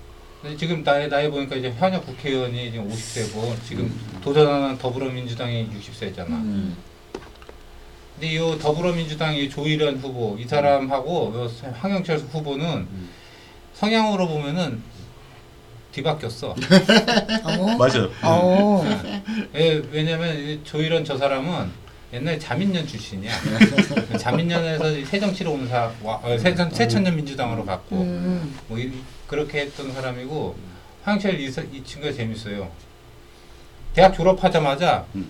D: 근데 지금 나이, 나이 보니까 이제 현역 국회의원이 지금 50세고 지금
B: 음.
D: 도전하는 더불어민주당이 60세잖아
C: 음.
D: 근데 이 더불어민주당의 조일현 후보 이
B: 음.
D: 사람하고 이 황영철 후보는 성향으로 보면은 뒤바뀌었어
B: *laughs*
A: 어?
B: 맞아요.
A: 어.
D: 예, 왜냐면 이 조일원 저 사람은 옛날 자민련 출신이야. 자민련에서 이 새정치로 온 사, 와, 어, 새천, 새천년 민주당으로 갔고,
A: 음.
D: 뭐 이, 그렇게 했던 사람이고, 황철 이, 사- 이 친구가 재밌어요. 대학 졸업하자마자
B: 음.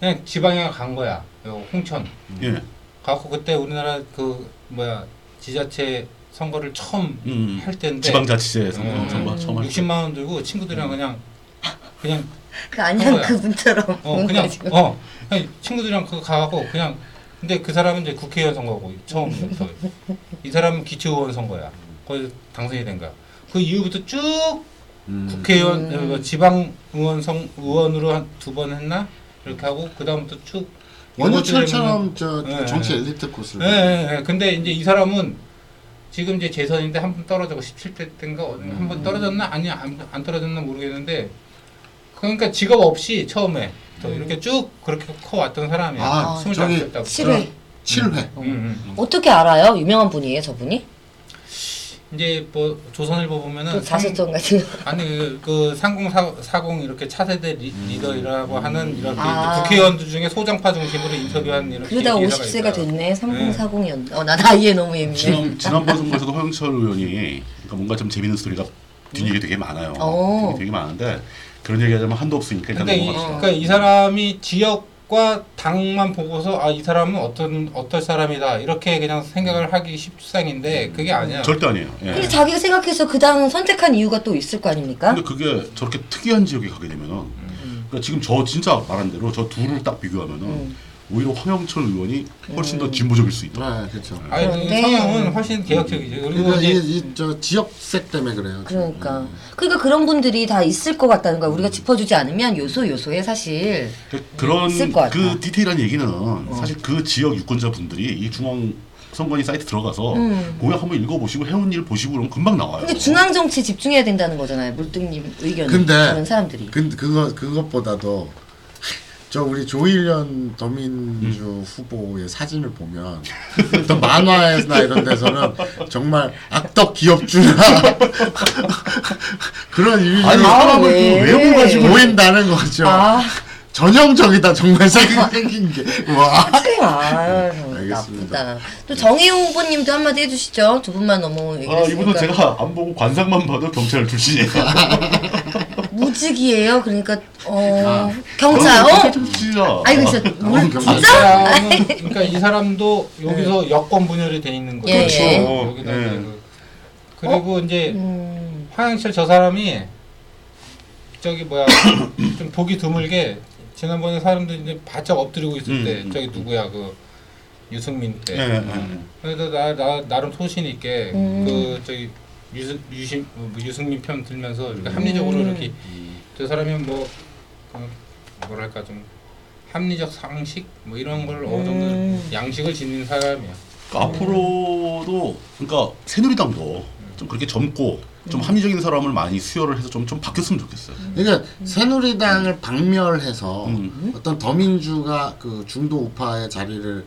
D: 그냥 지방에 간 거야. 요 홍천.
B: 예.
D: 가고 그때 우리나라 그 뭐야 지자체 선거를 처음
B: 음.
D: 할 때인데
B: 지방자치제
D: 음.
B: 선거 선거 처음 할 때. 음.
D: 60만 원 들고 친구들이랑 그냥 그냥
A: 그 안양
D: 뭐야?
A: 그분처럼
D: 어
A: *laughs* 뭔가
D: 그냥
A: 지금.
D: 어 그냥 친구들이랑 그거 가고 그냥 근데 그 사람은 이제 국회의원 선거고 처음부터 이 사람은 기초의원 선거야 거기 당선이 된 거야 그 이후부터 쭉 국회의원
A: 음.
D: 어, 지방 의원 선 의원으로 한 두 번 했나 이렇게 하고 그 다음부터 쭉
C: 원유철처럼 저
D: 네. 예,
C: 정치 엘리트 코스를.
A: 음.
D: 예예예 근데 이제 이 사람은 지금 이제 재선인데 한 번 떨어지고 17대 때인가 한
A: 음.
D: 번 떨어졌나 아니 안, 안 떨어졌나 모르겠는데 그러니까 직업 없이 처음에 또 이렇게 쭉 그렇게 커왔던 사람이야.
C: 아,
D: 스물
C: 저기
D: 다섯 때부터.
A: 실외.
C: 7회.
D: 음, 음.
A: 어떻게 알아요? 유명한 분이에요, 저분이?
D: 이제 뭐 조선일보 보면은
A: 또 자수정 같은 거.
D: 아니 그- 그 상공사 사공 이렇게 차세대 리, 리더라고 하는 이렇게
A: 아.
D: 이제 국회의원들 중에 소장파 중심으로 인터뷰한 이런
A: *laughs* 그러다
D: 기자가
A: 50세가
D: 예, 있어요.
A: 됐네. 3040이었. 어, 나 나이에 너무 예민해.
B: 지난 지난번 선거에서도 허영철 의원이 그러니까 뭔가 좀 재밌는 스토리가 뒷얘기 되게 많아요.
A: 오.
B: 되게, 되게 많은데 그런 얘기하자면 한도 없으니까 일단
D: 근데 이,
B: 넘어가죠.
D: 그러니까 이 사람이 지역과 당만 보고서 아 이 사람은 어떤 어떤 사람이다 이렇게 그냥 생각을 하기 쉽상인데 그게 아니야.
B: 절대 아니에요. 예.
A: 근데 자기가 생각해서 그 당을 선택한 이유가 또 있을 거 아닙니까?
B: 근데 그게 저렇게 특이한 지역에 가게 되면은
A: 음.
B: 그러니까 지금 저 진짜 말한 대로 저 둘을 딱 비교하면은 오히려 황영철 의원이 훨씬
A: 음.
B: 더 진보적일 수 있다.
C: 네, 그렇죠.
D: 아니
A: 그런데-
D: 성향은 훨씬 개혁적이지. 그리고
C: 그러니까
D: 이제
C: 이저 지역색 때문에 그래요. 지금.
A: 그러니까 그러니까 그런 분들이 다 있을 것 같다는 거야. 우리가 짚어주지 않으면 요소 요소에 사실
B: 그러니까 그런
A: 음. 있을 것 어. 같다.
B: 그 디테일한 얘기는 사실 그 지역 유권자 분들이 이 중앙 선관위 사이트 들어가서 공약 한번 읽어보시고 해온 일 보시고 그러면 금방 나와요.
A: 음. 근데 중앙 정치에 집중해야 된다는 거잖아요. 물등님 의견
C: 근데
A: 그런 사람들이.
C: 근데 그거 그것보다도 저 우리 조일련 더민주 후보의 사진을 보면 또 만화나 이런 데서는 정말 악덕 기업주나 *laughs* 그런
B: 아니
C: 이미지로
B: 사람을
A: 네. 왜?
B: 그 외모 가지고
C: 보인다는 거죠.
A: 아,
C: 전형적이다 정말 생긴, 생긴 게 와.
A: 그래요. 아유,
C: 알겠습니다.
A: 나쁘다. 또 정혜용 후보님도 한마디 해주시죠. 두 분만 너무 얘기를
B: 아 이분은
A: 했으니까. 아,
B: 제가 안 보고 관상만 봐도 경찰
A: *laughs*
B: 출신이에요.
A: 무직이에요. 그러니까 어 경찰. 어?
B: 경찰 출신이야.
A: 아이고 진짜 물-
C: 너무 경찰.
D: 이
A: *laughs*
D: 사람은 그러니까 이 사람도 여기서 여권 분열이 돼 있는 거예요.
A: 예, 그렇죠.
B: 예.
D: 여기다
B: 예.
D: 이제 그- 그리고 이제
A: 음.
D: 황영철 저 사람이 저기 뭐야 *coughs* 좀 보기 드물게 지난번에 사람들이 이제 바짝 엎드리고 있을
B: 음,
D: 때
B: 음,
D: 저기 누구야 그 유승민 때
B: 예, 예, 예.
D: 그래도 그러니까 나, 나 나름 소신 있게
A: 음.
D: 그 저기 유승 유심 뭐 유승민 편 들면서 이렇게 합리적으로 이렇게
A: 음.
D: 저 사람이 뭐 그, 뭐랄까 좀 합리적 상식 뭐 이런 걸 어느 정도
A: 음.
D: 양식을 지닌 사람이야.
B: 앞으로도 그러니까 새누리당도 좀 그렇게 젊고 좀 합리적인 사람을 많이 수혈을 해서 좀 좀 바뀌었으면 좋겠어요.
C: 그러니까 새누리당을 박멸해서
B: 음.
C: 어떤 더민주가 그 중도 우파의 자리를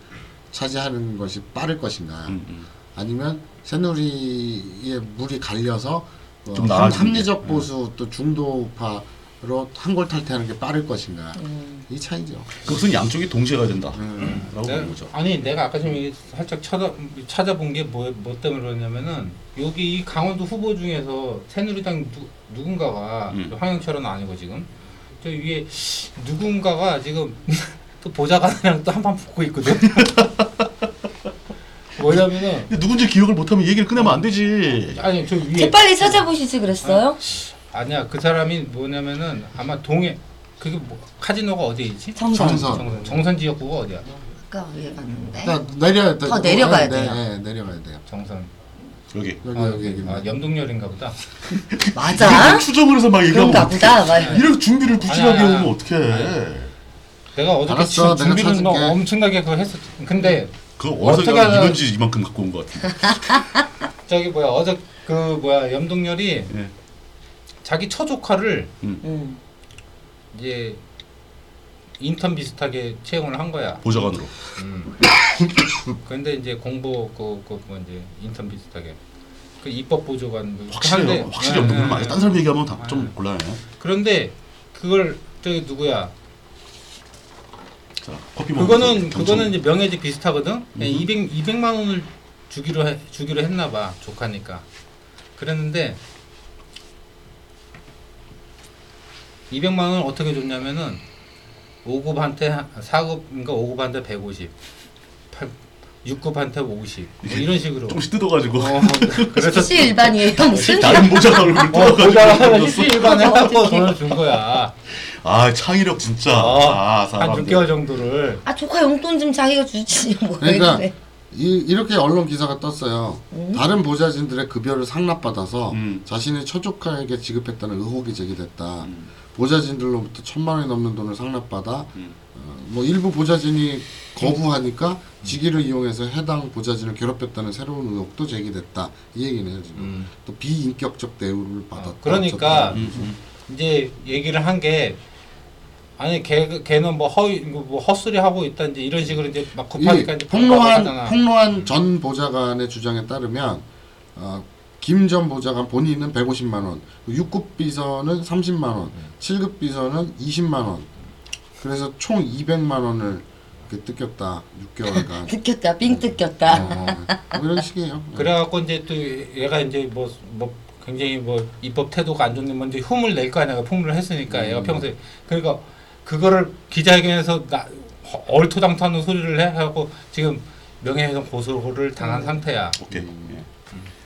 C: 차지하는 것이 빠를 것인가
B: 음, 음.
C: 아니면 새누리의 물이 갈려서 어,
B: 좀
C: 합,
B: 나아지는
C: 합리적
B: 게. 네.
C: 보수 또 중도 우파로 한골 탈퇴하는 게 빠를 것인가
A: 음.
C: 이 차이죠.
B: 그것은 양쪽이 동시에 가야 된다라고
D: 내가-
B: 보는 거죠.
D: 네. 아니 내가 아까 좀 이게 살짝 쳐다, 찾아본 게 뭐 뭐 때문에 그러냐면은 여기 이 강원도 후보 중에서 새누리당 누, 누군가가 그
B: 음.
D: 황영철은 아니고 지금 저 위에 누군가가 지금 *laughs* 또 보좌관이랑 또 한 판 붙고 *laughs* 있거든. 뭐냐면은
B: 근데 누군지 기억을 못하면 이 얘기를 꺼내면 안 되지.
D: 아니 저 위에
A: 재빨리 찾아보시지 그랬어요?
D: 아니야 그 사람이 뭐냐면은 아마 동해 그게 뭐 카지노가 어디에 있지?
A: 정선.
C: 정선.
D: 정선, 정선 지역구가 어디야?
A: 아까 위에 봤는데.
C: 그러니까 내려야 돼.
A: 네. 더 내려가야
C: 네,
A: 돼요.
C: 네, 내려가야 돼요.
D: 정선.
B: 여기
C: 여기
D: 아,
C: 여기 여기.
D: 아, 염동열인가 보다.
A: 맞아?
B: 추정을 해서 막 얘기하면
A: 그런가 보다. 막
B: 어떡해. 이런 준비를 부진하게
D: 아니야, 네. 아니야.
B: 하면 어떻게 해?
D: 내가 어저께
C: 알았어,
D: 지금
C: 내가
D: 준비를 막
C: 찾을게.
D: 엄청나게 그거 했었. 근데
B: 그거 어디서
D: 어떻게
B: 가
D: 하나-
B: 이건지 이만큼 갖고 온 것 같은데.
D: 저기 뭐야 어저 그 뭐야 염동열이
B: 예.
D: 자기 처조카를
A: 음.
D: 이제 인턴 비슷하게 채용을 한 거야.
B: 보좌관으로.
D: 음. 근데 이제 공보 그그뭐 이제 인턴 비슷하게 그 입법 보조관 뭐
B: 확실히
D: 한데-
B: 요 확실히
D: 예,
B: 염동을
D: 예,
B: 많이
D: 예.
B: 딴 사람 얘기하면 다 좀
D: 예.
B: 곤란해.
D: 그런데 그걸 저기 누구야?
B: 자 커피 먹으면서
D: 그거는
B: 경청. 음.
D: 그거는 이제 명예직 비슷하거든. 그냥 200 200만 원을 주기로 해, 주기로 했나 봐. 조카니까. 그랬는데 200만 원을 어떻게 줬냐면은 5급한테 4급인가 5급한테 150. 8 6급한테 50. 뭐 이런 식으로.
B: 조금씩 뜯어가지고 *laughs*
D: 어, 그래서
A: 혹시 일반이에요? 무슨?
B: 다른 보좌관을
D: 어, 보다가
B: 뜯어가지고
D: 일반에 갖고 돈을 준 거야.
B: 아 창의력 진짜
D: 어,
B: 아
D: 한
B: 사람들
D: 6개월 정도를.
A: 아 조카 용돈 좀 자기가 주지 뭐
C: 그러니까
A: 했는데.
C: 이, 이렇게 언론 기사가 떴어요. 다른 보좌진들의 급여를 상납받아서
B: 음.
C: 자신이 처족하게 지급했다는 의혹이 제기됐다.
D: 음.
C: 보좌진들로부터 천만 원이 넘는 돈을 상납받아
D: 음.
C: 어, 뭐 일부 보좌진이 거부하니까 직위를 이용해서 해당 보좌진을 괴롭혔다는 새로운 의혹도 제기됐다. 이 얘기네요 지금.
B: 음.
C: 또 비인격적 대우를 받았다.
D: 음. 그러니까
C: 어쨌든.
B: 음.
D: 이제 얘기를 한 게 아니 걔 걔는 뭐 허위 뭐 헛소리 하고 있다 이제 이런 식으로 이제 막 급하니까
C: 이
D: 이제
C: 폭로한
D: 빡빡하잖아.
C: 폭로한 전 보좌관의 주장에 따르면 어, 김 전 보좌관 본인은 150만 원, 6급 비서는 30만 원,
D: 음.
C: 7급 비서는 20만 원. 그래서 총 200만 원을 이렇게 뜯겼다.
D: *laughs*
C: 6개월간.
A: 뜯겼다, 삥 뜯겼다.
C: 어, 뭐 이런 식이에요.
D: 그래가고 이제 또 얘가 이제 뭐 뭐 굉장히 뭐 입법 태도가 안 좋네 뭔지 흠을 낼 거 아니야 그 폭로를 했으니까
C: 음.
D: 얘가 평소에 그러니까 그거를 기자회견에서 나, 허-
C: 음.
D: 얼토당토하는 소리를 해 하고 지금 명예훼손 고소를 당한 상태야.
B: 오케이. 예.